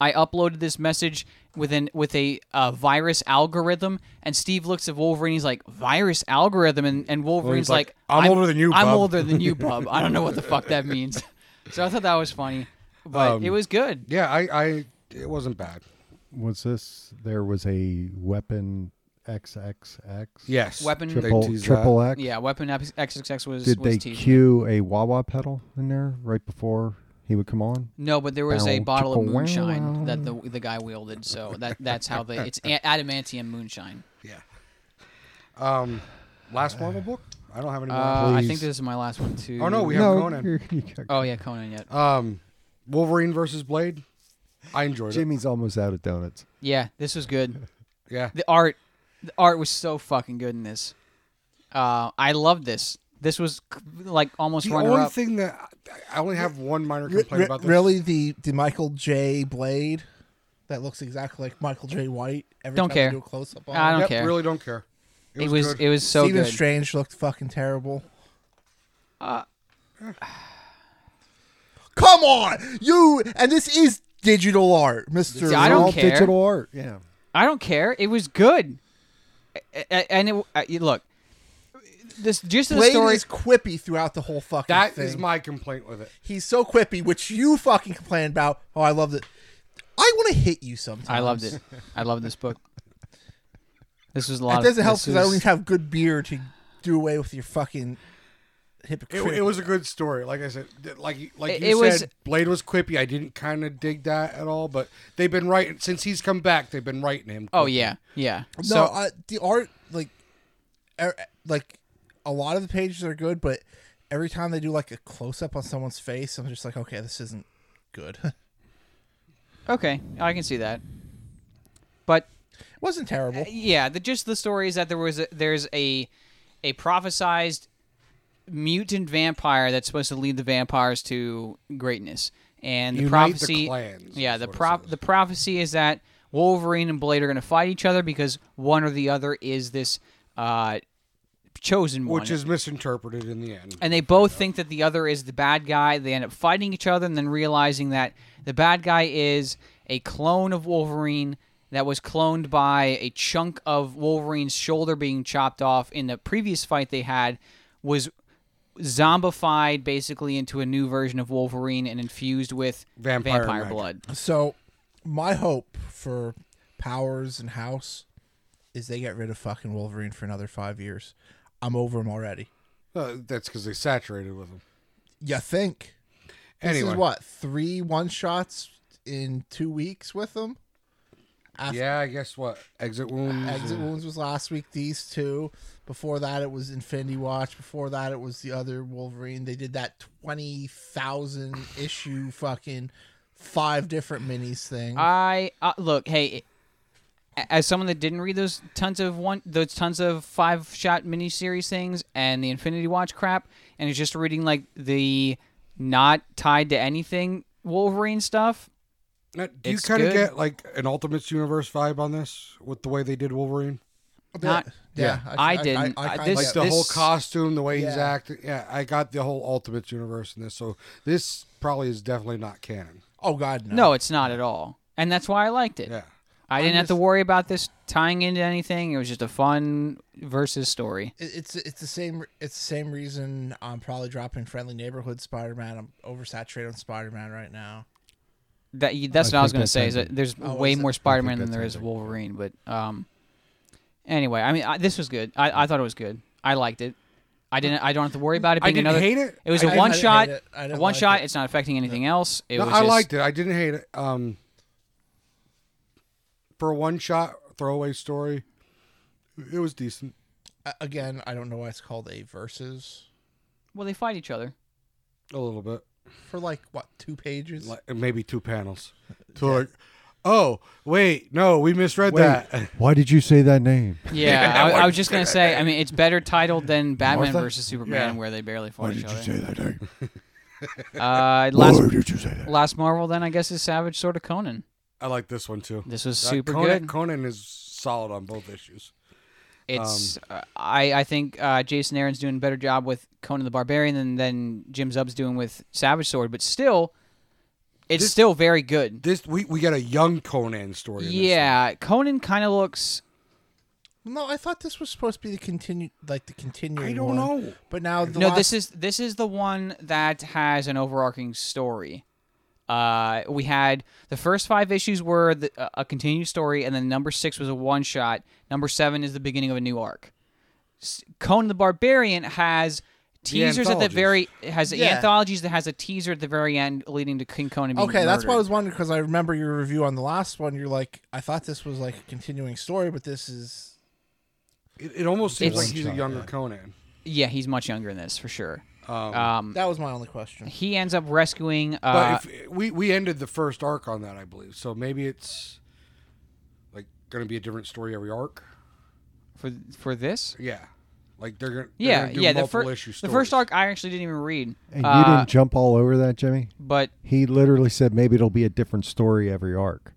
"I uploaded this message with an with a uh, virus algorithm, and Steve looks at Wolverine. He's like, "Virus algorithm," and, and Wolverine's like, like, "I'm older than you, I'm bub." older than you, bub." I don't know what the fuck <laughs> that means. So I thought that was funny, but Um, it was good. Yeah, I, I it wasn't bad. Was this? There was a weapon XXX. Yes. Weapon- They Triple teased triple that. X. Yeah, Weapon X- XXX was Did was they teased. cue a wah wah pedal in there right before he would come on? No, but there was a Bow, bottle of chicka, wow, moonshine wow. that the the guy wielded. So that that's how they it's a- adamantium moonshine. Yeah. Um, last Marvel book. I don't have any more. Uh, I think Please. this is my last one too. Oh, no, we have- no, Conan. you're- <laughs> you got- Oh yeah, Conan yet. um, Wolverine versus Blade. I Oh. enjoyed it. Jimmy's almost out of donuts. Yeah, this was good. Yeah. The art, the art was so fucking good in this. Uh, I love this. This was c- like almost The runner only up. thing that I only have one minor Re- complaint re- about this. really, the the Michael J. Blade that looks exactly like Michael J. White. Every Don't time care. They do a close up on. I don't him. Yep, care. Really don't care. It, it was. was, good. it was so Stephen good. Strange looked fucking terrible. Uh, <sighs> come on, you and this is digital art, Mister. See, I don't all care. digital art. Yeah. I don't care. It was good. A- a- And it, uh, you- look, this just the Blade story. is quippy throughout the whole fucking That thing. is my complaint with it. He's so quippy, which you fucking complain about. Oh, I love it. I want to hit you sometimes. I loved it. I love this book. This was a lot. That doesn't of, help this because I don't was- even have good beer to do away with your fucking It, hypocrite. it was a good story. Like I said, th- like you- like It- you it was- said, Blade was quippy. I didn't kind of dig that at all, but they've been writing since he's come back. They've been writing him. Oh yeah, yeah. No, so I, the art like, er, like a lot of the pages are good, but every time they do like a close up on someone's face, I'm just like, okay, this isn't good. <laughs> it okay, I can see that. But wasn't terrible. yeah, the just the story is that there was a, there's a a prophesized mutant vampire that's supposed to lead the vampires to greatness. And the Unite the prophecy clans, Yeah, is the what it prop says. the prophecy is that Wolverine and Blade are going to fight each other because one or the other is this uh chosen one. which is misinterpreted in the end. and they both think that the other is the bad guy. They end up fighting each other and then realizing that the bad guy is a clone of Wolverine that was cloned by a chunk of Wolverine's shoulder being chopped off in the previous fight they had was zombified basically into a new version of Wolverine and infused with Vampire vampire magic. blood. So, my hope for Powers and House is they get rid of fucking Wolverine for another five years. I'm over him already. Uh, that's because they saturated with him. You think? This Anyway, is what three one shots in two weeks with them. After Yeah, guess what? Exit wounds. Exit and- Wounds was last week. These two. Before that, it was Infinity Watch. Before that, it was the other Wolverine. They did that twenty thousand issue fucking five different minis thing. I uh, look, hey, a- as someone that didn't read those tons of one, those tons of five shot miniseries things and the Infinity Watch crap, and is just reading like the not tied to anything Wolverine stuff. Now, do you It's kind of good. get like an Ultimates universe vibe on this with the way they did Wolverine? Not yeah, I didn't. I- kinda this- Like the this- whole costume, the way he's Yeah. acting. Yeah, I got the whole Ultimates universe in this. So this probably is definitely not canon. oh god, no. No, it's not at all, and that's why I liked it. Yeah. I didn't have to worry about this tying into anything. It was just a fun versus story. It- It's it's the same. It's the same reason I'm probably dropping Friendly Neighborhood Spider Man. I'm oversaturated on Spider Man right now. That that's what I was think going to that's say. Is ending. that there's Oh, way is it? more Spider-Man than think that's there is ending. Wolverine, but um, anyway, I mean, I, this was good. I, I thought it was good. I liked it. I didn't. I don't have to worry about it I being didn't another. hate it. It was I a didn't- one I didn't shot. hate it. I A didn't one like shot. it. It's not affecting anything else. It No, was. I just- liked it. I didn't hate it. Um, for a one shot throwaway story, it was decent. A- Again, I don't know why it's called a versus Well, they fight each other. A little bit. for like what two pages. Like, maybe two panels. <laughs> To like, oh, wait, no, we misread that. <laughs> Why did you say that name? Yeah, I, I was just gonna say. I mean, it's better titled than Batman Martha? versus Superman, Yeah. where they barely fought each other. that name? <laughs> Uh, last did you say that? last Marvel, then I guess is Savage Sword of Conan. I like this one too. This was Uh, super Conan, good. Conan is solid on both issues. It's uh, I I think uh, Jason Aaron's doing a better job with Conan the Barbarian than than Jim Zub's doing with Savage Sword, but still, It's still very good. This we we got a young Conan story. in this Yeah, Conan kind of looks. No, I thought this was supposed to be the continue, like the continuing. I don't one, know. But now the No, last- this is this is the one that has an overarching story. Uh, we had the first five issues were the, a- a continued story, and then number six was a one shot. Number seven is the beginning of a new arc. S- Conan the Barbarian has teasers at the anthologies. very has Yeah. anthologies that has a teaser at the very end leading to King Conan. Being Okay, that's why I murdered. was wondering because I remember your review on the last one. You're like, I thought this was like a continuing story, but this is It, it almost seems It's- like he's a younger Conan. Yeah, he's much younger in this for sure. Um, Um, that was my only <laughs> question. he ends up rescuing. Uh, but if, we we ended the first arc on that, I believe. So maybe it's like going to be a different story every arc. for for this. Yeah, like they're going. Yeah, to do yeah. The, Multiple fir- issue the first stories. arc I actually didn't even read. And you Uh, didn't jump all over that, Jimmy. But He literally said maybe it'll be a different story every arc.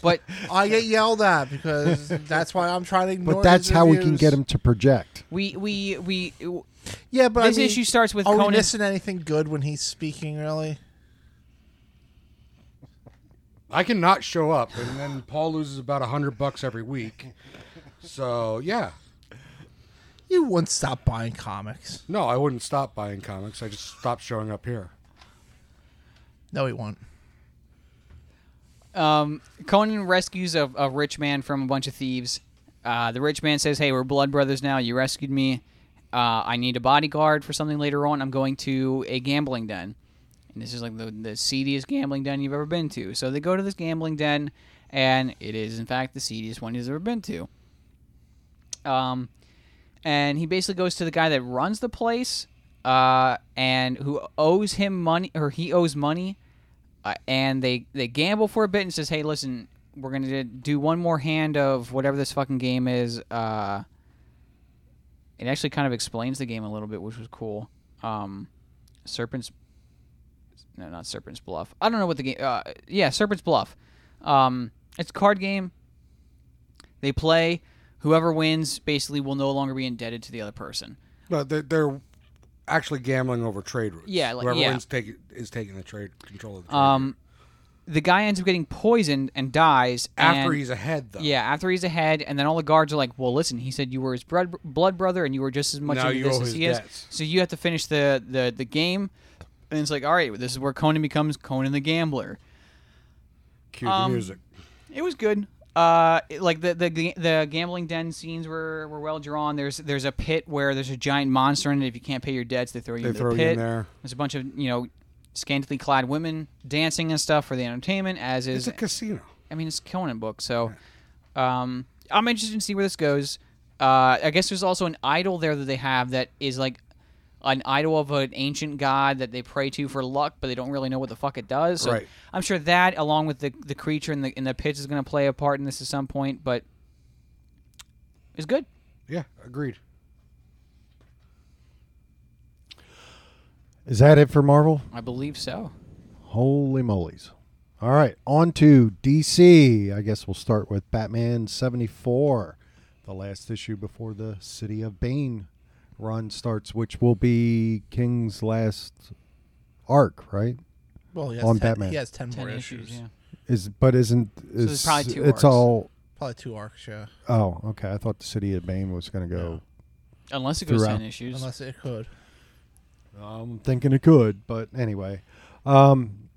but I get yelled at because that's why I'm trying to ignore. But that's his how we can reviews. get him to project. we we we Yeah, but I this mean, issue starts with Are Conan. we missing anything good when he's speaking? Really? I cannot show up, and then Paul loses about a hundred bucks <laughs> every week. So yeah, You wouldn't stop buying comics. no, I wouldn't stop buying comics. I just stopped showing up here. No, he won't. um, Conan rescues a, a rich man from a bunch of thieves. Uh, the rich man says, "Hey, we're blood brothers now. You rescued me. Uh, I need a bodyguard for something later on. I'm going to a gambling den, and this is like the the seediest gambling den you've ever been to. So they go to this gambling den, and it is in fact the seediest one he's ever been to. Um, and he basically goes to the guy that runs the place, uh, and who owes him money, or he owes money, uh, and they they gamble for a bit and says, "Hey, listen, we're gonna do one more hand of whatever this fucking game is." Uh, it actually kind of explains the game a little bit, which was cool. Um, Serpent's, no, not Serpent's Bluff. I don't know what the game. Uh, yeah, Serpent's Bluff. Um, it's a card game. They play. Whoever wins basically will no longer be indebted to the other person. No, they're, they're actually gambling over trade routes. Yeah, like- whoever yeah. wins take, is taking the trade control of the trade route. Um, the guy ends up getting poisoned and dies. after and- he's ahead though. Yeah, after he's ahead, and then all the guards are like, "Well, listen, he said you were his blood, blood brother, and you were just as much Now into you this owe as his he is. debts." So you have to finish the the the game." And it's like, "All right, this is where Conan becomes Conan the Gambler." cue the um, music. It was good. Uh, it- like the the the gambling den scenes were, were well drawn. There's there's a pit where there's a giant monster in it. If you can't pay your debts, they throw you They into throw the you pit. in there. There's a bunch of you know scantily clad women dancing and stuff for the entertainment. As It's is a casino. I mean, it's a Conan book, so um, I'm interested to see where this goes. Uh, I guess there's also an idol there that they have that is like an idol of an ancient god that they pray to for luck, but they don't really know what the fuck it does. So Right. I'm sure that, along with the the creature in the in the pits, is going to play a part in this at some point. But it's good. Yeah, agreed. Is that it for Marvel? I believe so. Holy moly's. All right, on to DC. I guess we'll start with Batman 74, the last issue before the City of Bane run starts, which will be King's last arc, right? Well, he has On ten, Batman. he has ten, more Ten issues. yeah. Is but isn't is, there's probably two it's arcs. all Probably two arcs, yeah. oh, okay. I thought the City of Bane was going to go. Unless it goes Throughout. ten issues. Unless it could. I'm thinking it could, but anyway. Um,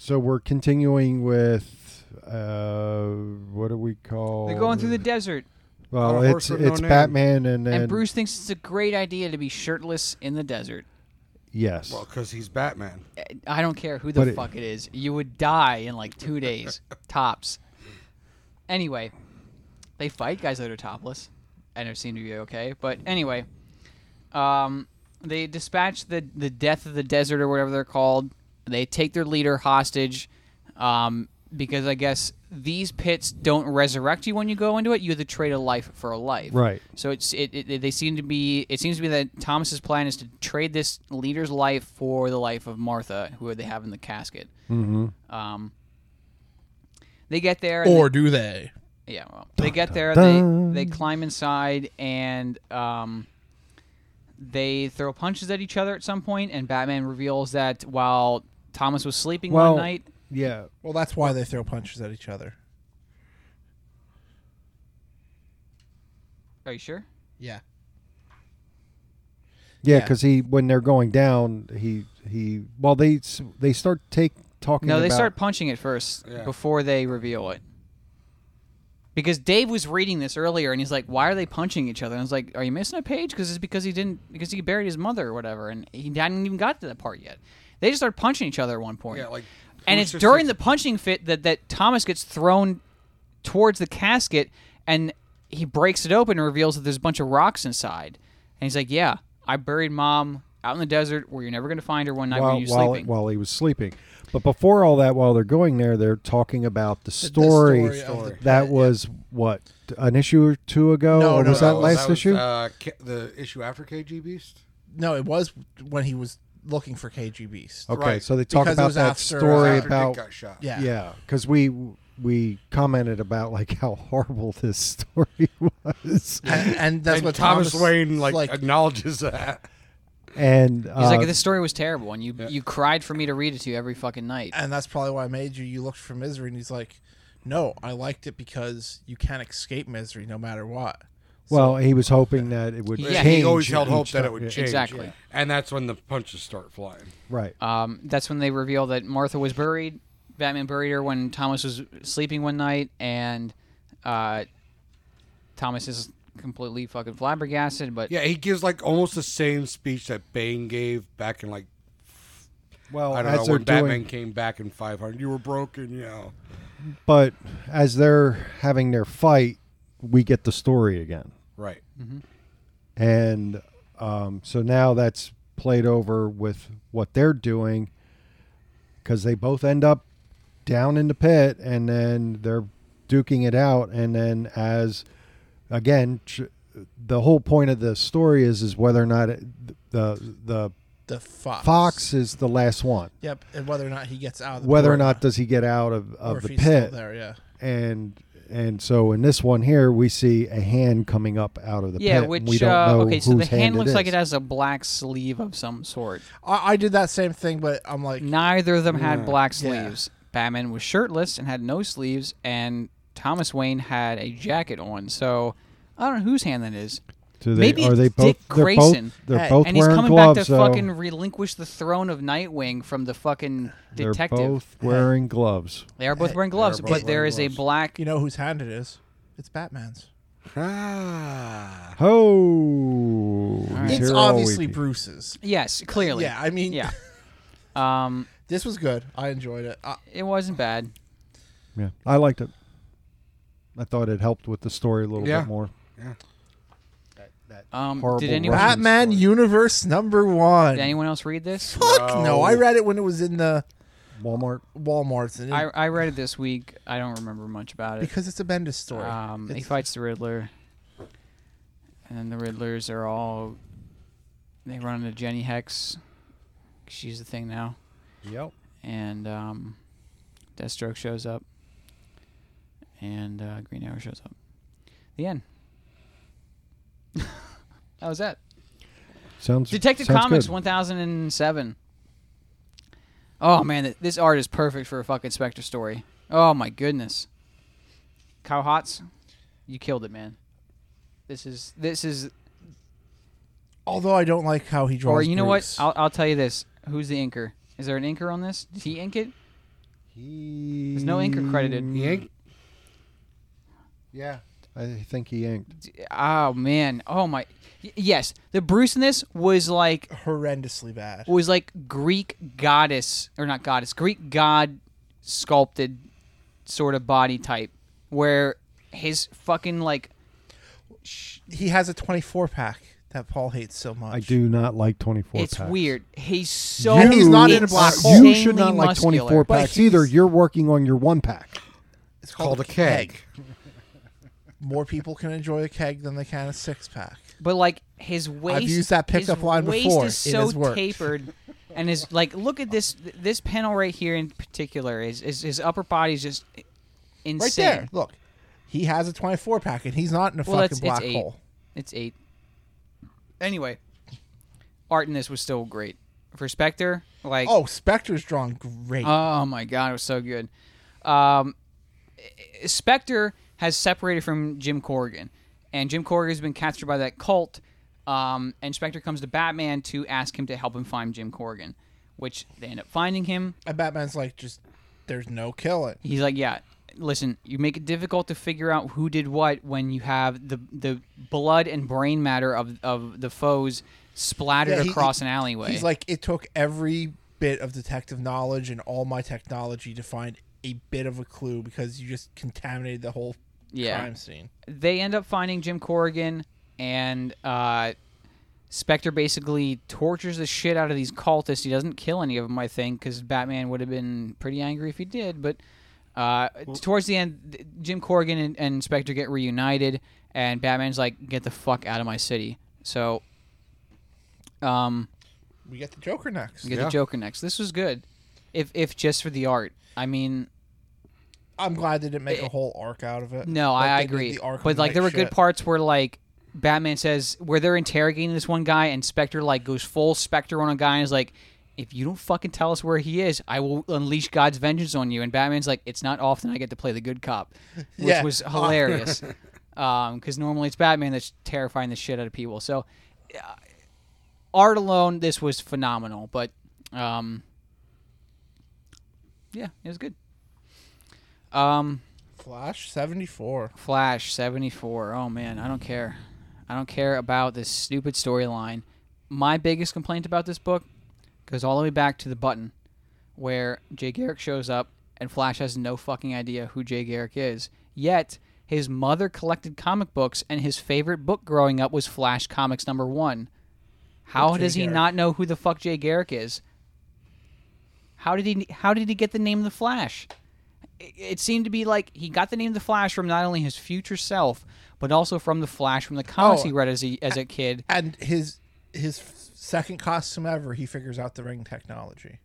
so we're continuing with uh, what do we call? They're going through the desert, On a Well, horse it's with no it's name. Batman and then and, Bruce thinks it's a great idea to be shirtless in the desert. Yes, Well, because he's Batman. I don't care who the But it- fuck it is. You would die in like two days tops. Anyway, they fight guys that are topless, and it seemed to be okay. But anyway, um, they dispatch the the death of the desert or whatever they're called. They take their leader hostage, um, because I guess these pits don't resurrect you when you go into it. You have to trade a life for a life. Right. So it's it, it they seem to be it seems to be that Thomas's plan is to trade this leader's life for the life of Martha, who they have in the casket. Mm-hmm. Um, they get there. and Or do they- they? yeah, well, they get there. dun. They they climb inside and um, They throw punches at each other at some point, and Batman reveals that while Thomas was sleeping Well- one night, Yeah. Well, that's why they throw punches at each other. are you sure? Yeah. Yeah, Yeah. because he when they're going down, he he well they s- they start take talking. No, they about- start punching it first Yeah. before they reveal it. Because Dave was reading this earlier, and he's like, "Why are they punching each other?" And I was like, "Are you missing a page? Because it's because he didn't because he buried his mother or whatever, and he hadn't even got to that part yet. They just start punching each other at one point. Yeah, like and it's Rooster during Teeth- the punching fit that that Thomas gets thrown towards the casket, and he breaks it open and reveals that there's a bunch of rocks inside. And he's like, "Yeah, I buried mom out in the desert where you're never gonna find her one night while when you're while, sleeping." while he was sleeping. But before all that, while they're going there, they're talking about the story, story of the- that was what an issue or two ago. No, or no, was no, that it last was, issue? Uh, K- the issue after KG Beast. No, it was when he was looking for KG Beast. okay, right, so they talk because it about was that after, uh, It was story after Dick about got shot. Yeah. yeah, because we we commented about like how <laughs> horrible this story <laughs> was, And, and that's and what Thomas, Wayne like, uh, like acknowledges that. and uh, He's like, this story was terrible, and you you cried for me to read it to you every fucking night. and that's probably why I made you. You looked for misery, and he's like, "No, I liked it because you can't escape misery no matter what." well, he was hoping that it would. Yeah, change he always held each hope that time. it would Yeah, change. Exactly. yeah. And that's when the punches start flying. Right. Uh, Um, that's when they reveal that Martha was buried. Batman buried her when Thomas was sleeping one night, and uh, Thomas is completely fucking flabbergasted. But Yeah, he gives like almost the same speech that Bane gave back in like Well, I don't as know they're when Batman doing, came back in 500. You were broken, you know. but as they're having their fight, we get the story again, Right. and um, so now that's played over with what they're doing because they both end up down in the pit, and then they're duking it out, and then as again. Ch- the whole point of the story is is whether or not it, the the The fox. fox is the last one. Yep, and whether or not he gets out of the Whether or pit not does he get out of, or of if the he's still pit, there, yeah. and and so in this one here we see a hand coming up out of the yeah, pit. and which we don't uh, know okay, so the whose hand, looks it like is. it has a black sleeve of some sort. I, I did that same thing, but I'm like, Neither of them had black Yeah. sleeves. Batman was shirtless and had no sleeves, and Thomas Wayne had a jacket on. So I don't know whose hand that is. Do they, Maybe are they it's both? Dick they're Grayson. both. They're Hey, both and he's wearing coming gloves. back to so fucking relinquish the throne of Nightwing from the fucking they're detective. both wearing gloves. They are both wearing gloves, both but there wearing is a gloves. black. you know whose hand it is? It's Batman's. Ah. Oh, he's It's here all obviously weepy. Bruce's. Yes, clearly. Yeah, I mean, <laughs> Yeah. Um, this was good. I enjoyed it. I, it wasn't bad. Yeah, I liked it. I thought it helped with the story a little Yeah. bit more. Um, Horrible did anyone Russian Batman Universe number one. did anyone else read this? Fuck no. No. I read it when it was in the Walmart. Walmarts. And it- I, I read it this week. I don't remember much about it. because it's a Bendis story. Um, he It's- fights the Riddler, and then the Riddlers are all. They run into Jenny Hex. She's the thing now. Yep. and um, Deathstroke shows up, and uh, Green Arrow shows up. The end. <laughs> that was that. Sounds. Detective sounds Comics good. 1007. Oh man, th- this art is perfect for a fucking Spectre story. Oh my goodness. Kyle Hotz, you killed it, man. This is this is Although I don't like how he draws. or you know Bruce. what? I'll I'll tell you this. Who's the inker? Is there an inker on this? Did he ink it? There's no inker credited. He ain't- Yeah, I think he inked. Oh man. Oh my. Y- Yes, the Bruce in this was like horrendously bad. was like Greek goddess or not goddess, Greek god sculpted sort of body type where his fucking like He has a 24 pack that Paul hates so much. I do not like 24 it's packs. weird. He's so And he's not in a black insanely hole. You should not like 24 muscular. But packs either. he's- You're working on your one pack. It's called a keg. More people can enjoy a keg than they can a six pack. But like his waist, used that his pickup line waist before. Is It so has worked. tapered, and is like look at this this panel right here in particular. Is is his upper body is just insane. Right there. Look. He has a 24 pack and he's not in a Well, fucking that's- it's black eight. hole. It's eight. Anyway, art in this was still great. For Spectre, like Oh, Spectre's drawn great. Oh my god, it was so good. Um, Spectre has separated from Jim Corrigan, and Jim Corrigan has been captured by that cult. Um, and Spectre comes to Batman to ask him to help him find Jim Corrigan, which they end up finding him. and Batman's like, just there's no killing. He's like, "Yeah, listen, you make it difficult to figure out who did what when you have the the blood and brain matter of of the foes splattered Yeah, he- across he- an alleyway." He's like, it took every bit of detective knowledge and all my technology to find a bit of a clue because you just contaminated the whole Yeah. crime scene. they end up finding Jim Corrigan, and uh, Spectre basically tortures the shit out of these cultists. He doesn't kill any of them, I think, because Batman would have been pretty angry if he did. But uh, towards the end, th- Jim Corrigan and, and Spectre get reunited, and Batman's like, "Get the fuck out of my city." So, um, We get the Joker next. we get Yeah. the Joker next. This was good, if if just for the art. I mean, I'm glad they didn't make a whole arc out of it. No, Like I, I they did agree. the Arkham but like, Knight there were shit. good parts where like Batman says where they're interrogating this one guy, and Spectre like goes full Spectre on a guy and is like, "If you don't fucking tell us where he is, I will unleash God's vengeance on you." And Batman's like, "It's not often I get to play the good <laughs> cop," which Yeah. was <laughs> hilarious. Because normally it's Batman that's terrifying the shit out of people. So, uh, art alone, this was phenomenal. But um, yeah, it was good. Um, Flash 74. Flash 74. Oh man, I don't care. I don't care about this stupid storyline. My biggest complaint about this book goes all the way back to the button where Jay Garrick shows up and Flash has no fucking idea who Jay Garrick is. Yet his mother collected comic books and his favorite book growing up was Flash Comics number 1. How Jay does he Garrick. not know who the fuck Jay Garrick is? How did he how did he get the name of the Flash? it- it seemed to be like he got the name the Flash from not only his future self, but also from the Flash from the comics Oh. he read as a, as a kid. And his his f- second costume ever, he figures out the ring technology.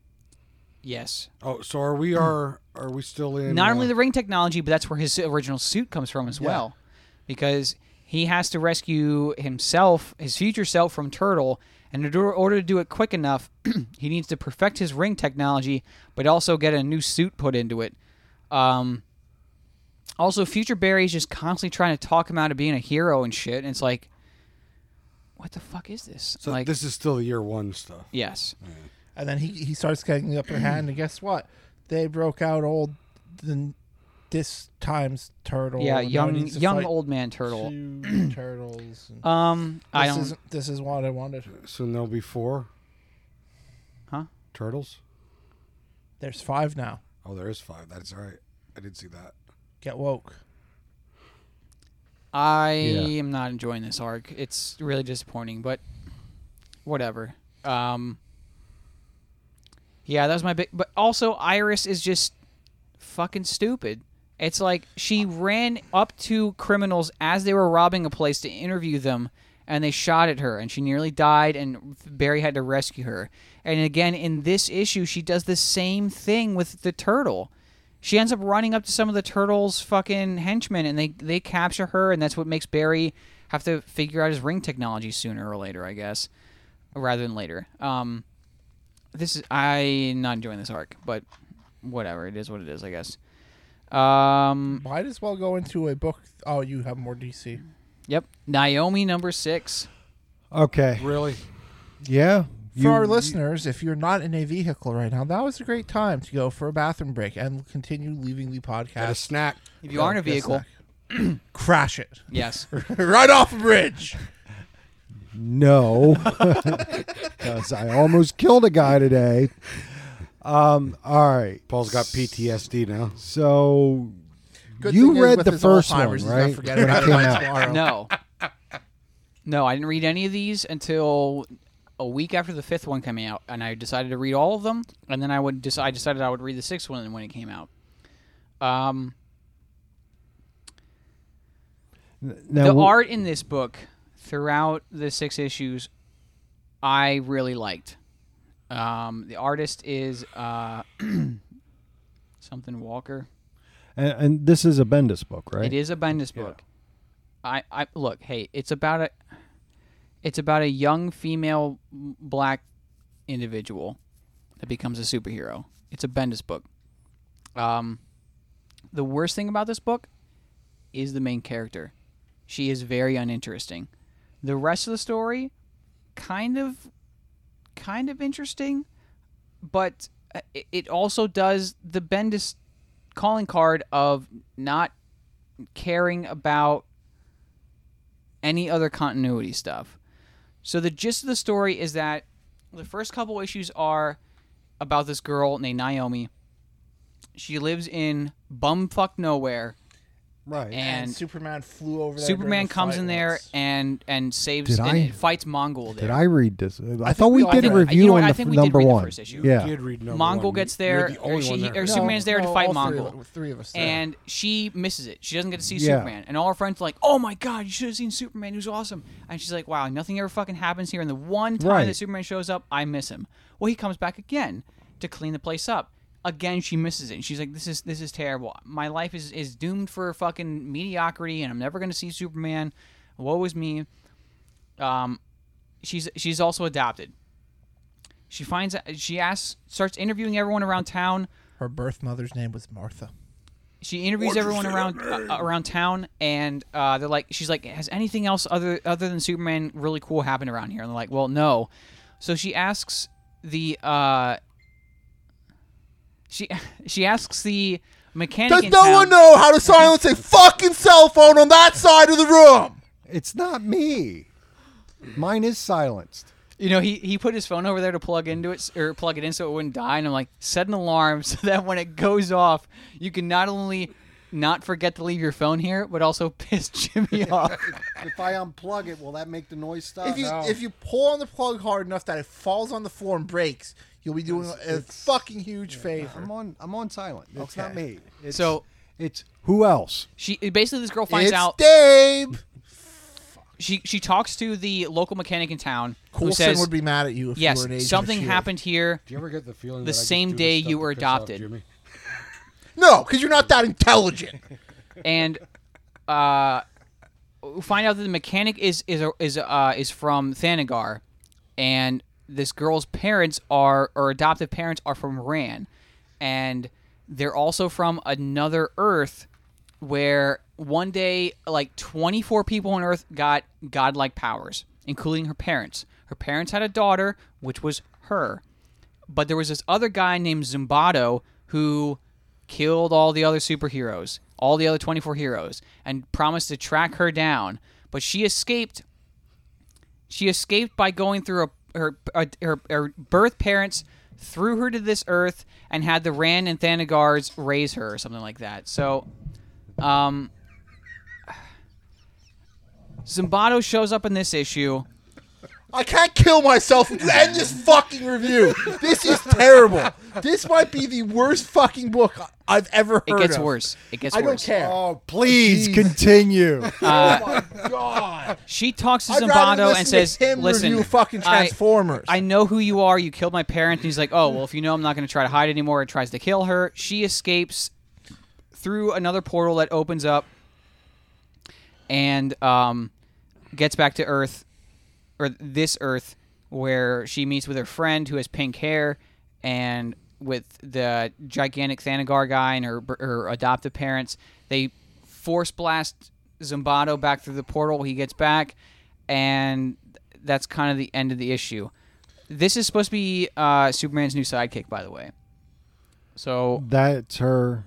Yes, Oh, so are we are are we still in? Hmm. not uh, only the ring technology, but that's where his original suit comes from as well, because he has to rescue himself, his future self, from Turtle. And in do- order to do it quick enough, <clears throat> he needs to perfect his ring technology, but also get a new suit put into it. Um, also, Future Barry is just constantly trying to talk him out of being a hero and shit. And it's like, what the fuck is this? so like, this is still the year one stuff. yes, And then he, he starts getting the upper hand, and guess what? They broke out old the, this time's turtle. yeah, and now he young needs to young fight old man turtle. <clears throat> Two turtles. and- Um, I this don't. Isn't, this is what I wanted. So there'll be four. Huh? Turtles. There's five now. Oh, there is five. That's all right. I did see that. Get woke. I Yeah. am not enjoying this arc. It's really disappointing, but whatever. Um, yeah, that was my big. But also, Iris is just fucking stupid. It's like she ran up to criminals as they were robbing a place to interview them, and they shot at her, and she nearly died, and Barry had to rescue her. And again, in this issue, she does the same thing with the turtle. She ends up running up to some of the turtle's fucking henchmen, and they, they capture her, and that's what makes Barry have to figure out his ring technology sooner or later, I guess, rather than later. Um, this is I'm not enjoying this arc, but whatever, it is what it is, I guess. Um, Might as well go into a book. Oh, you have more DC. Yep. Naomi number six. Okay. Really? Yeah. For our listeners, if you're not in a vehicle right now, that was a great time to go for a bathroom break and continue leaving the Had a podcast. snack. If you are in a Yes, vehicle, Zach. crash it <laughs> yes. right off a bridge. <laughs> No, because I almost killed a guy today. Um. All right. Paul's got PTSD now. So Good you thing is read with the his first one, Alzheimer's, he's not right? forgetting When it about it came by out. tomorrow. No. No, I didn't read any of these until a week after the fifth one coming out, and I decided to read all of them, and then I would dec- I decided I would read the sixth one when it came out. Um, Now, the w- art in this book throughout the six issues i really liked um, the artist is uh, <clears throat> something walker and, and this is a Bendis book, right? it is a bendis book I, I look hey it's about a It's about a young female m- black individual that becomes a superhero. It's a Bendis book. Um, the worst thing about this book is the main character. She is very uninteresting. The rest of the story, kind of, kind of interesting, but uh, it- it also does the Bendis calling card of not caring about any other continuity stuff. So the gist of the story is that the first couple issues are about this girl named Naomi. She lives in bumfuck nowhere, Right. and, and Superman flew over there. during Superman the comes fight in there once. and and saves Did and I- it fights Mongol there. did I read this? I, thought we, we all did did. a I- you review know on what? I the think f- we did number read the one. first issue. Yeah. Did read number Mongol one. gets You're there, the only or one she- there. or Superman's there to all fight three of- Mongol. Three of us. there. and she misses it. She doesn't get to see Yeah. Superman. And all her friends are like, "Oh my god, you should have seen Superman. He was awesome." And she's like, "Wow, nothing ever fucking happens here." And the one time Right. that Superman shows up, I miss him. Well, he comes back again to clean the place up. Again, she misses it. And she's like, "This is this is terrible. My life is is doomed for fucking mediocrity, and I'm never gonna see Superman. Woe is me." Um, she's she's also adopted. She finds she asks starts interviewing everyone around town her birth mother's name was Martha. she interviews everyone around uh, around town, and uh, they're like, she's like, has anything else other other than Superman really cool happened around here? And they're like, well, no. So she asks the uh, she <laughs> she asks the mechanic. Does in no town- one know how to silence a fucking cell phone on that side of the room? It's not me. Mine is silenced. You know, he, he put his phone over there to plug into it s- or plug it in so it wouldn't die, and I'm like, set an alarm <laughs> so that when it goes off, you can not only not forget to leave your phone here, but also <laughs> piss <laughs> Jimmy off. If I unplug it, will that make the noise stop? If you No. if you pull on the plug hard enough that it falls on the floor and breaks, you'll be doing a fucking huge favor. I'm on I'm on silent. It's not me. Okay. It's, So- it's <laughs> who else? She basically this girl finds it's out Dave. she she talks to the local mechanic in town who Coulson says, would be mad at you if you "Yes, were an agent. of something S.H.I.E.L.D.. happened here." Do you ever get the feeling The that I just same do this day stuff you to were piss off adopted. Jimmy? No, because you're not that intelligent. and <laughs> uh, we find out that the mechanic is is is uh, is from Thanagar, and this girl's parents are or adoptive parents are from Ran, and they're also from another Earth, where one day like 24 people on Earth got godlike powers, including her parents. Her parents had a daughter, which was her but there was this other guy named Zimbardo who killed all the other superheroes, all the other 24 heroes, and promised to track her down. But she escaped. She escaped by going through a, her, a, her her birth parents threw her to this earth and had the Ran and Thanagars raise her or something like that. So, um, Zimbardo shows up in this issue. I can't kill myself and end this fucking review. This is terrible. This might be the worst fucking book I've ever It heard. gets of. worse. It gets I worse. don't care. Oh, please Jeez. continue. God. She talks to I'd rather Zimbardo listen and to says, him "Listen, review fucking Transformers." I, I know who you are. You killed my parents." And he's like, "Oh well, if you know, I'm not going to try to hide anymore." And tries to kill her. She escapes through another portal that opens up and um, gets back to Earth or this Earth where she meets with her friend who has pink hair and with the gigantic Thanagar guy and her, her adoptive parents. They force blast Zimbardo back through the portal. He gets back, and that's kind of the end of the issue. This is supposed to be uh, Superman's new sidekick, by the way. So That's her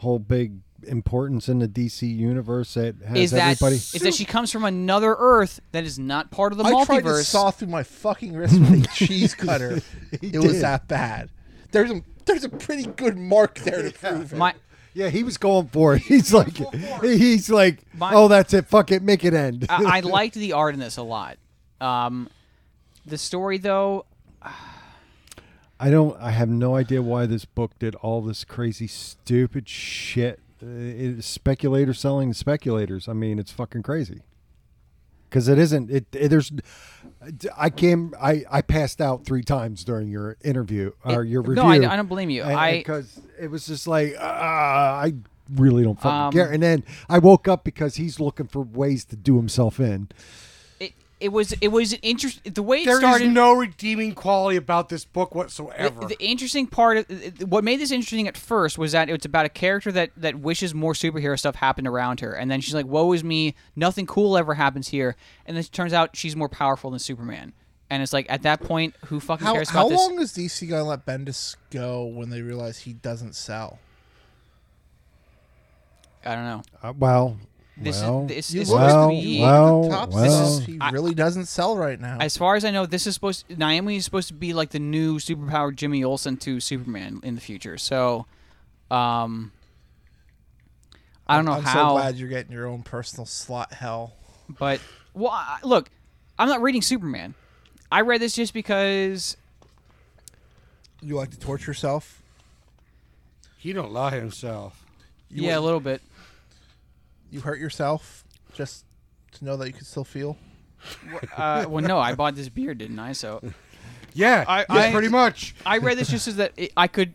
whole big importance in the DC universe that has is that everybody. is that she comes from another Earth that is not part of the I tried to multiverse? saw through my fucking wrist <laughs> with a cheese cutter. it was did. that bad. There's a there's a pretty good mark there to prove it. My yeah, he was going for it. <laughs> He's like, he's like, My- oh, that's it. Fuck it, make it end. I, I liked the art in this a lot. Um, the story, though, I don't. I have no idea why this book did all this crazy, stupid shit. Uh, It, speculator selling speculators. I mean, it's fucking crazy. Because it isn't. It, it there's. I came. I I passed out three times during your interview or your review. no, I- I don't blame you. I- because it was just like uh, I really don't fucking Um, care. And then I woke up because he's looking for ways to do himself in. it, it was it was an interest the way it There is started no redeeming quality about this book whatsoever. The, the interesting part of th- th- what made this interesting at first was that it's about a character that that wishes more superhero stuff happened around her, and then she's like, "Woe is me! Nothing cool ever happens here." And then it turns out she's more powerful than Superman, and it's like at that point, who fucking How, cares how about this? long is DC gonna let Bendis go when they realize he doesn't sell? I don't know. Oh. Uh, well, This well, is this, You is look supposed well, to be. well, the top well. sales, he really doesn't sell right now. As far as I know, this is supposed Naomi is supposed to be like the new superpowered Jimmy Olsen to Superman in the future. So, um, I don't know I'm how. so glad you're getting your own personal slot hell. But well, I, look, I'm not reading Superman. I read this just because You like to torture yourself. he don't lie himself. yeah, You a wouldn't- little bit. You hurt yourself just to know that you can still feel. Uh, well, no, I bought this beer, didn't I? So Yeah, I- yeah, I- pretty much. I read this just so that it, I could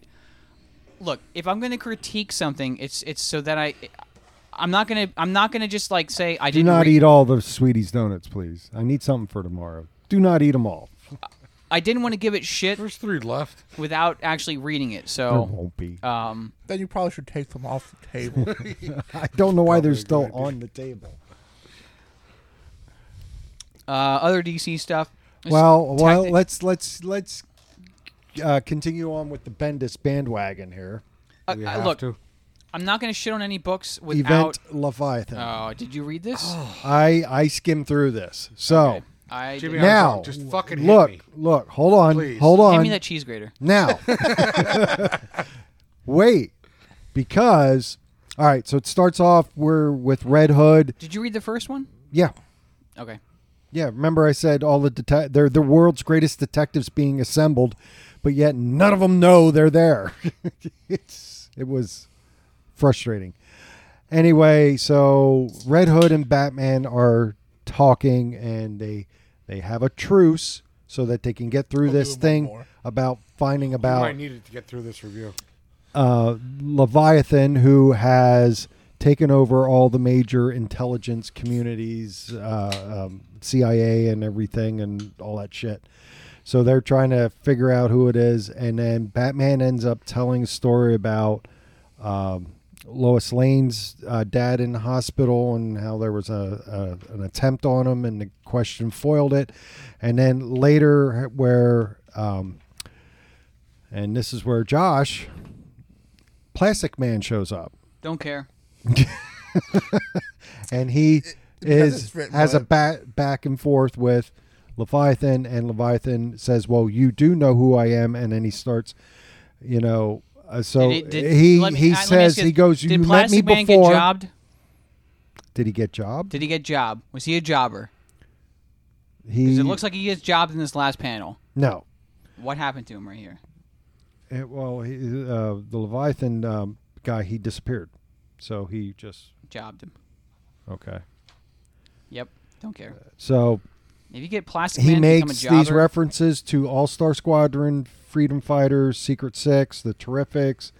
look. If I'm going to critique something, it's it's so that I, I'm not gonna I'm not gonna just like say I do didn't not read, eat all the sweeties donuts, please. I need something for tomorrow. Do not eat them all. I didn't want to give it shit There's three left. without actually reading it. There So, won't be. um, Then you probably should take them off the <laughs> table. I don't know why they're probably still gonna be. on the table. uh, other DC stuff. This Well, well, tactic- let's let's let's uh, continue on with the Bendis bandwagon here. uh, We uh, have look, to. I'm not going to shit on any books without. Event Leviathan. Oh, did you read <gasps> this? I I skimmed through this. So Okay. I Jimmy, did- I'm now, sorry, just fucking hit look, me. look, hold on, Please. hold Hand on. me that cheese grater. Now, <laughs> wait, because all right. So it starts off we're with Red Hood. Did you read the first one? Yeah, Okay. yeah. Remember I said all the detec- they're the world's greatest detectives being assembled, but yet none of them know they're there. <laughs> it's it was frustrating. Anyway, so Red Hood and Batman are talking, and they they have a truce so that they can get through I'll do this one thing more. about finding I about might need it to get through this review. uh, Leviathan, who has taken over all the major intelligence communities, uh, um, CIA and everything, and all that shit. So they're trying to figure out who it is, and then Batman ends up telling a story about um, Lois Lane's uh, dad in the hospital and how there was a, a an attempt on him, and the question foiled it, and then later where. Um, and this is where Josh, Plastic Man shows up, Don't care. and he because is it's written has by- a back back and forth with Leviathan, and Leviathan says, "Well, you do know who I am," and then he starts, you know. Uh, so Did it- did- he let me- he I- let me says ask you, he goes, "You Did met me Plastic Man get before." jobbed? Did he get jobbed? Did he get job? Was he a jobber? He Because it looks like he gets jobbed in this last panel. no. What happened to him right here? It- well, he, uh, the Leviathan um, guy he disappeared, so he just Jobbed him. okay. Yep. Don't care. So If you get Plastic he Man to become a makes jobber, these references to All Star Squadron, Freedom Fighters, Secret Six, the Terrifics.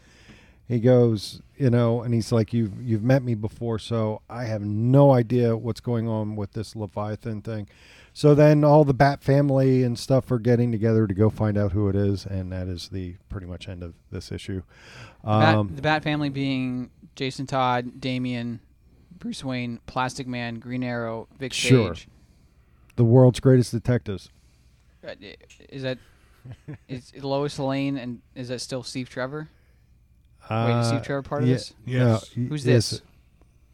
He goes, you know, and he's like, "You've you've met me before, so I have no idea what's going on with this Leviathan thing." So then all the Bat family and stuff are getting together to go find out who it is, and that is the pretty much end of this issue. Bat, Um, the Bat Family being Jason Todd, Damian, Bruce Wayne, Plastic Man, Green Arrow, Vic Sure. Sage. the world's greatest detectives. Uh, i- Is that <laughs> is Lois Lane and is that still Steve Trevor? Wait, is Steve Trevor part of Uh, yeah, this? Yes. no, he- Who's yes. this?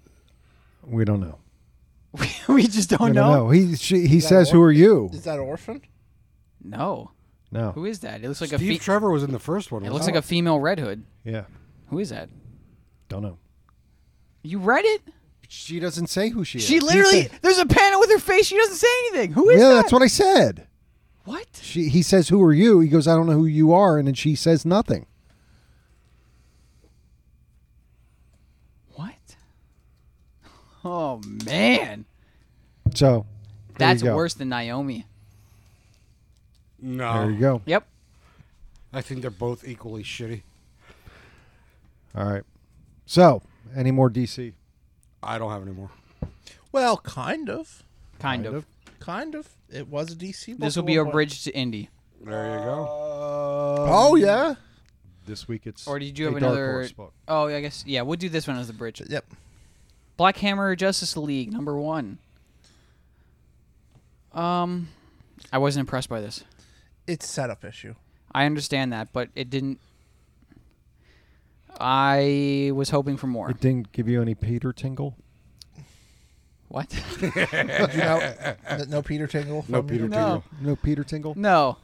<laughs> We don't know. we just don't we know. don't know. He she, he that says, "Who Or- are you?" Is that Orphan? No. No. Who is that? It looks like a Steve fe- Trevor was in the first one. It looks wasn't like a female Red Hood. Yeah. Who is that? Don't know. You read it? She doesn't say who she is. She literally there's a panel with her face. She doesn't say anything. Who is yeah, that? that's what I said. What? She he says, "Who are you?" He goes, "I don't know who you are," and then she says nothing. What? <laughs> Oh man, So there that's you go. worse than Naomi. No, There you go. Yep. I think they're both equally shitty. All right. So any more DC? I don't have any more. Well, kind of. Kind, of. Kind of. It was a DC book. This will at be one a point. bridge to Indy. There you go. Oh yeah. This week it's Or did you a have Dark another- Horse book. Oh, yeah, I guess yeah. We'll do this one as the bridge. Yep. Black Hammer Justice League number one. Um, I wasn't impressed by this. It's setup issue. I understand that, but it didn't. I was hoping for more. It didn't give you any Peter tingle. What? <laughs> Did you know, n- Ah. no Peter Tingle. No from you? Oh, Peter Um, No. Tingle. No Peter tingle. no,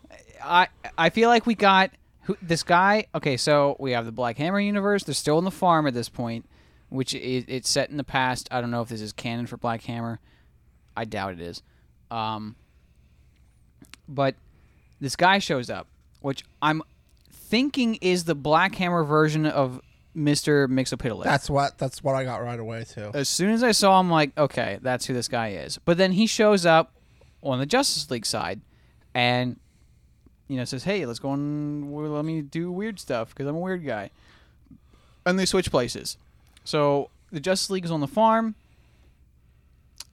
I I feel like we got who, this guy. Okay, so we have the Black Hammer universe. They're still in the farm at this point, which is it's set in the past. I don't know if this is canon for Black Hammer. I doubt it is. Um, but this guy shows up, which I'm thinking is the Black Hammer version of Mister Mixopiddle. That's what. That's what I got right away too. as soon as I saw him, like, okay, that's who this guy is. But then he shows up on the Justice League side, and you know says, "Hey, let's go and well, let me do weird stuff because I'm a weird guy." And they switch places. So the Justice League is on the farm,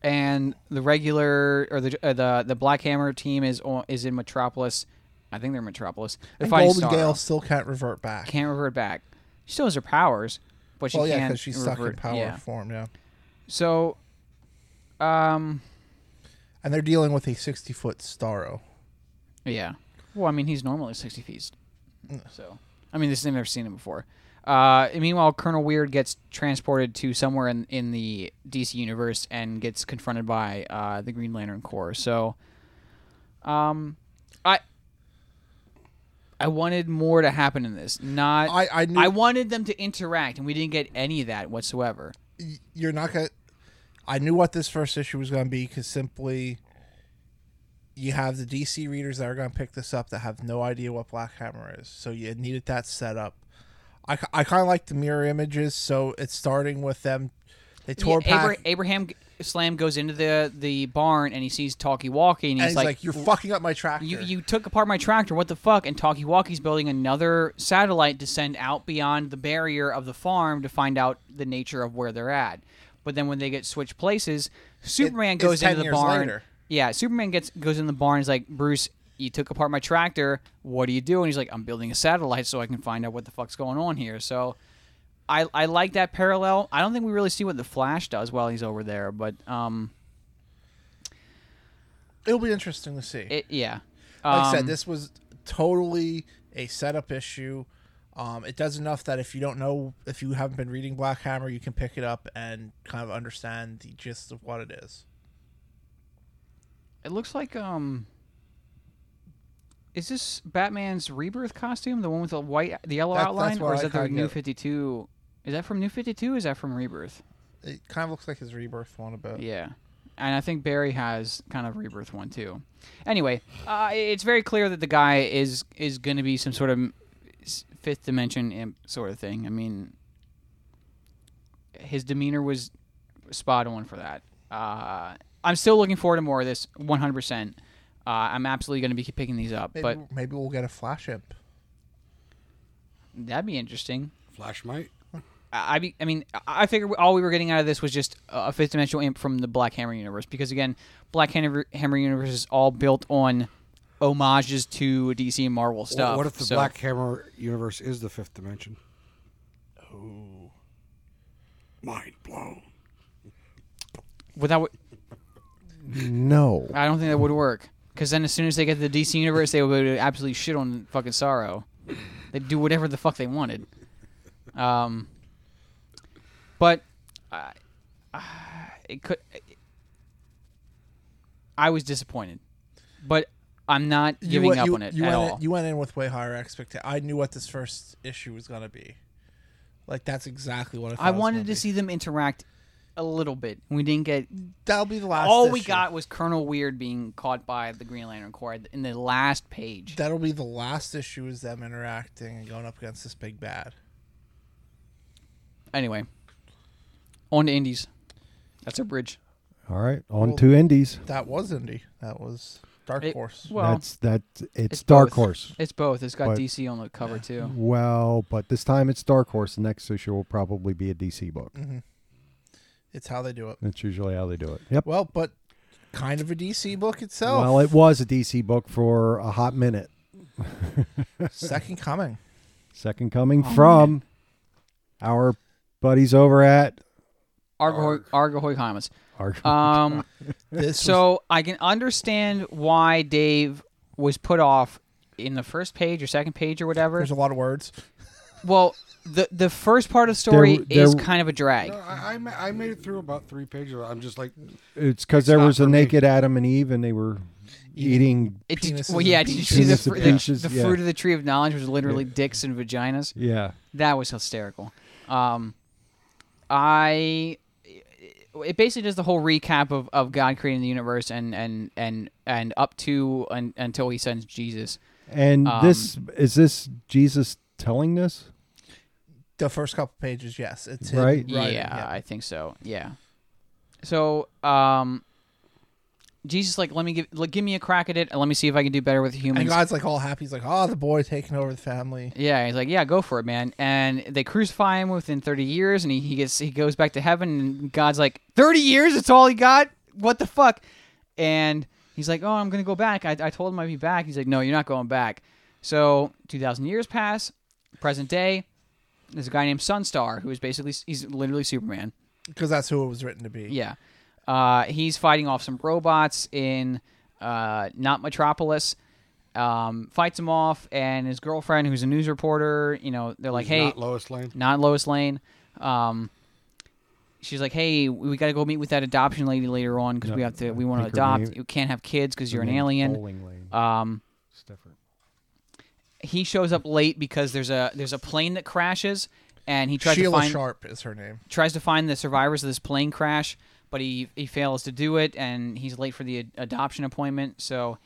and the regular or the uh, the the Black Hammer team is on, is in Metropolis. I think they're in Metropolis. They're And fighting Golden Starro. Gale still can't revert back. can't revert back. She still has her powers, but she well, yeah, can't. because she's stuck in revert- power yeah. form. Yeah. So, um, And they're dealing with a sixty foot Starro. yeah. Well, I mean, he's normally sixty feet. So, I mean, this they've never seen him before. Uh, and meanwhile, Colonel Weird gets transported to somewhere in, in the DC universe and gets confronted by uh, the Green Lantern Corps. So, um, I I wanted more to happen in this. Not I I knew I wanted them to interact, and we didn't get any of that whatsoever. y- you're not gonna. I knew what this first issue was gonna be because simply, you have the DC readers that are gonna pick this up that have no idea what Black Hammer is, so you needed that setup. I, ki- I kind of like the mirror images, so it's starting with them. They Yeah, tore Abra- back. Abraham G- Slam goes into the the barn and he sees Talkie Walkie and and he's, he's like, like, "You're fucking up my tractor." you, you took apart my tractor. What the fuck?" And Talkie Walkie's building another satellite to send out beyond the barrier of the farm to find out the nature of where they're at. But then when they get switched places, Superman it's goes 10 into the years barn. later. Yeah, Superman gets goes in the barn. He's like, "Bruce, you took apart my tractor. What do you do?" And he's like, "I'm building a satellite so I can find out what the fuck's going on here." So. I, I like that parallel. I don't think we really see what the Flash does while he's over there, but um, It'll be interesting to see. it yeah. like I Um, said, this was totally a setup issue. Um, it does enough that if you don't know, if you haven't been reading Black Hammer, you can pick it up and kind of understand the gist of what it is. It looks like um. Is this Batman's rebirth costume the one with the white, the yellow That- that's outline, what or is I that the kinda New get. Fifty Two? Is that from New Fifty Two? Is that from Rebirth? It kind of looks like his rebirth one a bit. Yeah, and I think Barry has kind of Rebirth one too. Anyway, uh, it's very clear that the guy is is going to be some sort of s- fifth dimension imp sort of thing. I mean, his demeanor was spot on for that. Uh, I'm still looking forward to more of this, 100. Uh, percent Uh, I'm absolutely going to be picking these up, Maybe, but maybe we'll get a Flash Imp. that'd be interesting. Flashmite. I, I be- I mean, I- I figured all we were getting out of this was just a fifth dimensional imp from the Black Hammer universe because again, Black Hammer, Hammer universe is all built on homages to DC and Marvel stuff. What if the so- Black Hammer universe is the fifth dimension? Oh. Mind blown. Well, that would- Mm. No. I don't think that would work because then as soon as they get to the DC universe, they would absolutely shit on fucking Sorrow. They'd do whatever the fuck they wanted. Um, but I I- it could. I was disappointed, but I'm not giving went- up on it you at went all. In, you went in with way higher expectations. I knew what this first issue was going to be. Like that's exactly what I. Thought I it was wanted gonna to be. see them interact a little bit. We didn't get That'll be the last. all we issue. got was Colonel Weird being caught by the Green Lantern Corps in the last page. That'll be the last issue is them interacting and going up against this big bad. Anyway, on to Indies. That's our bridge. All right. On Well, to Indies. That was indie. That was Dark It- Horse. Well, That's that. It's, it's Dark both. Horse. it's both. It's got but- DC on the cover too. Mm-hmm. Well, but this time it's Dark Horse. The next issue will probably be a DC book. it's how they do it. That's usually how they do it. Yep. Well, but kind of a DC book itself. Well, it was a DC book for a hot minute. Second <laughs> Coming. Second coming Oh, from our buddies over at Argahoy, Argahoy comments. our Um, This was- so I can understand why Dave was put off in the first page or second page or whatever. there's a lot of words. Well, the the first part of the story There- there- is kind of a drag. I, I, ma- I made it through about three pages. I'm just like, It's because there not was a for me. naked Adam and Eve, and they were eating. It did, Penises well, yeah. and Did you see the, peaches. fr- Penises, the, the yeah. fruit of the tree of knowledge was literally dicks and vaginas? Yeah, That was hysterical. Um, I it basically does the whole recap of, of God creating the universe and and and and up to un, until He sends Jesus. and Um, this is this Jesus telling this, The first couple pages, yes, it's hidden right? Right, yeah, yeah. I think so. Yeah. So, um, Jesus, like, let me give like, give me a crack at it, and let me see if I can do better with humans. And God's like all happy. He's like, oh, the boy taking over the family. Yeah, he's like, yeah, go for it, man. And they crucify him within 30 years, and he, he gets he goes back to heaven, and God's like, 30 years? That's all he got? What the fuck? And he's like, oh, I'm gonna go back. I, I told him I'd be back. He's like, no, you're not going back. So 2,000 years pass. Present day, there's a guy named Sunstar who is basically he's literally Superman. Because that's who it was written to be. Yeah. Uh, he's fighting off some robots in uh, not Metropolis. Um, fights him off, and his girlfriend, who's a news reporter, you know, they're like, "Hey, not Lois Lane. not Lois Lane." Um, she's like, "Hey, we got to go meet with that adoption lady later on because we have to. We want to think her adopt. name- You can't have kids because you're an alien." Bowling lane. Um, It's different. he shows up late because there's a there's a plane that crashes, and he tries Sheila to find Sharp is her name. tries to find the survivors of this plane crash, but he he fails to do it, and he's late for the ad- adoption appointment. So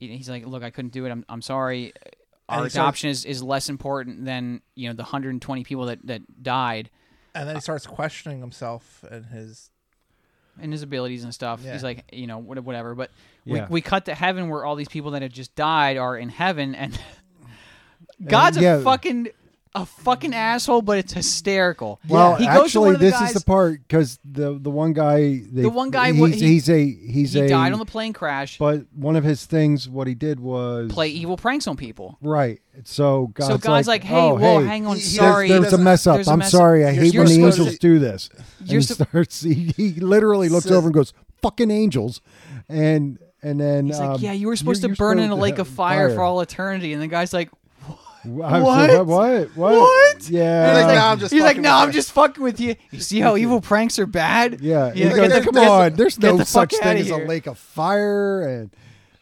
he- he's like, "Look, I couldn't do it. I'm I'm sorry. And Our he starts- adoption is, is less important than you know the 120 people that that died And then Uh, he starts questioning himself and his. and his abilities and stuff. Yeah. He's like, you know, what- whatever. But Yeah. we we cut to heaven where all these people that had just died are in heaven, and God's yeah. a fucking. A fucking asshole, but it's hysterical. Well, He goes to one actually, of the this guys- is the part because the the one guy, they, The one guy, what he's, he- he's a he's he a died on the plane crash. But one of his things, what he did was play evil pranks on people. Right. So God's so God's like, "Hey, oh, whoa, hey, hang on, He- he- there's- sorry, there's, a doesn't- mess up. there's a I'm mess up. sorry. I You're- hate you're when the supposed angels to- do this. And you're he sup- starts. He, he literally looks So- over and goes, "Fucking angels," and and then He's um, like, "Yeah, you were supposed you're to burn in a supposed lake to of fire, for fire. all eternity," and the guy's like, I was like, What? What? What? What? Yeah. He's like, "Nah, "No, I'm just he's like, fucking "No, with I'm you." just fucking with you. You see <laughs> how evil pranks are bad? yeah. He You know, get goes, the- "Come get the- on, there's get no the such fuck thing outta as a here." lake of fire." And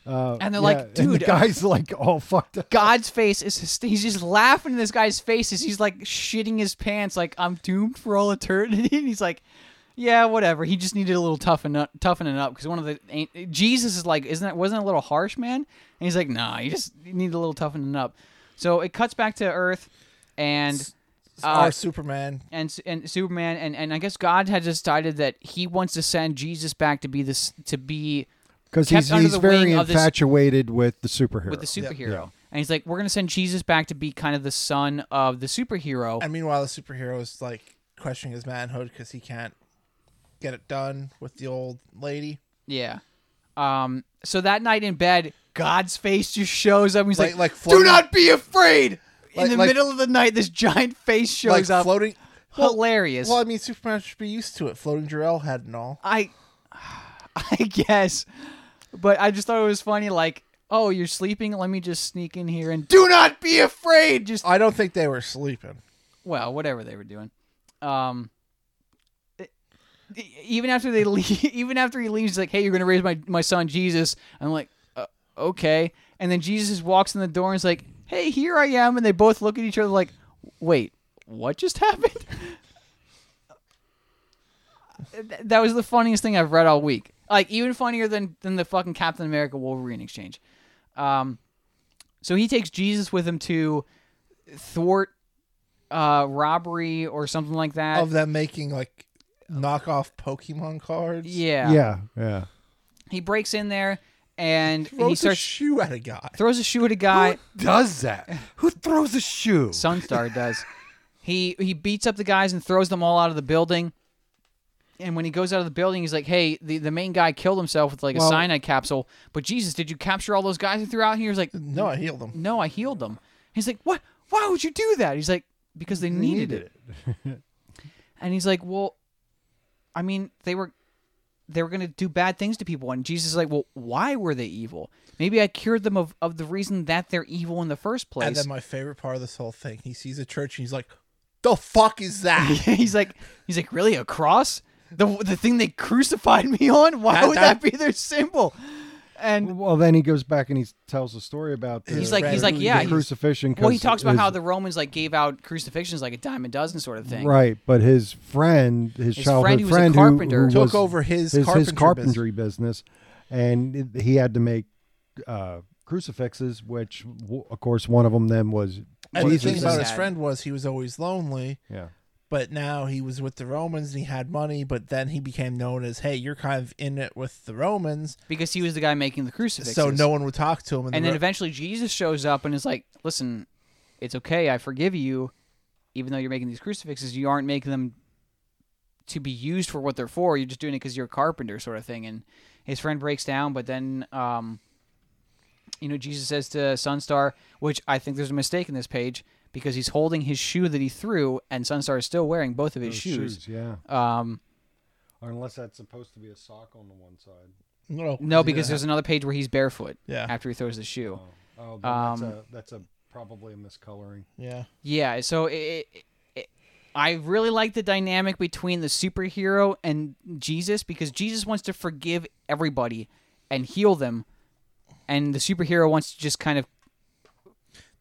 uh, And they're yeah, like, the "Dude, uh, guy's like all fucked <laughs> up." God's face is hyst- he's just laughing in this guy's face as he's like shitting his pants, like I'm doomed for all eternity. <laughs> And he's like, yeah, whatever. He just needed a little toughen up, toughening up because one of the ain't- Jesus is like, isn't that wasn't it a little harsh, man? And he's like, nah, you just need a little toughening up. So it cuts back to Earth, and uh, our Superman. and Su- and Superman and, and I guess God had decided that he wants to send Jesus back to be this to be Because kept he's, under he's the very wing of this- infatuated with the superhero. with the superhero. Yeah. And he's like, we're gonna send Jesus back to be kind of the son of the superhero. And meanwhile, the superhero is like questioning his manhood because he can't get it done with the old lady. yeah. Um. So that night in bed, God's face just shows up. He's Like- like, like do floating- not be afraid. Like- in the like- middle of the night, this giant face shows like up. floating. Well- Hilarious. Well, I mean, Superman should be used to it. Floating Jarell head and all. I, <sighs> I guess, but I just thought it was funny. Like, oh, you're sleeping. Let me just sneak in here and do not be afraid. Just I don't think they were sleeping. well, whatever they were doing. Um, e- e- even after they <laughs> leave, even after he leaves, he's like, "Hey, you're gonna raise my my son Jesus." I'm like, uh, "Okay." And then Jesus walks in the door and is like, "Hey, here I am." And they both look at each other like, "Wait, what just <laughs> happened?" Th- that was the funniest thing I've read all week. Like even funnier than than the fucking Captain America Wolverine exchange. Um, so he takes Jesus with him to thwart uh, robbery or something like that. Of them making like knockoff Pokemon cards. yeah. Yeah. Yeah. He breaks in there and Throws he starts a shoe at a guy. throws a shoe at a guy. Does <laughs> that? Who throws a shoe? Sunstar does. He he beats up the guys and throws them all out of the building. and when he goes out of the building, he's like, "Hey, the, the main guy killed himself with like a Well- cyanide capsule." But Jesus, did you capture all those guys you threw out here? He's like, No, I healed him. "No, I healed them." He's like, "What? Why would you do that?" He's like, "Because they needed, it." and he's like, "Well, I mean, they were they were gonna do bad things to people." And Jesus is like, "Well, why were they evil? Maybe I cured them of of the reason that they're evil in the first place." And then my favorite part of this whole thing, he sees a church and he's like, "The fuck <laughs> is that?" he's like, he's like, really a cross? The the thing they crucified me on? Why That- would that- that, be their symbol? And Well, then he goes back and he tells the story about the, He's like- he's like, the yeah, he's- crucifixion. well, he 'cause talks about his- how the Romans like gave out crucifixions like a dime a dozen sort of thing. right, but his friend, his, His childhood friend who was a friend, who- carpenter who Took was- over his, his his carpentry carpentry business, and it- he had to make uh, crucifixes, which w- of course one of them then was And the thing Jesus. about is his sad. friend was he was always lonely, yeah, but now he was with the Romans and he had money. But then he became known as, "Hey, you're kind of in it with the Romans," Because he was the guy making the crucifixes. so no one would talk to him. And the then Ro- eventually Jesus shows up and is like, listen, it's okay, I forgive you, even though you're making these crucifixes, you aren't making them to be used for what they're for. You're just doing it because you're a carpenter, sort of thing. And his friend breaks down, but then, um, you know, Jesus says to Sunstar, which I think there's a mistake in this page because he's holding his shoe that he threw, and Sunstar is still wearing both of his Those shoes. yeah, Um, or unless that's supposed to be a sock on the one side. no, no, he because didn't there's another page where he's barefoot Yeah. after he throws the shoe. Oh, then that's Um, that's a probably a miscoloring. have- yeah. Yeah, so it, it, it, I really like the dynamic between the superhero and Jesus because Jesus wants to forgive everybody and heal them, and the superhero wants to just kind of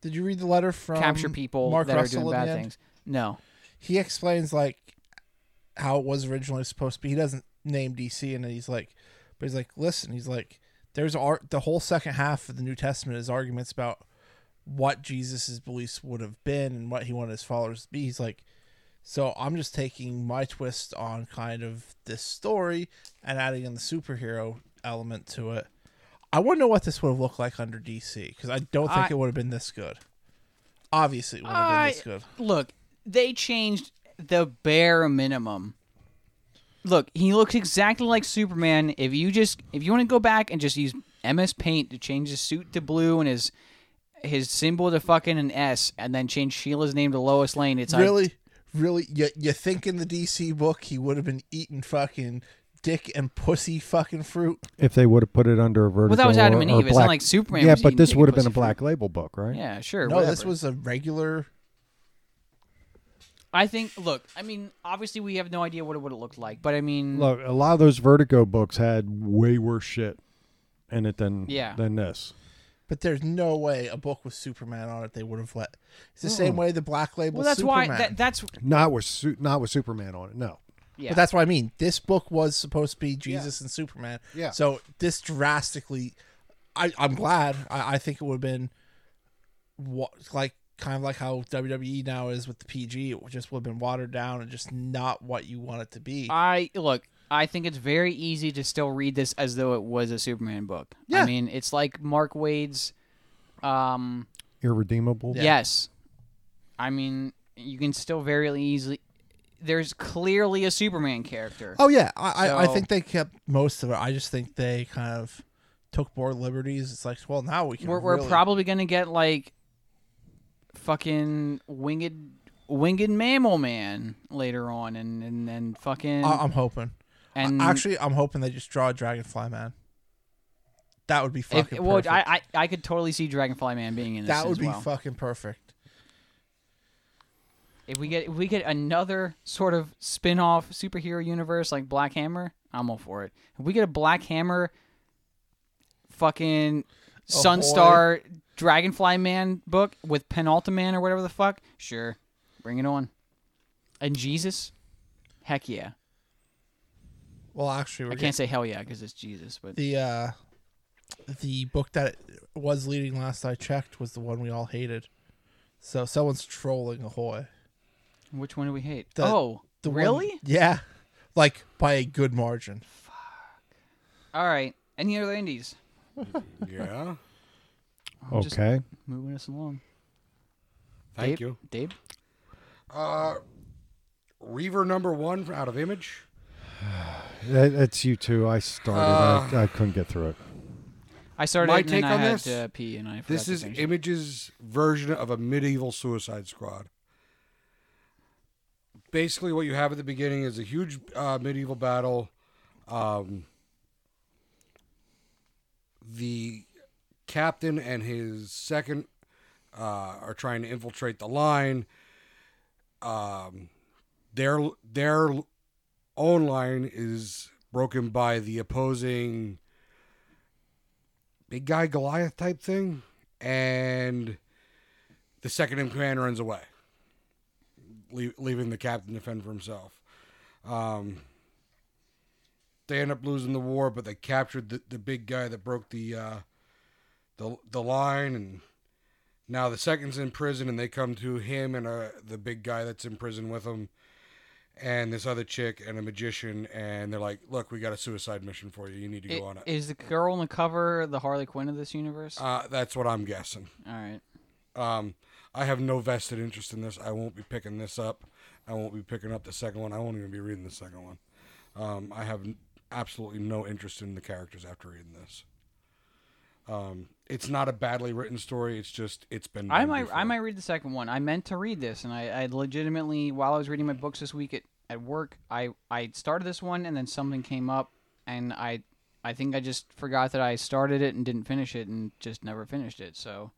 Did you read the letter from capture people Um, Mark that are Russell doing in the bad end? things. No, He explains like how it was originally supposed to be. He doesn't name DC, and he's like, but he's like, listen, he's like, there's art. The whole second half of the New Testament is arguments about what Jesus's beliefs would have been and what he wanted his followers to be. He's like, so I'm just taking my twist on kind of this story and adding in the superhero element to it. I wonder what this would have looked like under DC because I don't think I- it would have been this good. Obviously, it would have been this I- good. look, they changed the bare minimum. Look, he looks exactly like Superman. If you just if you want to go back and just use MS Paint to change his suit to blue and his his symbol to fucking an S, and then change Sheila's name to Lois Lane, it's really, really, you, you think in the DC book he would have been eating fucking dick and pussy fucking fruit? If they would have put it under a vertical, Well, that was Adam or, and or Eve. It's black, not like Superman. Yeah, was but eating this pig would have been a pussy. black label book, right? Yeah, sure. No, this whatever. was a regular. I think. Look, I mean, obviously we have no idea what it would have looked like, but I mean, Look, a lot of those Vertigo books had way worse shit in it than Yeah. than this. But there's no way a book with Superman on it they would have let. It's the same way the Black Label. well, that's Superman. why. That, that's Not with Su- not with Superman on it. No. yeah. But that's what I mean. This book was supposed to be Jesus and Superman. Yeah. So this drastically, I, I'm glad. I, I think it would have been, what like kind of like how WWE now is with the PG. It just would have been watered down and just not what you want it to be. I look. I think it's very easy to still read this as though it was a Superman book. Yeah. I mean, it's like Mark Wade's. Um. Irredeemable. Yes. I mean, you can still very easily. There's clearly a Superman character. Oh yeah, I, I I So- think they kept most of it. I just think they kind of took more liberties. It's like, well, now we can. we're, we're really- probably gonna get like fucking winged winged mammal man later on and and, and fucking I, I'm hoping. and Uh, Actually, I'm hoping they just draw a Dragonfly man. That would be if, fucking. well, perfect. I, I I could totally see dragonfly man being in this that would as be well. fucking perfect. if we get if we get another sort of spin-off superhero universe like black hammer i'm all for it if we get a black hammer fucking sunstar dragonfly man book with penultiman or whatever the fuck sure bring it on and jesus heck yeah Well, actually, we're I getting- can't say hell yeah because it's Jesus, but the uh, the book that was leading last I checked was the one we all hated. So someone's trolling Ahoy. which one do we hate? The- oh, The one- really? yeah, like by a good margin. All right. Any other indies? Yeah. just- Okay. Moving us along. Thank Dave? you. Dave. Uh, Reaver number one out of Image. That, that's you too. I started. I, I couldn't get through it. I started My it and then take I on had this? to pee and I forgot This to is finish it. Image's version of a medieval suicide squad. Basically, what you have at the beginning is a huge uh, medieval battle. Um, the captain and his second uh, are trying to infiltrate the line. Um, their their own line is broken by the opposing big guy Goliath type thing, and the second in command runs away, lea- leaving the captain to fend for himself. Um, they end up losing the war, but they captured the, the big guy that broke the uh, the the line, and now the second's in prison, and they come to him and uh, the big guy that's in prison with him. And this other chick and a magician, and they're like, "Look, we got a suicide mission for you. You need to It- go on it." Is the girl on the cover the Harley Quinn of this universe? Uh, that's what I'm guessing. All right. Um, I have no vested interest in this. I won't be picking this up. I won't be picking up the second one. I won't even be reading the second one. Um, I have n- absolutely no interest in the characters after reading this. Um, it's not a badly written story. It's just it's been. I done might before. I might read the second one. I meant to read this, and I, I legitimately, while I was reading my books this week at, at work, I I started this one, and then something came up, and I I think I just forgot that I started it and didn't finish it, and just never finished it. So,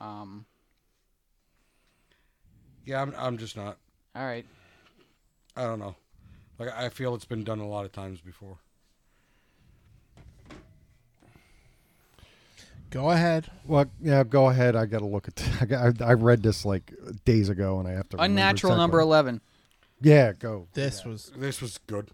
um, Yeah, I'm. I'm just not. all right, I don't know. Like I feel it's been done a lot of times before. Go ahead. Well, yeah. Go ahead. I got to look at. <laughs> I, got, I, I read this like days ago, and I have to. remember unnatural exactly- number eleven. Yeah. Go. This was This was good.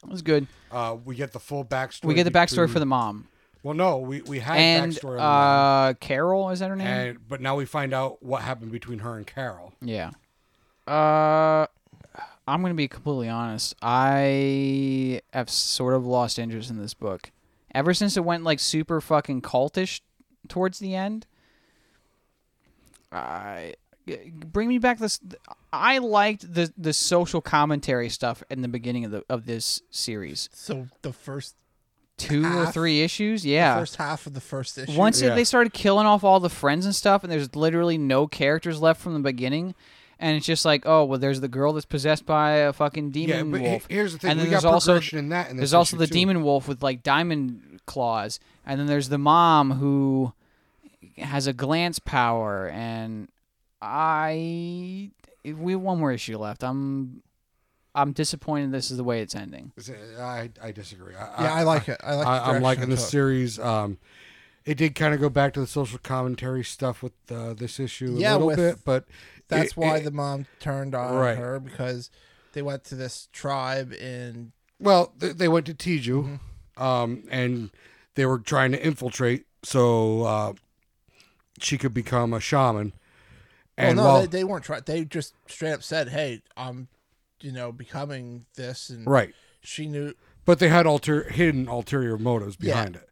That was good. Uh, we get the full backstory. We get the backstory between- for the mom Well, no, we we had and backstory. on the mom. uh, Carol. Is that her name? and but now we find out what happened between her and Carol. Yeah. Uh, I'm gonna be completely honest. I have sort of lost interest in this book ever since it went like super fucking cultish towards the end. I g- bring me back this. I liked the the social commentary stuff in the beginning of the of this series, so the first two or Half- three issues. Yeah, first half of the first issue. once Yeah. they started killing off all the friends and stuff, and there's literally no characters left from the beginning, and it's just like, oh well, there's the girl that's possessed by a fucking demon Yeah, but he- wolf. here's the thing: and then we there's got also progression in that. In this there's also the issue, too. demon wolf with like diamond claws, and then there's the mom who has a glance power, and I we have one more issue left. I'm I'm disappointed. This is the way it's ending. I, I disagree. I, yeah, I like it. I like. I, the I'm liking direction it the took. series. Um, it did kind of go back to the social commentary stuff with uh, this issue a Yeah, little with- bit, but That's it- why it- the mom turned on Right. her because they went to this tribe in well th- they went to Tiju, Mm-hmm. um, and they were trying to infiltrate so uh, she could become a shaman. Well, And Oh, no, while- they, they weren't trying. They just straight up said, "Hey, I'm, you know, becoming this." And right, she knew. but they had alter hidden ulterior motives Yeah. behind it.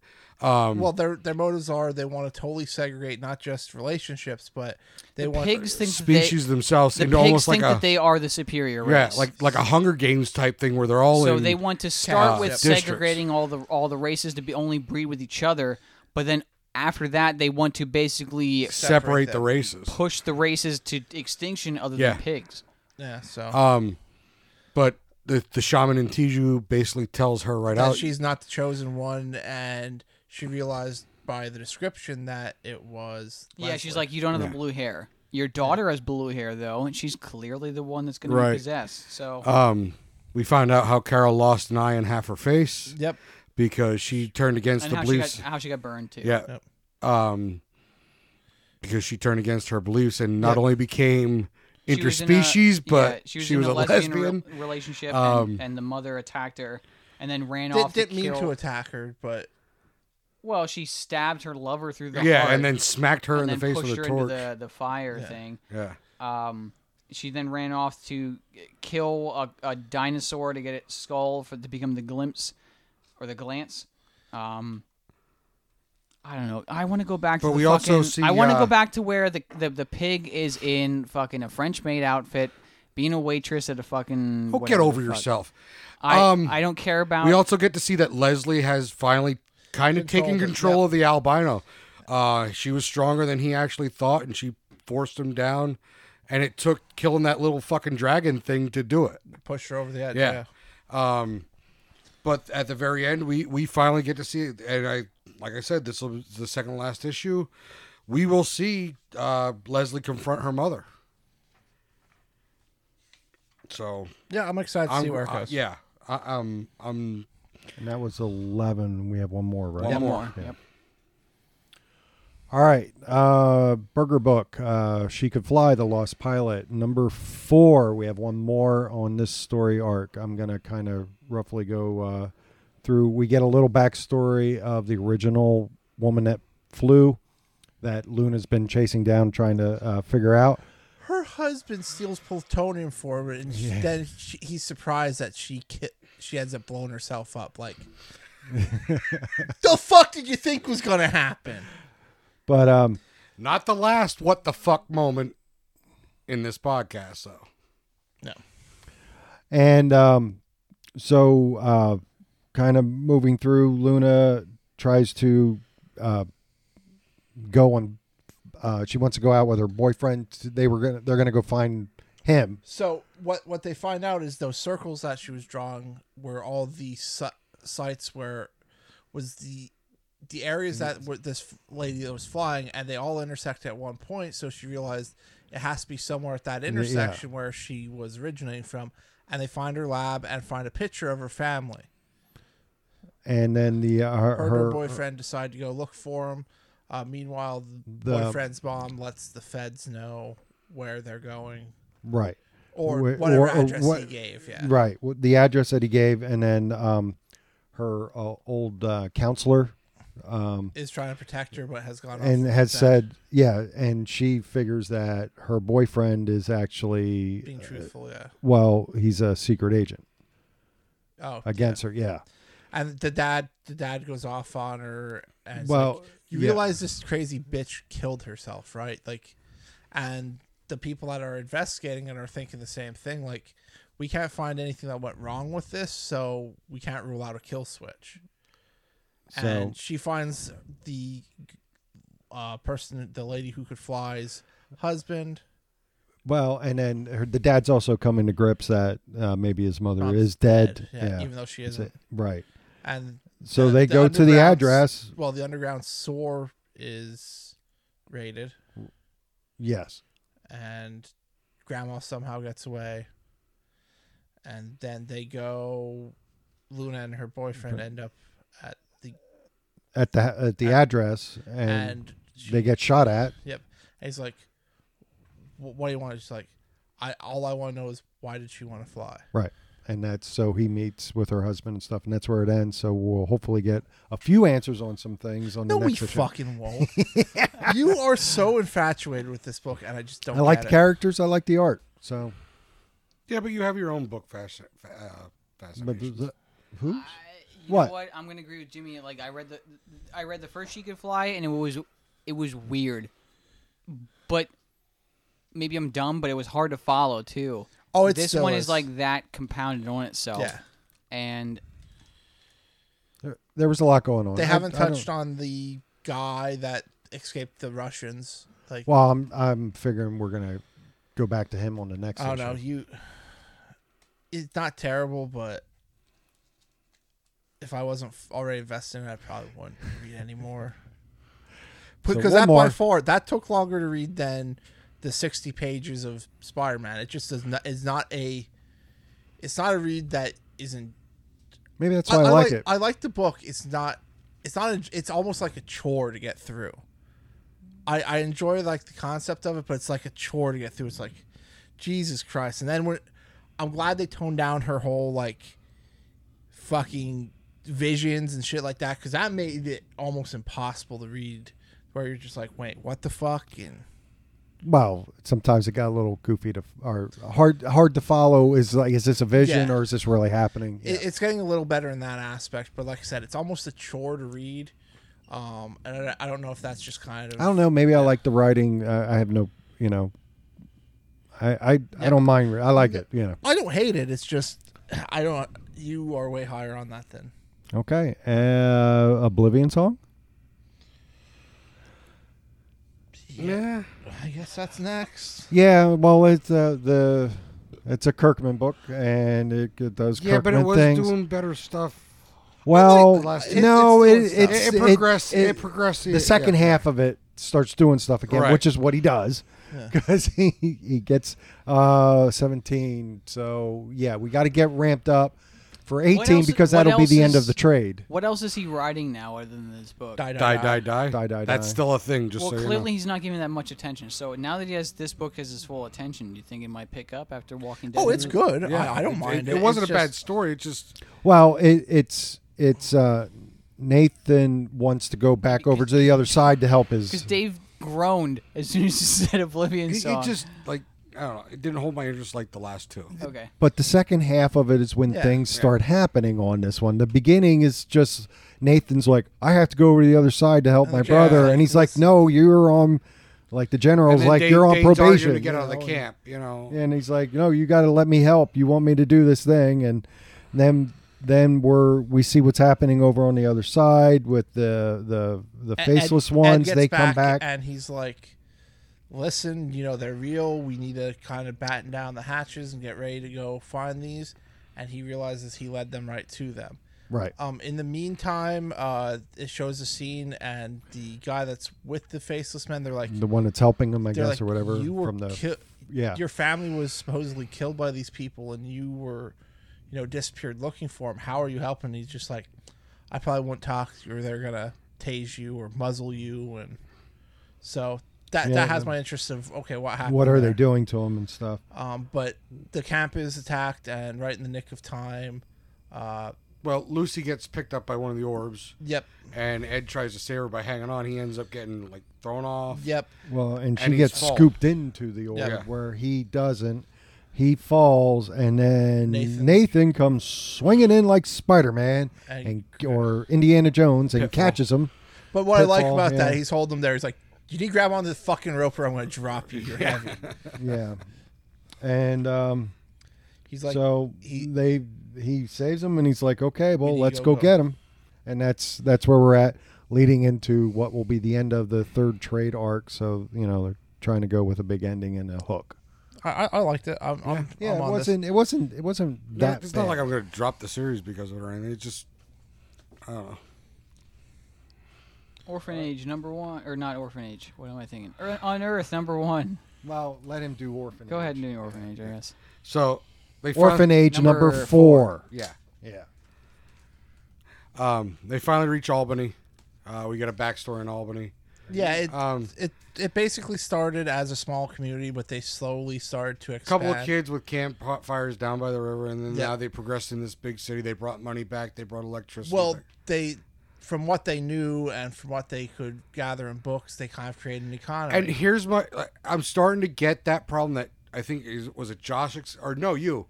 Um, Well, their their motives are they want to totally segregate not just relationships, but they The want pigs think species That themselves they, the seemed pigs almost like think a that they are the superior Yeah, race. like like a Hunger Games type thing where they're all So in. they want to start uh, with districts. segregating all the all the races to be only breed with each other, but then after that they want to basically separate, separate the them. races. push the races to extinction other Yeah. than pigs. Yeah, so Um, but the the shaman in Tiju basically tells her right that out. she's not the chosen one, and she realized by the description that it was. Yeah, she's Leslie. like you don't have Yeah. the blue hair. Your daughter has blue hair though, and she's clearly the one that's going Right. to be possessed. So um, we found out how Carol lost an eye and half her face "Yep, because she turned against and the how she got beliefs. how she got burned too. yeah. Um, because she turned against her beliefs and not only became She was in a- interspecies, yeah, but she was, in a, lesbian, re- relationship, Um, and, and the mother attacked her, and then ran Did, off. to didn't mean kill- to attack her, but Well, she stabbed her lover through the yeah, heart. and then smacked her and in the then face pushed with her a torch. into the, the fire thing. Yeah. Um, she then ran off to kill a, a dinosaur to get its skull for to become the glimpse or the glance. Um, I don't know. I want to go back. But to the we also fucking- see, I want to uh, go back to where the, the the pig is in fucking a French maid outfit Being a waitress at a fucking. Oh, get whatever over the fuck. yourself. I, Um, I don't care about. We also get to see that Leslie has finally kind of taken Controlled it, control of the albino. Uh, she was stronger than he actually thought, and she forced him down. And it took killing that little fucking dragon thing to do it. Push her over the edge. Yeah. Um, but at the very end, we we finally get to see it, and I like I said, this will be the second to last issue. We will see uh, Leslie confront her mother. So Yeah, I'm excited to I'm, see where it I- goes. yeah, I, I'm I'm And that was 11. We have one more, right? One One more. more. Yeah. Yep. All right. Uh, Burger Book, uh, She Could Fly, The Lost Pilot. Number four, we have one more on this story arc. I'm going to kind of roughly go uh, through. We get a little backstory of the original woman that flew that Luna's been chasing down, trying to uh, figure out. Her husband steals plutonium for her, and she- then she, he's surprised that she ki- she ends up blowing herself <laughs> up. Like, the fuck did you think was gonna happen? But um, not the last what the fuck moment in this podcast though. And um, so, uh, kind of moving through, Luna tries to uh, go on. Uh, she wants to go out with her boyfriend. They were gonna. They're gonna go find him. So what what they find out is those circles that she was drawing were all the si- sites where was the the areas that Mm-hmm. were this lady that was flying, and they all intersect at one point. So she realized it has to be somewhere at that intersection where she was originating from, and they find her lab and find a picture of her family. And then the uh, her, Her, and her her- boyfriend decide to go look for him. Uh, meanwhile, the The- boyfriend's mom lets the feds know where they're going right, or Wh- whatever or- or address what- he gave. Yeah. right. Well, The address that he gave, and then um, her uh, old uh, counselor um, is trying to protect her, but has gone off and the has deck. said, yeah. And she figures that her boyfriend is actually uh, being truthful. Yeah. well, he's a secret agent. Oh, against her. Yeah, and the dad, the dad goes off on her. And it's Well, like, you yeah. realize this crazy bitch killed herself, right? Like, and the people that are investigating it are thinking the same thing. Like, we can't find anything that went wrong with this, so we can't rule out a kill switch. So- and she finds the uh, person, the lady who could fly's husband. Well, and then her, the dad's also coming to grips that uh, maybe his mother Mom's is dead. Yeah, Yeah, even though she Is it- isn't. right. And So they go to the underground- address. Well, the underground sore is raided, Yes, and Grandma somehow gets away. And then they go. Luna and her boyfriend end up at the at the at the address, and, and she, they get shot at. yep. And he's like, "Wh- "What do you want?" She's like, "I all I want to know is why did she want to fly?" Right, and that's so he meets with her husband and stuff, and that's where it ends. So we'll hopefully get a few answers on some things on No, the we next issue. <laughs> fucking won't. you are so infatuated with this book, and I just don't. I like get the it. characters. I like the art. So, Yeah, but you have your own book fasc- fa- uh, but fascination. the- who? You What? Know what? I'm gonna agree with Jimmy. Like I read the, I read the first She Could Fly, and it was, it was weird, but maybe I'm dumb, but it was hard to follow too. Oh, it's this so one is is. like that compounded on itself. Yeah. and There, there was a lot going on. They I- haven't I don't- touched on the guy that escaped the Russians. Like, Well, I'm I'm figuring we're gonna go back to him on the next. I don't issue. know. You, it's not terrible, but if I wasn't f- already invested in it, I probably wouldn't read anymore. <laughs> So Because one that by more. far that took longer to read than the sixty pages of Spider Man. It just does not. It's not a. It's not a read that isn't Maybe that's why I, like it. I like the book. It's not. It's not. A, it's almost like a chore to get through. I I enjoy like the concept of it, but it's like a chore to get through. It's like, Jesus Christ! And then when, I'm glad they toned down her whole like, fucking visions and shit like that because that made it almost impossible to read. Where you're just like, wait, what the fuck? And well, sometimes it got a little goofy to or hard hard to follow. Is like, is this a vision Yeah. or is this really happening? it, it's getting a little better in that aspect, but like I said, it's almost a chore to read. Um, and I, I don't know if that's just kind of I don't know. Maybe I like the writing. Uh, I have no, you know, I I, I don't mind. re- I like it. You know. I don't hate it. It's just <sighs> I don't. You are way higher on that than Okay. Uh, Oblivion song. Yeah. I guess that's next. Yeah. Well, it's uh, the it's a Kirkman book, and it, it does Yeah, but Kirkman it was things. doing better stuff. well, last- no, it, it's- it's it's, doing stuff. It- it progressed- it progressed the- The second yeah. half of it starts doing stuff again, Right. which is what he does because <laughs> he he gets uh 17. So yeah, we got to get ramped up for 18 else- because what that'll be else the end is- of the trade. What else is he writing now other than this book? Die, Die, die, die, die, die, Die, die, That's die. still a thing. Just well, so clearly you he's not giving that much attention. So now that he has this book as his full attention, do you think it might pick up after Walking Dead? Oh, it's good. know. Yeah, I, I don't mind. It, wasn't It's a bad just- story. It's just Well, it, it's it's uh Nathan wants to go back over to the other side to help his Because Dave groaned as soon as he <laughs> said Oblivion it, song. it just like I don't know. It didn't hold my interest like the last two. okay. But the second half of it is when Yeah. things start happening on this one. The beginning is just Nathan's like, I have to go over to the other side to help my Okay. brother, Yeah. and he's like, No, you're on. Like the general's then like, Dave- You're on Dave's arguing probation. to get you out of the know? camp. You know. And he's like, No, you got to let me help. You want me to do this thing, and then then we're we see what's happening over on the other side with the the the Ed- faceless Ed ones. gets they come back. and he's like, "Listen, you know they're real. We need to kind of batten down the hatches and get ready to go find these." And he realizes he led them right to them. right. Um, in the meantime, uh, it shows a scene, and the guy that's with the faceless men, they're like, The one that's helping him, I they're guess, like, or whatever. You were from the ki- yeah. your family was supposedly killed by these people, and you were, you know, disappeared looking for them. How are you helping? He's just like, I probably won't talk, or they're gonna tase you or muzzle you, and so that Yeah, that has yeah. my interest of okay, what happened? what are there? they doing to him and stuff? Um, but the camp is attacked, and right in the nick of time. Uh, Well, Lucy gets picked up by one of the orbs, yep, and Ed tries to save her by hanging on. He ends up getting like thrown off. yep. Well, and she And he's gets fall. scooped into the orb Yeah. where he doesn't. He falls, and then Nathan's- Nathan comes swinging in like Spider Man and And- or Indiana Jones and Pitfall. catches him. But what I like Pitfall, about that, yeah. he's holding him there. He's like, you need to grab onto the fucking rope, or I'm gonna drop you. You're heavy. <laughs> Yeah, and um, He's like, so he- they he saves him, and he's like, "Okay, well, need let's to go go get him," and that's that's where we're at, leading into what will be the end of the third trade arc. So you know they're trying to go with a big ending and a hook. I, I, I liked it. I'm, I'm, Yeah, I'm it on this. wasn't it wasn't it wasn't No, that. it's bad. not like I'm going to drop the series because of it or anything. It's just I don't know. Orphanage number one, or not orphanage? What am I thinking? Ear- on Earth number one. Well, let him do orphanage. Go ahead and do your orphanage, I guess. So they fin- Orphanage number, Number four. Yeah. Yeah. Um, they finally reach Albany. Uh, we get a backstory in Albany. Yeah, it, Um, it it basically started as a small community, but they slowly started to A expand. couple of kids with campfires down by the river, and then Yeah. now they progressed in this big city. They brought money back. They brought electricity. Well, back. they, from what they knew and from what they could gather in books, they kind of created an economy. and here's my. like, I'm starting to get that problem that I think is, was it Josh ex- or no you.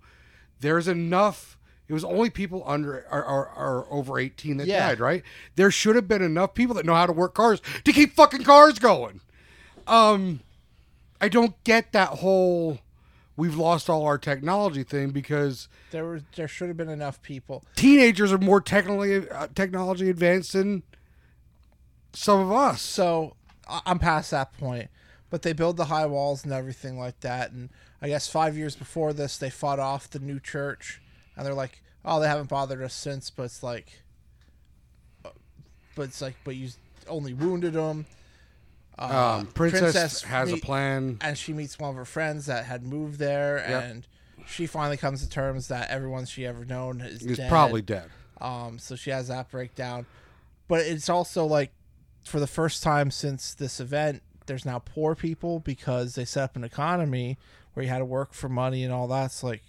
There's enough. It was only people under or, or, or over 18 that Yeah. died, right? There should have been enough people that know how to work cars to keep fucking cars going. Um, I don't get that whole we've lost all our technology thing because there were there should have been enough people. teenagers are more technically uh, technology advanced than some of us. So I- I'm past that point. But they build the high walls and everything like that. And I guess five years before this, they fought off the new church. And they're like, oh, they haven't bothered us since. But it's like, uh, but it's like, but you only wounded them. Um, Princess, Uh-huh. Princess has a meet- plan. And she meets one of her friends that had moved there. And she finally comes to terms that everyone she ever known is He's dead. probably dead. Um, so she has that breakdown. But it's also like for the first time since this event, there's now poor people because they set up an economy where you had to work for money and all that's like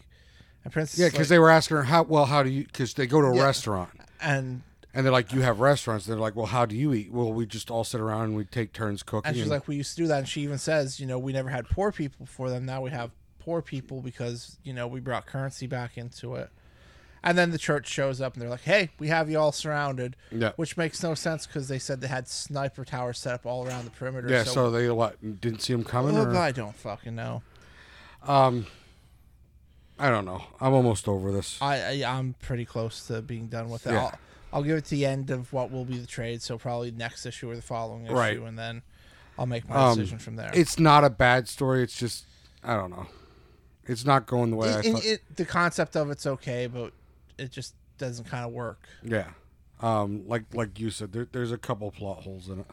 and Princess Yeah, is because like, they were asking her how. Well, how do you? Because they go to a restaurant and and they're like, "You have restaurants." they're like, "Well, how do you eat?" Well, we just all sit around and we take turns cooking. and she's like, We used to do that and she even says, you know, we never had poor people before them, now we have poor people because, you know, we brought currency back into it. And then the church shows up and they're like, "Hey, we have you all surrounded," Yeah. which makes no sense because they said they had sniper towers set up all around the perimeter. "Yeah." so So, they what? Didn't see him coming. Well, or? I don't fucking know. Um, I don't know. I'm almost over this. I, I I'm pretty close to being done with it. Yeah. I'll, I'll give it to the end of what will be the trade, so probably next issue or the following issue, Right. and then I'll make my Um, decision from there. It's not a bad story. It's just I don't know. It's not going the way It- I it- thought. it- the concept of it's okay, but it just doesn't kind of work. yeah. Um, like like you said, there, there's a couple plot holes in it.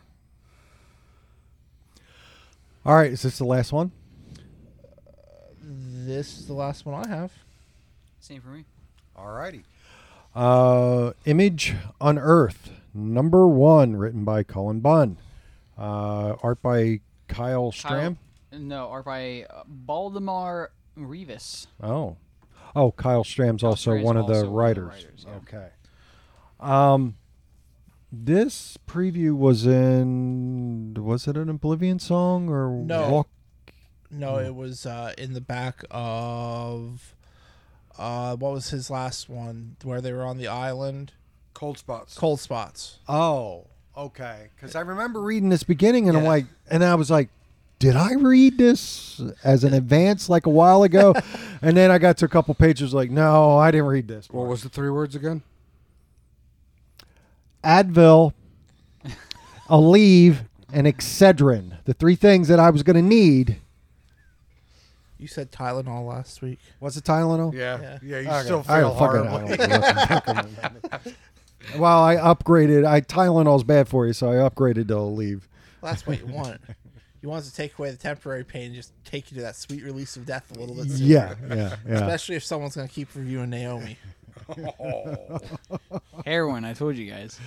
All right, is this the last one? This is the last one I have. Same for me. All righty. Uh, Image Unearthed, number one, written by Colin Bunn. Uh, art by Kyle Stram. Kyle- no, art by uh, Baldemar <laughs> Revis. Oh. Oh, Kyle Stram's also Stram's one of the also one of the writers. writers, yeah. Okay. Um this preview was in was it an Oblivion song or No. Walk No, it was uh, in the back of uh, what was his last one where they were on the island, Cold spots. cold spots. Oh, okay. Cuz I remember reading this beginning and I'm Yeah. like and I was like did I read this as an advance like a while ago? and then I got to a couple pages like no, I didn't read this. What was the three words again? Advil, Aleve, and Excedrin. The three things that I was going to need. You said Tylenol last week. Was it Tylenol? Yeah. Yeah. Yeah. you Okay. still I fail don't fucking- horribly. I don't fucking- well, I upgraded. I Tylenol's bad for you, so I upgraded to Aleve. Well, that's <laughs> what you want. You want it to take away the temporary pain and just take you to that sweet release of death a little bit. sooner. Yeah, yeah, yeah. Especially if someone's going to keep reviewing Naomi. <laughs> Heroin. I told you guys.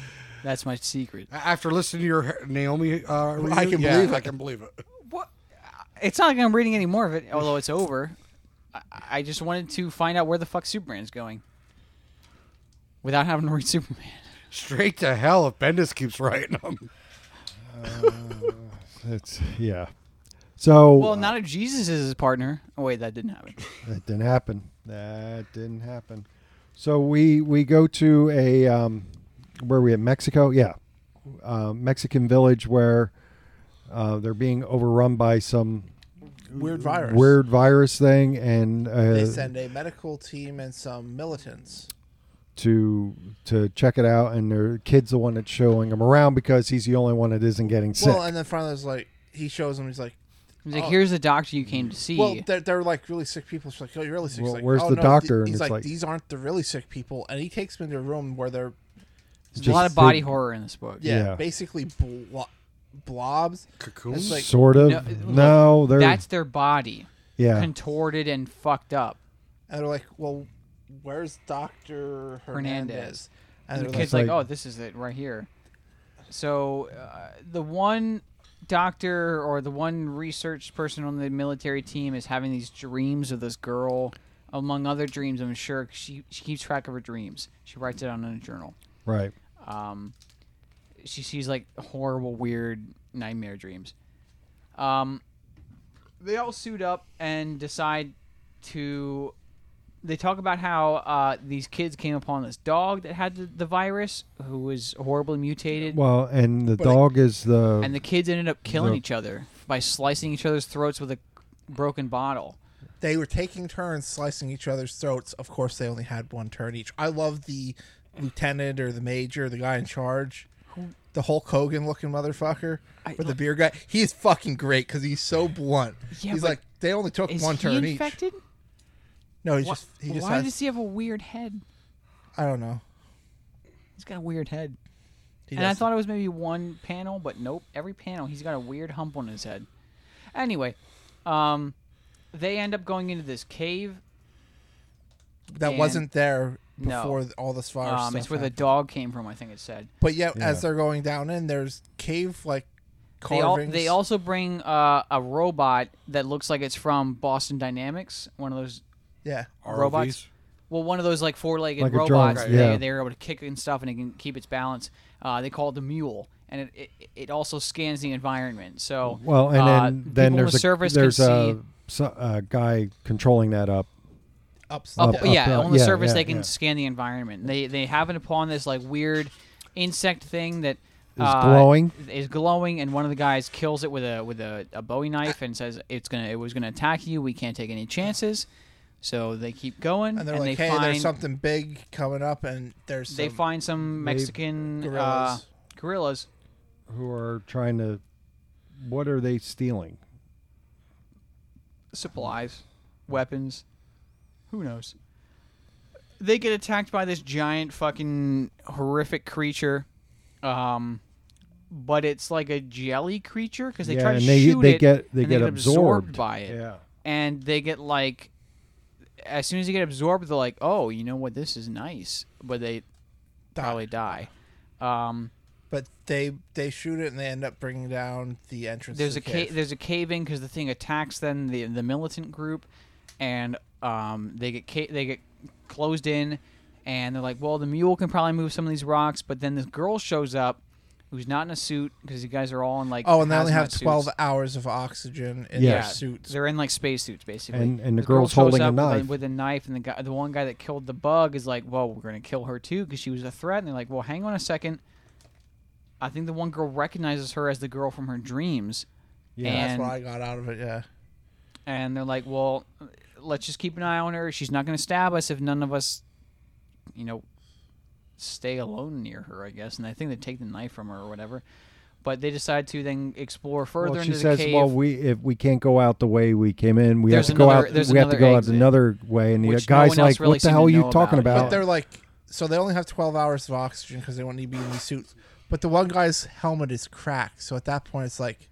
That's my secret. After listening to your Naomi, uh, review, can yeah, believe I it. can believe it. What? It's not like I'm reading any more of it, although it's over. I, I just wanted to find out where the fuck Superman's going, without having to read Superman. Straight to hell if Bendis keeps writing them. It's yeah. So Well, not if Jesus is his partner. Oh wait, that didn't happen. That didn't happen. That didn't happen. So we we go to a um, where are we at Mexico, yeah, uh, Mexican village where uh, they're being overrun by some Weird virus. weird virus thing, and They uh, send a medical team and some militants. to to check it out. And their kid's the one that's showing them around because he's the only one that isn't getting sick. Well, and then finally, it's like he shows them. He's like, He's like, Oh. "Here's the doctor you came to see." well, they're, they're like really sick people. She's like, oh, you're really sick. He's E. Well, like, where's "Oh, the no, doctor?" th- And He's it's like, like- these aren't the really sick people. And he takes them to a room where they're There's just a lot of body the- horror in this book. yeah, Yeah. basically blo- blobs. Cocoons. It's like- sort of. No, No, it- they're That's their body yeah. contorted and fucked up. And they're like, well, where's Doctor Hernandez. Hernandez? And the they're like, kid's like, like- "Oh, this is it right here." So uh, the one doctor or the one research person on the military team is having these dreams of this girl, among other dreams. I'm sure she she keeps track of her dreams. She writes it down in a journal. right. Um, she sees like horrible, weird nightmare dreams. Um, they all suit up and decide to. They talk about how uh, these kids came upon this dog that had the, the virus, who was horribly mutated, Well, and the it- dog is the and the kids ended up killing The- each other by slicing each other's throats with a broken bottle. they were taking turns slicing each other's throats. Of course, they only had one turn each. I love the lieutenant or the major, the guy in charge, the Hulk Hogan looking motherfucker I- with the beer guy. He is fucking great because he's so blunt. Yeah, he's but like they only took Is one he turn each. infected? No, he Why, just he just why has. does he have a weird head? I don't know. He's got a weird head. He and I does- thought it was maybe one panel, but nope. Every panel, he's got a weird hump on his head. Anyway, um, they end up going into this cave. that and- wasn't there No. before th- all this virus. Um, it's stuff where the happened. dog came from, I think it said. But yet, Yeah. as they're going down in, there's cave like They, all, carvings. they also bring uh, a robot that looks like it's from Boston Dynamics, one of those yeah. robots. Well, one of those like four-legged Like a drone, robots. right. they, yeah. They're able to kick and stuff, and it can keep its balance. Uh, they call it the mule, and it, it, it also scans the environment. So Well, and uh, then then people on there's the a surface can there's see- a, so- a guy controlling that up. Up, up, down. up, yeah, up, on the yeah, surface yeah, they can yeah. scan the environment. They they happen upon this like weird insect thing that uh, glowing. Is glowing, and one of the guys kills it with a with a, a Bowie knife and says it's gonna it was gonna attack you. We can't take any chances. So they keep going, And they're like, they hey, find there's something big coming up, and there's some they find some Maybe Mexican gorillas. Uh, gorillas. Who are trying to? What are they stealing? supplies, weapons. Who knows? They get attacked by this giant fucking horrific creature. Um but it's like a jelly creature because they yeah, try to and they shoot they it get they and get absorbed. absorbed. by it. Yeah. And they get like as soon as they get absorbed they're like, "Oh, you know what? This is nice." But they probably die. Um but they they shoot it and they end up bringing down the entrance. there's to a the ca- there's a cave in because the thing attacks them the the militant group, and um they get ca- they get closed in, and they're like, well the mule can probably move some of these rocks, but then this girl shows up, who's not in a suit because you guys are all in like oh, and they only hazmat have suits. twelve hours of oxygen in Yeah. their Yeah, suits. They're in like spacesuits basically. And- and the This girl girl's shows holding a up with knife. with a knife, and the guy the one guy that killed the bug is like, well we're gonna kill her too because she was a threat, and they're like, well hang on a second. I think the one girl recognizes her as the girl from her dreams. Yeah. and That's what I got out of it. Yeah, and they're like, "Well, let's just keep an eye on her. She's not going to stab us if none of us, you know, stay alone near her, I guess." And I think they take the knife from her or whatever. But they decide to then explore further Well, she into the says, cave, "Well, we if we can't go out the way we came in, we There's have to go another- out. there's We have to another go exit, out another way." And the which no guy's one else like, really "What the seemed hell to are you know talking about. but about?" they're like, so they only have twelve hours of oxygen because they won't need to be in these suits. But the one guy's helmet is cracked, so at that point it's like,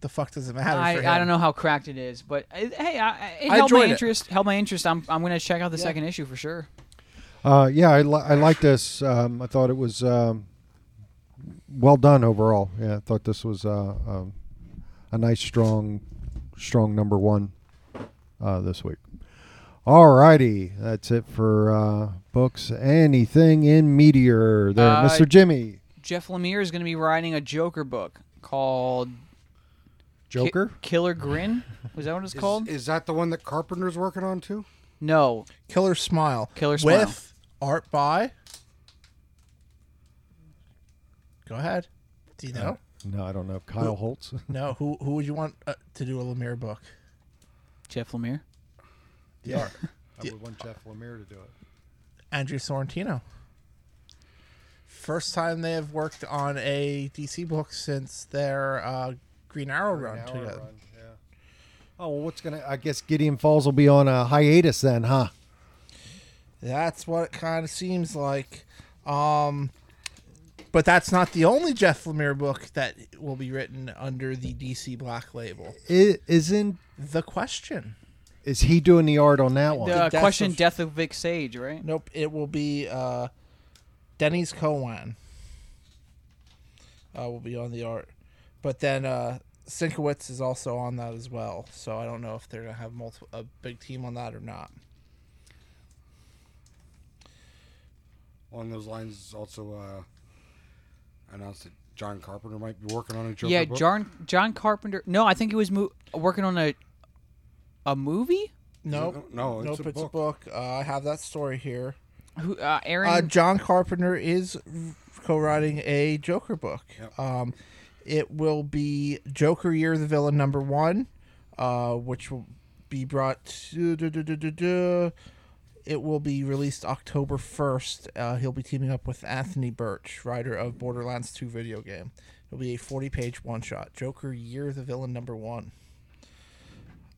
the fuck does it matter? for I, him? I don't know how cracked it is, but uh, hey, I, I- it I held my enjoyed it. interest. Held my interest. I'm I'm going to check out the second issue for sure. Uh, yeah, I, li- I like this. Um, I thought it was um, well done overall. Yeah, I thought this was uh, um, a nice, strong, strong number one uh, this week. All righty, that's it for uh, books. Anything in Meteor there, Uh, Mr. Jimmy Jeff Lemire is going to be writing a Joker book called Ki- Joker. Killer <laughs> Grin. Was that what it's Is, called? is that the one that Carpenter's working on too? no, Killer Smile. Killer With art by. Go ahead. Do you know? No, I don't know. Kyle <laughs> Holtz. no. Who who would you want uh, to do a Lemire book? Jeff Lemire. Yeah, I would want Jeff Lemire to do it. Andrew Sorrentino. First time they have worked on a DC book since their uh, Green Arrow run together. Oh well, what's gonna? I guess Gideon Falls will be on a hiatus then, huh? That's what it kind of seems like. Um, but that's not the only Jeff Lemire book that will be written under the DC Black label. It isn't. The question. Is he doing the art on that one? The uh, death question: of- Death of Vic Sage, right? Nope, it will be uh, Denny's Cohen. Uh, will be on the art, but then uh, Sinkowitz is also on that as well. So I don't know if they're gonna have multiple a big team on that or not. Along those lines, also uh, announced that John Carpenter might be working on a Joker yeah, book. John John Carpenter. No, I think he was mo- working on a a movie. Nope, no, it's nope, a it's book. a book. Uh, I have that story here. Who uh, Aaron? Uh, John Carpenter is co-writing a Joker book. Yep. Um, it will be Joker Year of the Villain number one, uh, which will be brought to. duh, duh, duh, duh, duh. It will be released October first. Uh, he'll be teaming up with Anthony Birch, writer of Borderlands Two video game. It'll be a forty-page one-shot. Joker Year of the Villain number one.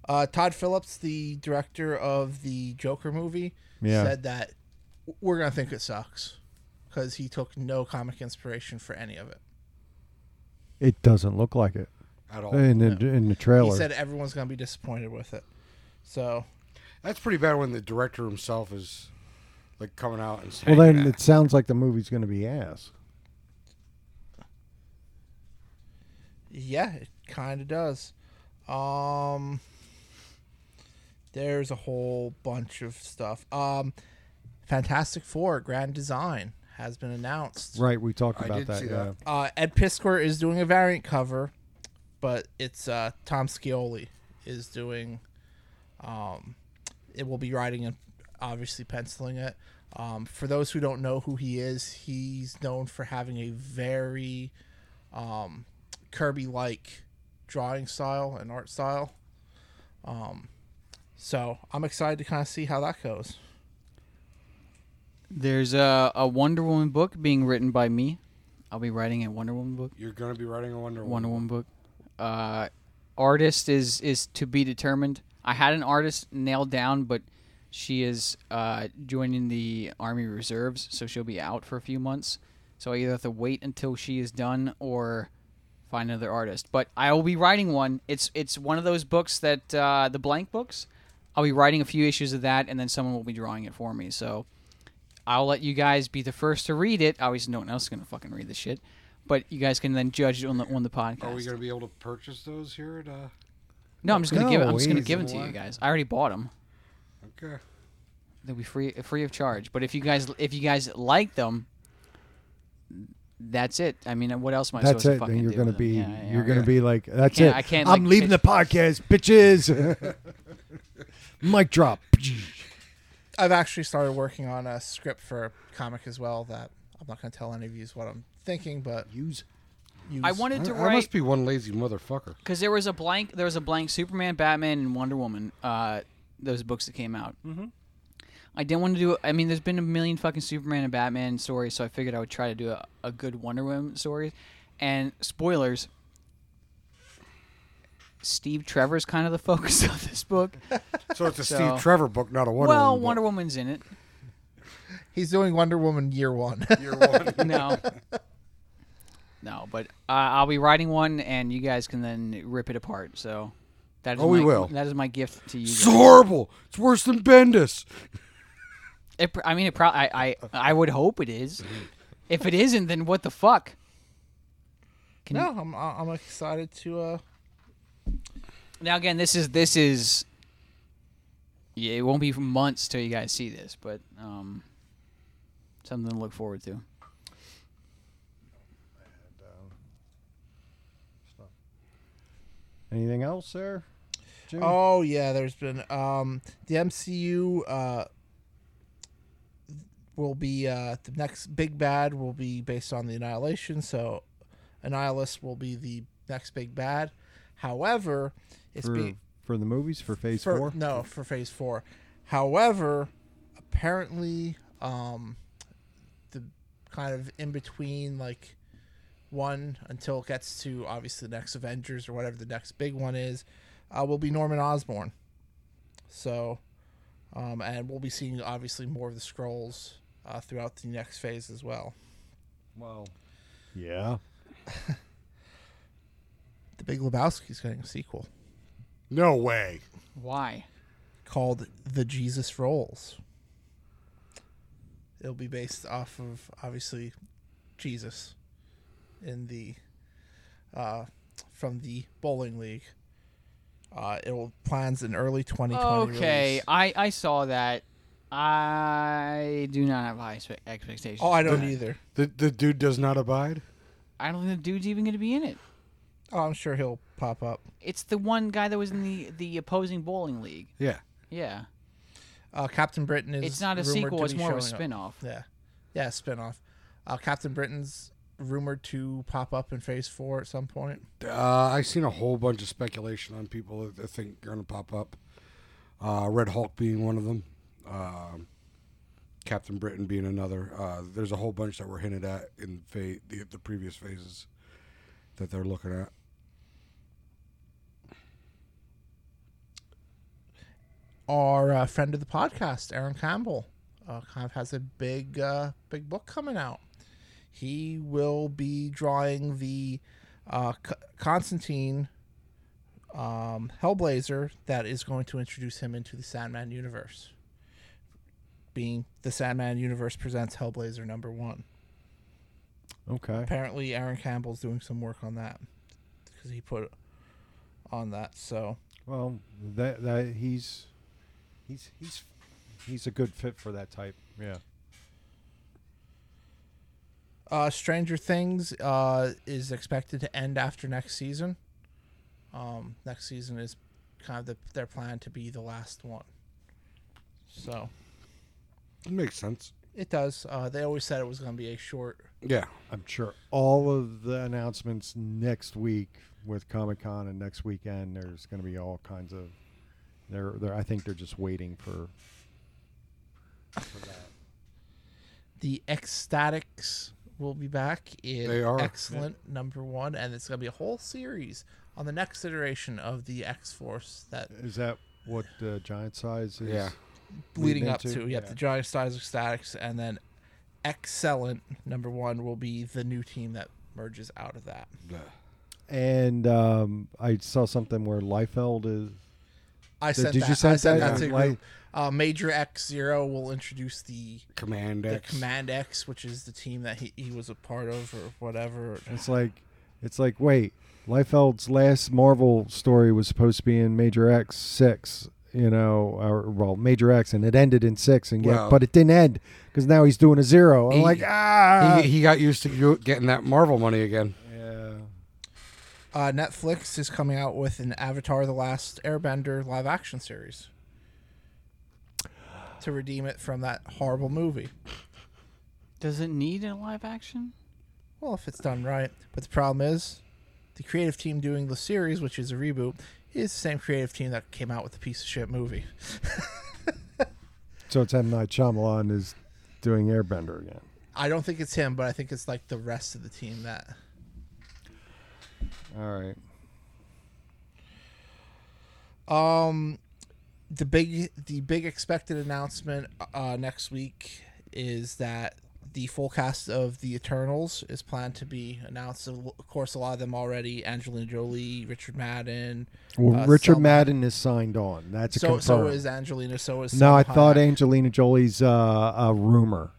Uh, Todd Phillips, the director of the Joker movie, Yeah. said that we're gonna think it sucks because he took no comic inspiration for any of it. It doesn't look like it at all. in the in the trailer. Oh, He said everyone's gonna be disappointed with it. So That's pretty bad when the director himself is like coming out and saying, well, then it sounds like the movie's going to be ass. yeah, it kind of does. Um, there's a whole bunch of stuff. Um, Fantastic Four Grand Design has been announced. Right, we talked I about did that. see yeah. that. Uh, Ed Piskor is doing a variant cover, but it's uh, Tom Scioli is doing. Um, it will be writing and obviously penciling it. Um, for those who don't know who he is, he's known for having a very um, Kirby like drawing style and art style. Um, so I'm excited to kind of see how that goes. There's a, a Wonder Woman book being written by me. I'll be writing a Wonder Woman book. You're gonna be writing a Wonder Woman. Wonder Woman book. Uh, artist is is to be determined. I had an artist nailed down, but she is uh, joining the Army Reserves, so she'll be out for a few months. So I either have to wait until she is done or find another artist. But I will be writing one. It's it's one of those books that uh, the blank books. I'll be writing a few issues of that, and then someone will be drawing it for me. So I'll let you guys be the first to read it. Obviously, no one else is gonna fucking read this shit, but you guys can then judge it on the on the podcast. Are we gonna be able to purchase those here at? Uh, no, I'm just gonna give it. I'm just gonna No, give them to easy. you guys. I already bought them. okay. They'll be free free of charge. But if you guys if you guys like them, that's it. I mean, what else am I That's supposed it. to fucking Then you're do gonna with them? be Yeah, yeah, you're yeah. gonna be like that's can't- it. I can't, I'm like, leaving the pitch- podcast, <laughs> bitches. Mic drop. I've actually started working on a script for a comic as well that I'm not going to tell any of you what I'm thinking, but Use. I use- wanted I, to I write must be one lazy motherfucker. because there was a blank there was a blank Superman, Batman, and Wonder Woman. Uh, those books that came out. Mm-hmm. I didn't want to do. I mean, there's been a million fucking Superman and Batman stories, so I figured I would try to do a, a good Wonder Woman story. And spoilers, Steve Trevor's kind of the <laughs> focus of this book. <laughs> So it's a So- Steve Trevor book, not a Wonder well, Woman. Wonder book. Woman's in it. He's doing Wonder Woman <laughs> year one. Wonder Woman. <laughs> No. No, but uh, I'll be writing one, and you guys can then rip it apart. So that is Oh, we my, will. That is my gift <laughs> to you. it's Guys. horrible. It's worse than Bendis. It, pr- I mean, it probably. I, I I would hope it is. If it isn't, then what the fuck? Can no, you- I'm I'm excited to uh now again, this is this is. Yeah, it won't be for months till you guys see this, but um, something to look forward to. Anything else, sir? Jimmy? Oh yeah, there's been um the MCU uh will be uh the next big bad will be based on the Annihilation, so Annihilus will be the next big bad. However, it's for, being for the movies for Phase for, Four. No, for phase four. However, apparently, um, the kind of in between, like one until it gets to obviously the next Avengers or whatever the next big one is, uh, will be Norman Osborn. So, um, and we'll be seeing obviously more of the scrolls uh, throughout the next phase as well. Well, yeah. The Big Lebowski's getting a sequel No way. Why? called The Jesus Rolls. It'll be based off of obviously Jesus in the uh, from the bowling league. Uh, it will plans an early 2020 Okay, release. I I saw that. I do not have high spe- expectations. Oh, I don't for that. either. The the dude does not abide. I don't think the dude's even going to be in it. Oh, I'm sure he'll pop up. It's the one guy that was in the the opposing bowling league. Yeah. Yeah, Uh, Captain Britain is. it's not a rumored sequel. to It's be more of a showing up. spin-off. Yeah, yeah, spinoff. Uh, Captain Britain's rumored to pop up in Phase Four at some point. Uh, I've seen a whole bunch of speculation on people that, that think are going to pop up. Uh, Red Hulk being one of them, Um Captain Britain being another. Uh, there's a whole bunch that were hinted at in fa- the, the previous phases that they're looking at. our uh, friend of the podcast, Aaron Campbell, uh, kind of has a big, uh, big book coming out. He will be drawing the uh, C- Constantine um, Hellblazer that is going to introduce him into the Sandman universe, being the Sandman universe presents Hellblazer number one. Okay. Apparently, Aaron Campbell's doing some work on that because he put on that. So Well, that that he's he's he's he's a good fit for that type. Yeah. Uh, Stranger Things uh, is expected to end after next season. Um, next season is kind of the, their plan to be the last one. So It makes sense. It does. Uh, they always said it was going to be a short. Yeah. I'm sure all of the announcements next week with Comic Con and next weekend, there's going to be all kinds of. They're, they're, I think they're just waiting for. The Ecstatics will be back in They are. excellent number one, and it's going to be a whole series on the next iteration of the X Force that Is that what uh, giant size is? Yeah. leading leading up to- to. Yep, yeah. the Giant Size Ecstatics, and then Excellent number one will be the new team that merges out of that. Bleh. And um, I saw something where Liefeld is. I Did- sent did that. you send I sent that? that, Yeah. to the Like- group. Uh, Major X Zero will introduce the Command the X. Command X, which is the team that he, he was a part of or whatever. It's like, it's like wait, Liefeld's last Marvel story was supposed to be in Major X six. You know, or well, Major X, and it ended in six, and yet, Well- but it didn't end because now he's doing a zero. I'm He- like, ah, he, he got used to go- getting that Marvel money again. yeah. Uh, Netflix is coming out with an Avatar: The Last Airbender live action series to redeem it from that horrible movie. Does it need a live action? Well, if it's done right. But the problem is, the creative team doing the series, which is a reboot, is the same creative team that came out with the piece of shit movie. So it's M Night Shyamalan is doing Airbender again. I don't think it's him, but I think it's like the rest of the team that. All right. Um, the big the big expected announcement uh, next week is that the full cast of the Eternals is planned to be announced. Of course, a lot of them already: Angelina Jolie, Richard Madden. Well, uh, Richard Selma- Madden is signed on. That's a So confirmed. so is Angelina. So is no, I Selma thought Hayek. Angelina Jolie's uh, a rumor.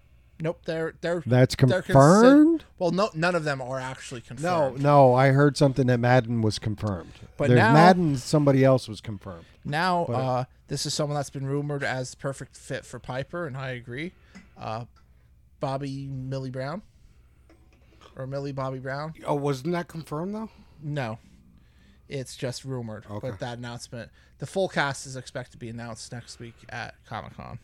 Nope, they're they're That's they're consi- confirmed. well, no, none of them are actually No, confirmed. no, I heard something that Madden was confirmed. But There's now- Madden, somebody else was confirmed. Now, uh, this is someone that's been rumored as the perfect fit for Piper, and I agree. Uh, Bobby Millie Brown, or Millie Bobby Brown? Oh, wasn't that confirmed though? No, it's just rumored. Okay. But that announcement, the full cast is expected to be announced next week at Comic Con.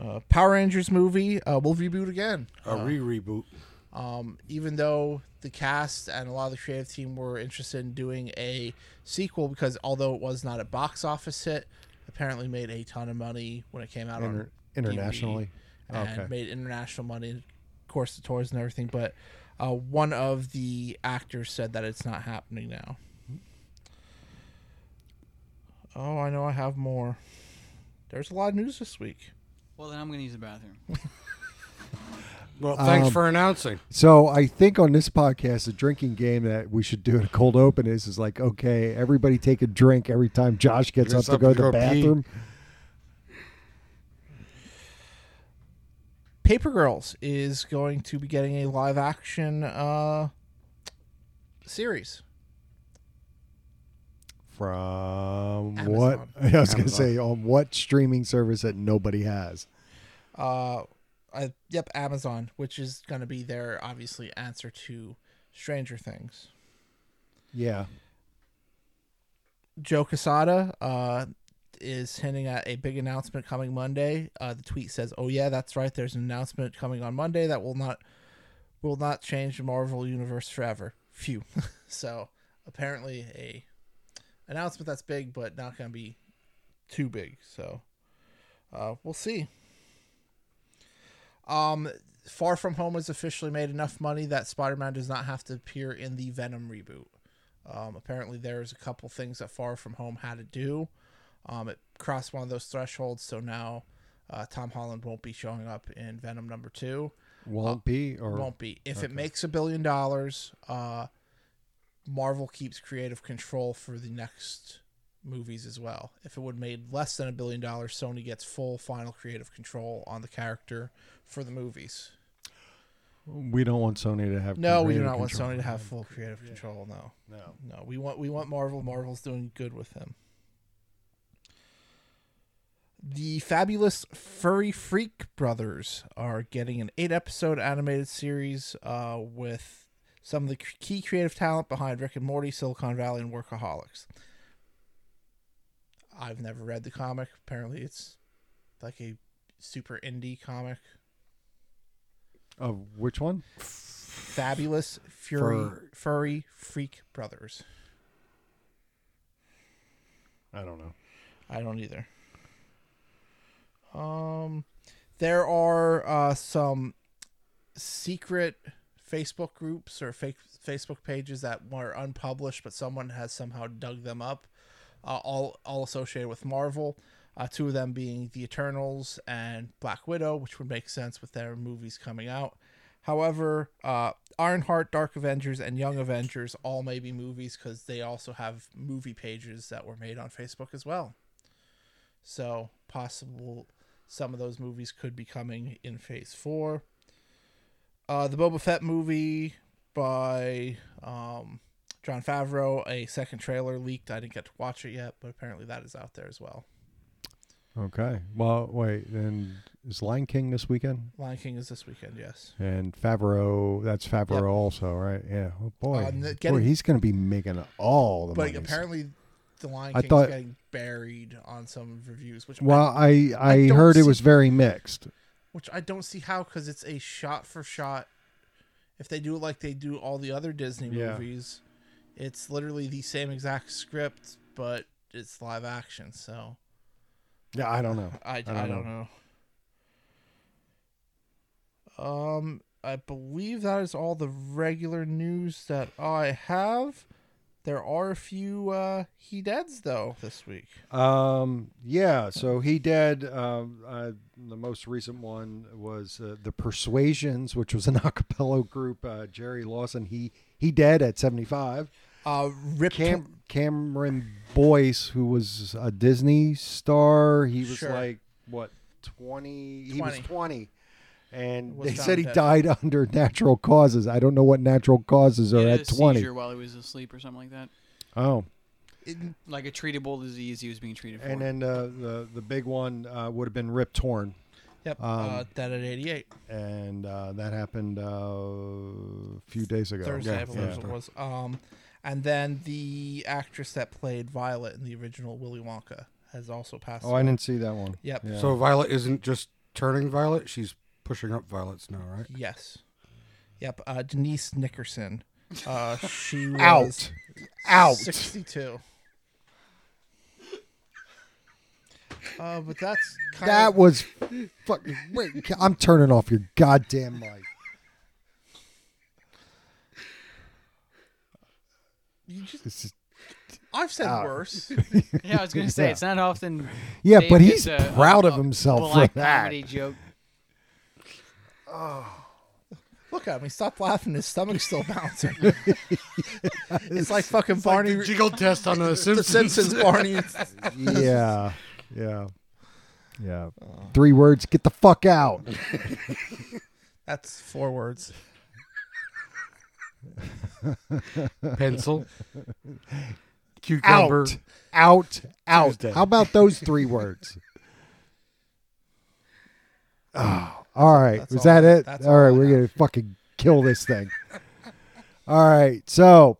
Uh, Power Rangers movie uh, will reboot again. A re reboot. Um, even though the cast and a lot of the creative team were interested in doing a sequel, because although it was not a box office hit, apparently made a ton of money when it came out Inter- on DVD internationally? and Okay. made international money, of course, the tours and everything. But uh, one of the actors said that it's not happening now. Mm-hmm. Oh, I know I have more. There's a lot of news this week. Well, then I'm gonna use the bathroom. Well, thanks Um, for announcing. So I think on this podcast, the drinking game that we should do at a cold open is is like, okay, everybody take a drink every time Josh gets up Gets to go to the pee. bathroom. Paper Girls is going to be getting a live action uh, series. From Amazon. what? <laughs> I was going Amazon. to say, on what streaming service that nobody has? Uh, I, yep, Amazon, which is going to be their obviously answer to Stranger Things. Yeah. Joe Casada uh, is hinting at a big announcement coming Monday. Uh, the tweet says, "Oh yeah, that's right. There's an announcement coming on Monday that will not will not change the Marvel universe forever." Phew. <laughs> so apparently a announcement that's big, but not going to be too big. So uh, we'll see. Um, Far From Home has officially made enough money that Spider-Man does not have to appear in the Venom reboot. Um, apparently, there's a couple things that Far From Home had to do. Um, it crossed one of those thresholds, so now uh, Tom Holland won't be showing up in Venom number two. Won't be or Uh, Won't be. If it makes a billion dollars, uh, Marvel keeps creative control for the next movies as well. If it would have made less than a billion dollars, Sony gets full final creative control on the character for the movies. we don't want Sony to have. No, we do creative not want control. Sony to have full creative control. No. No. No, we want we want Marvel. Marvel's doing good with him. The fabulous furry freak brothers are getting an eight-episode animated series uh, with some of the c- key creative talent behind Rick and Morty, Silicon Valley, and Workaholics. I've never read the comic. Apparently, it's like a super indie comic. Of which one? Fabulous Fury Fur- Furry Freak Brothers. I don't know. I don't either. Um, there are uh, some secret Facebook groups or fake Facebook pages that were unpublished, but someone has somehow dug them up. Uh, all all associated with Marvel. Uh, two of them being the Eternals and Black Widow, which would make sense with their movies coming out. However, uh, Ironheart, Dark Avengers, and Young Avengers all may be movies because they also have movie pages that were made on Facebook as well. So possible some of those movies could be coming in Phase Four. Uh, the Boba Fett movie by um, John Favreau, a second trailer leaked. I didn't get to watch it yet, but apparently that is out there as well. Okay. Well, wait. And is Lion King this weekend? Lion King is this weekend, yes. And Favreau, that's Favreau Yep. also, right? Yeah. Oh boy, Uh, n- boy, getting- he's going to be making all the But monies. apparently, the Lion I King thought- is getting buried on some reviews, which Well, I, I I, I don't heard it see- was very mixed. which I don't see how because it's a shot for shot. If they do it like they do all the other Disney Yeah. movies, it's literally the same exact script, but it's live action. So Yeah, I don't know. I, I, don't, Uh-huh. know. Um, I believe that is all the regular news that I have. There are a few uh, he deads though this week. Um, yeah, so he did. Um, uh, the most recent one was uh, the Persuasions, which was an <laughs> a cappella group. Uh, Jerry Lawson, he he dead at seventy five. Uh, Rip Cam Cameron Boyce, who was a Disney star, he was Sure. like what twenty? He was 20. twenty. And Was they found said he dead. died <laughs> under natural causes. I don't know what natural causes He are had at a twenty. seizure while he was asleep or something like that. Oh, Tom- Like a treatable disease he was being treated for. and then uh, the the big one uh, would have been Rip Torn. Yep. um, uh, dead at eighty-eight. and uh, that happened uh, a few days ago. Thursday, Yeah, I believe it yeah. was. Um, and then the actress that played Violet in the original Willy Wonka has also passed. Oh, I didn't see that one. Yep. Yeah. So Violet isn't just turning Violet; she's pushing up Violet's now, <laughs> right? Yes. Yep. Uh, Denise Nickerson. <laughs> Uh, she was Out. Out. sixty-two. Uh, but that's kind That of, was fucking. Wait, ca- I'm turning off your goddamn mic. you just, This <laughs> is- I've said worse. yeah, I was <laughs> gonna say Yeah. it's not often. yeah, Dave but gets he's a- proud of a himself for black that. comedy joke. Look at me! Stop laughing. His stomach's still <laughs> bouncing. it's like fucking Barney. jiggle test on the <laughs> the Simpsons Barney Yeah, yeah, yeah. Three words. Get the fuck out. That's four words. pencil, cucumber. out, out. Tuesday. How about those three <laughs> words? Oh, all right. That's Was all- that it? that's all right. all I We're have. going to fucking kill this thing. <laughs> all right. So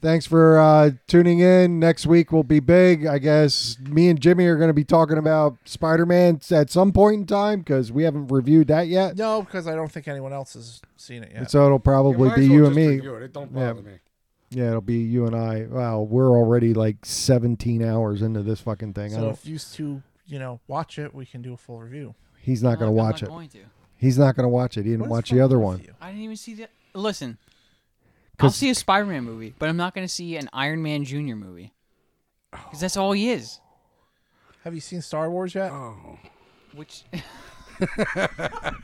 thanks for uh, tuning in. Next week will be big. I guess me and Jimmy are going to be talking about Spider Man at some point in time because we haven't reviewed that yet. No, because I don't think anyone else has seen it yet. So it'll probably be you and me. It. It don't Yeah. bother me. Yeah, it'll be you and I. Wow, we're already like 17 hours into this fucking thing. I so don't if you two, you know, watch it, we can do a full review. He's Oh, not going I'm to not watch it. Going to. He's not going to watch it. He didn't What's watch wrong the other with one. you? I didn't even see that. Listen, I'll 'Cause- see a Spider-Man movie, but I'm not going to see an Iron Man Junior movie because that's all he is. Have you seen Star Wars yet? Which <laughs> can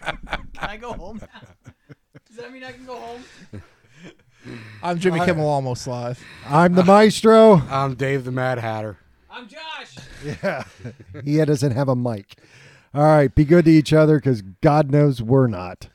I go home? now? Does that mean I can go home? I'm Jimmy Kimmel Almost Live. I'm the <laughs> maestro. I'm Dave the Mad Hatter. I'm Josh. he doesn't have a mic. All right, be good to each other because God knows we're not.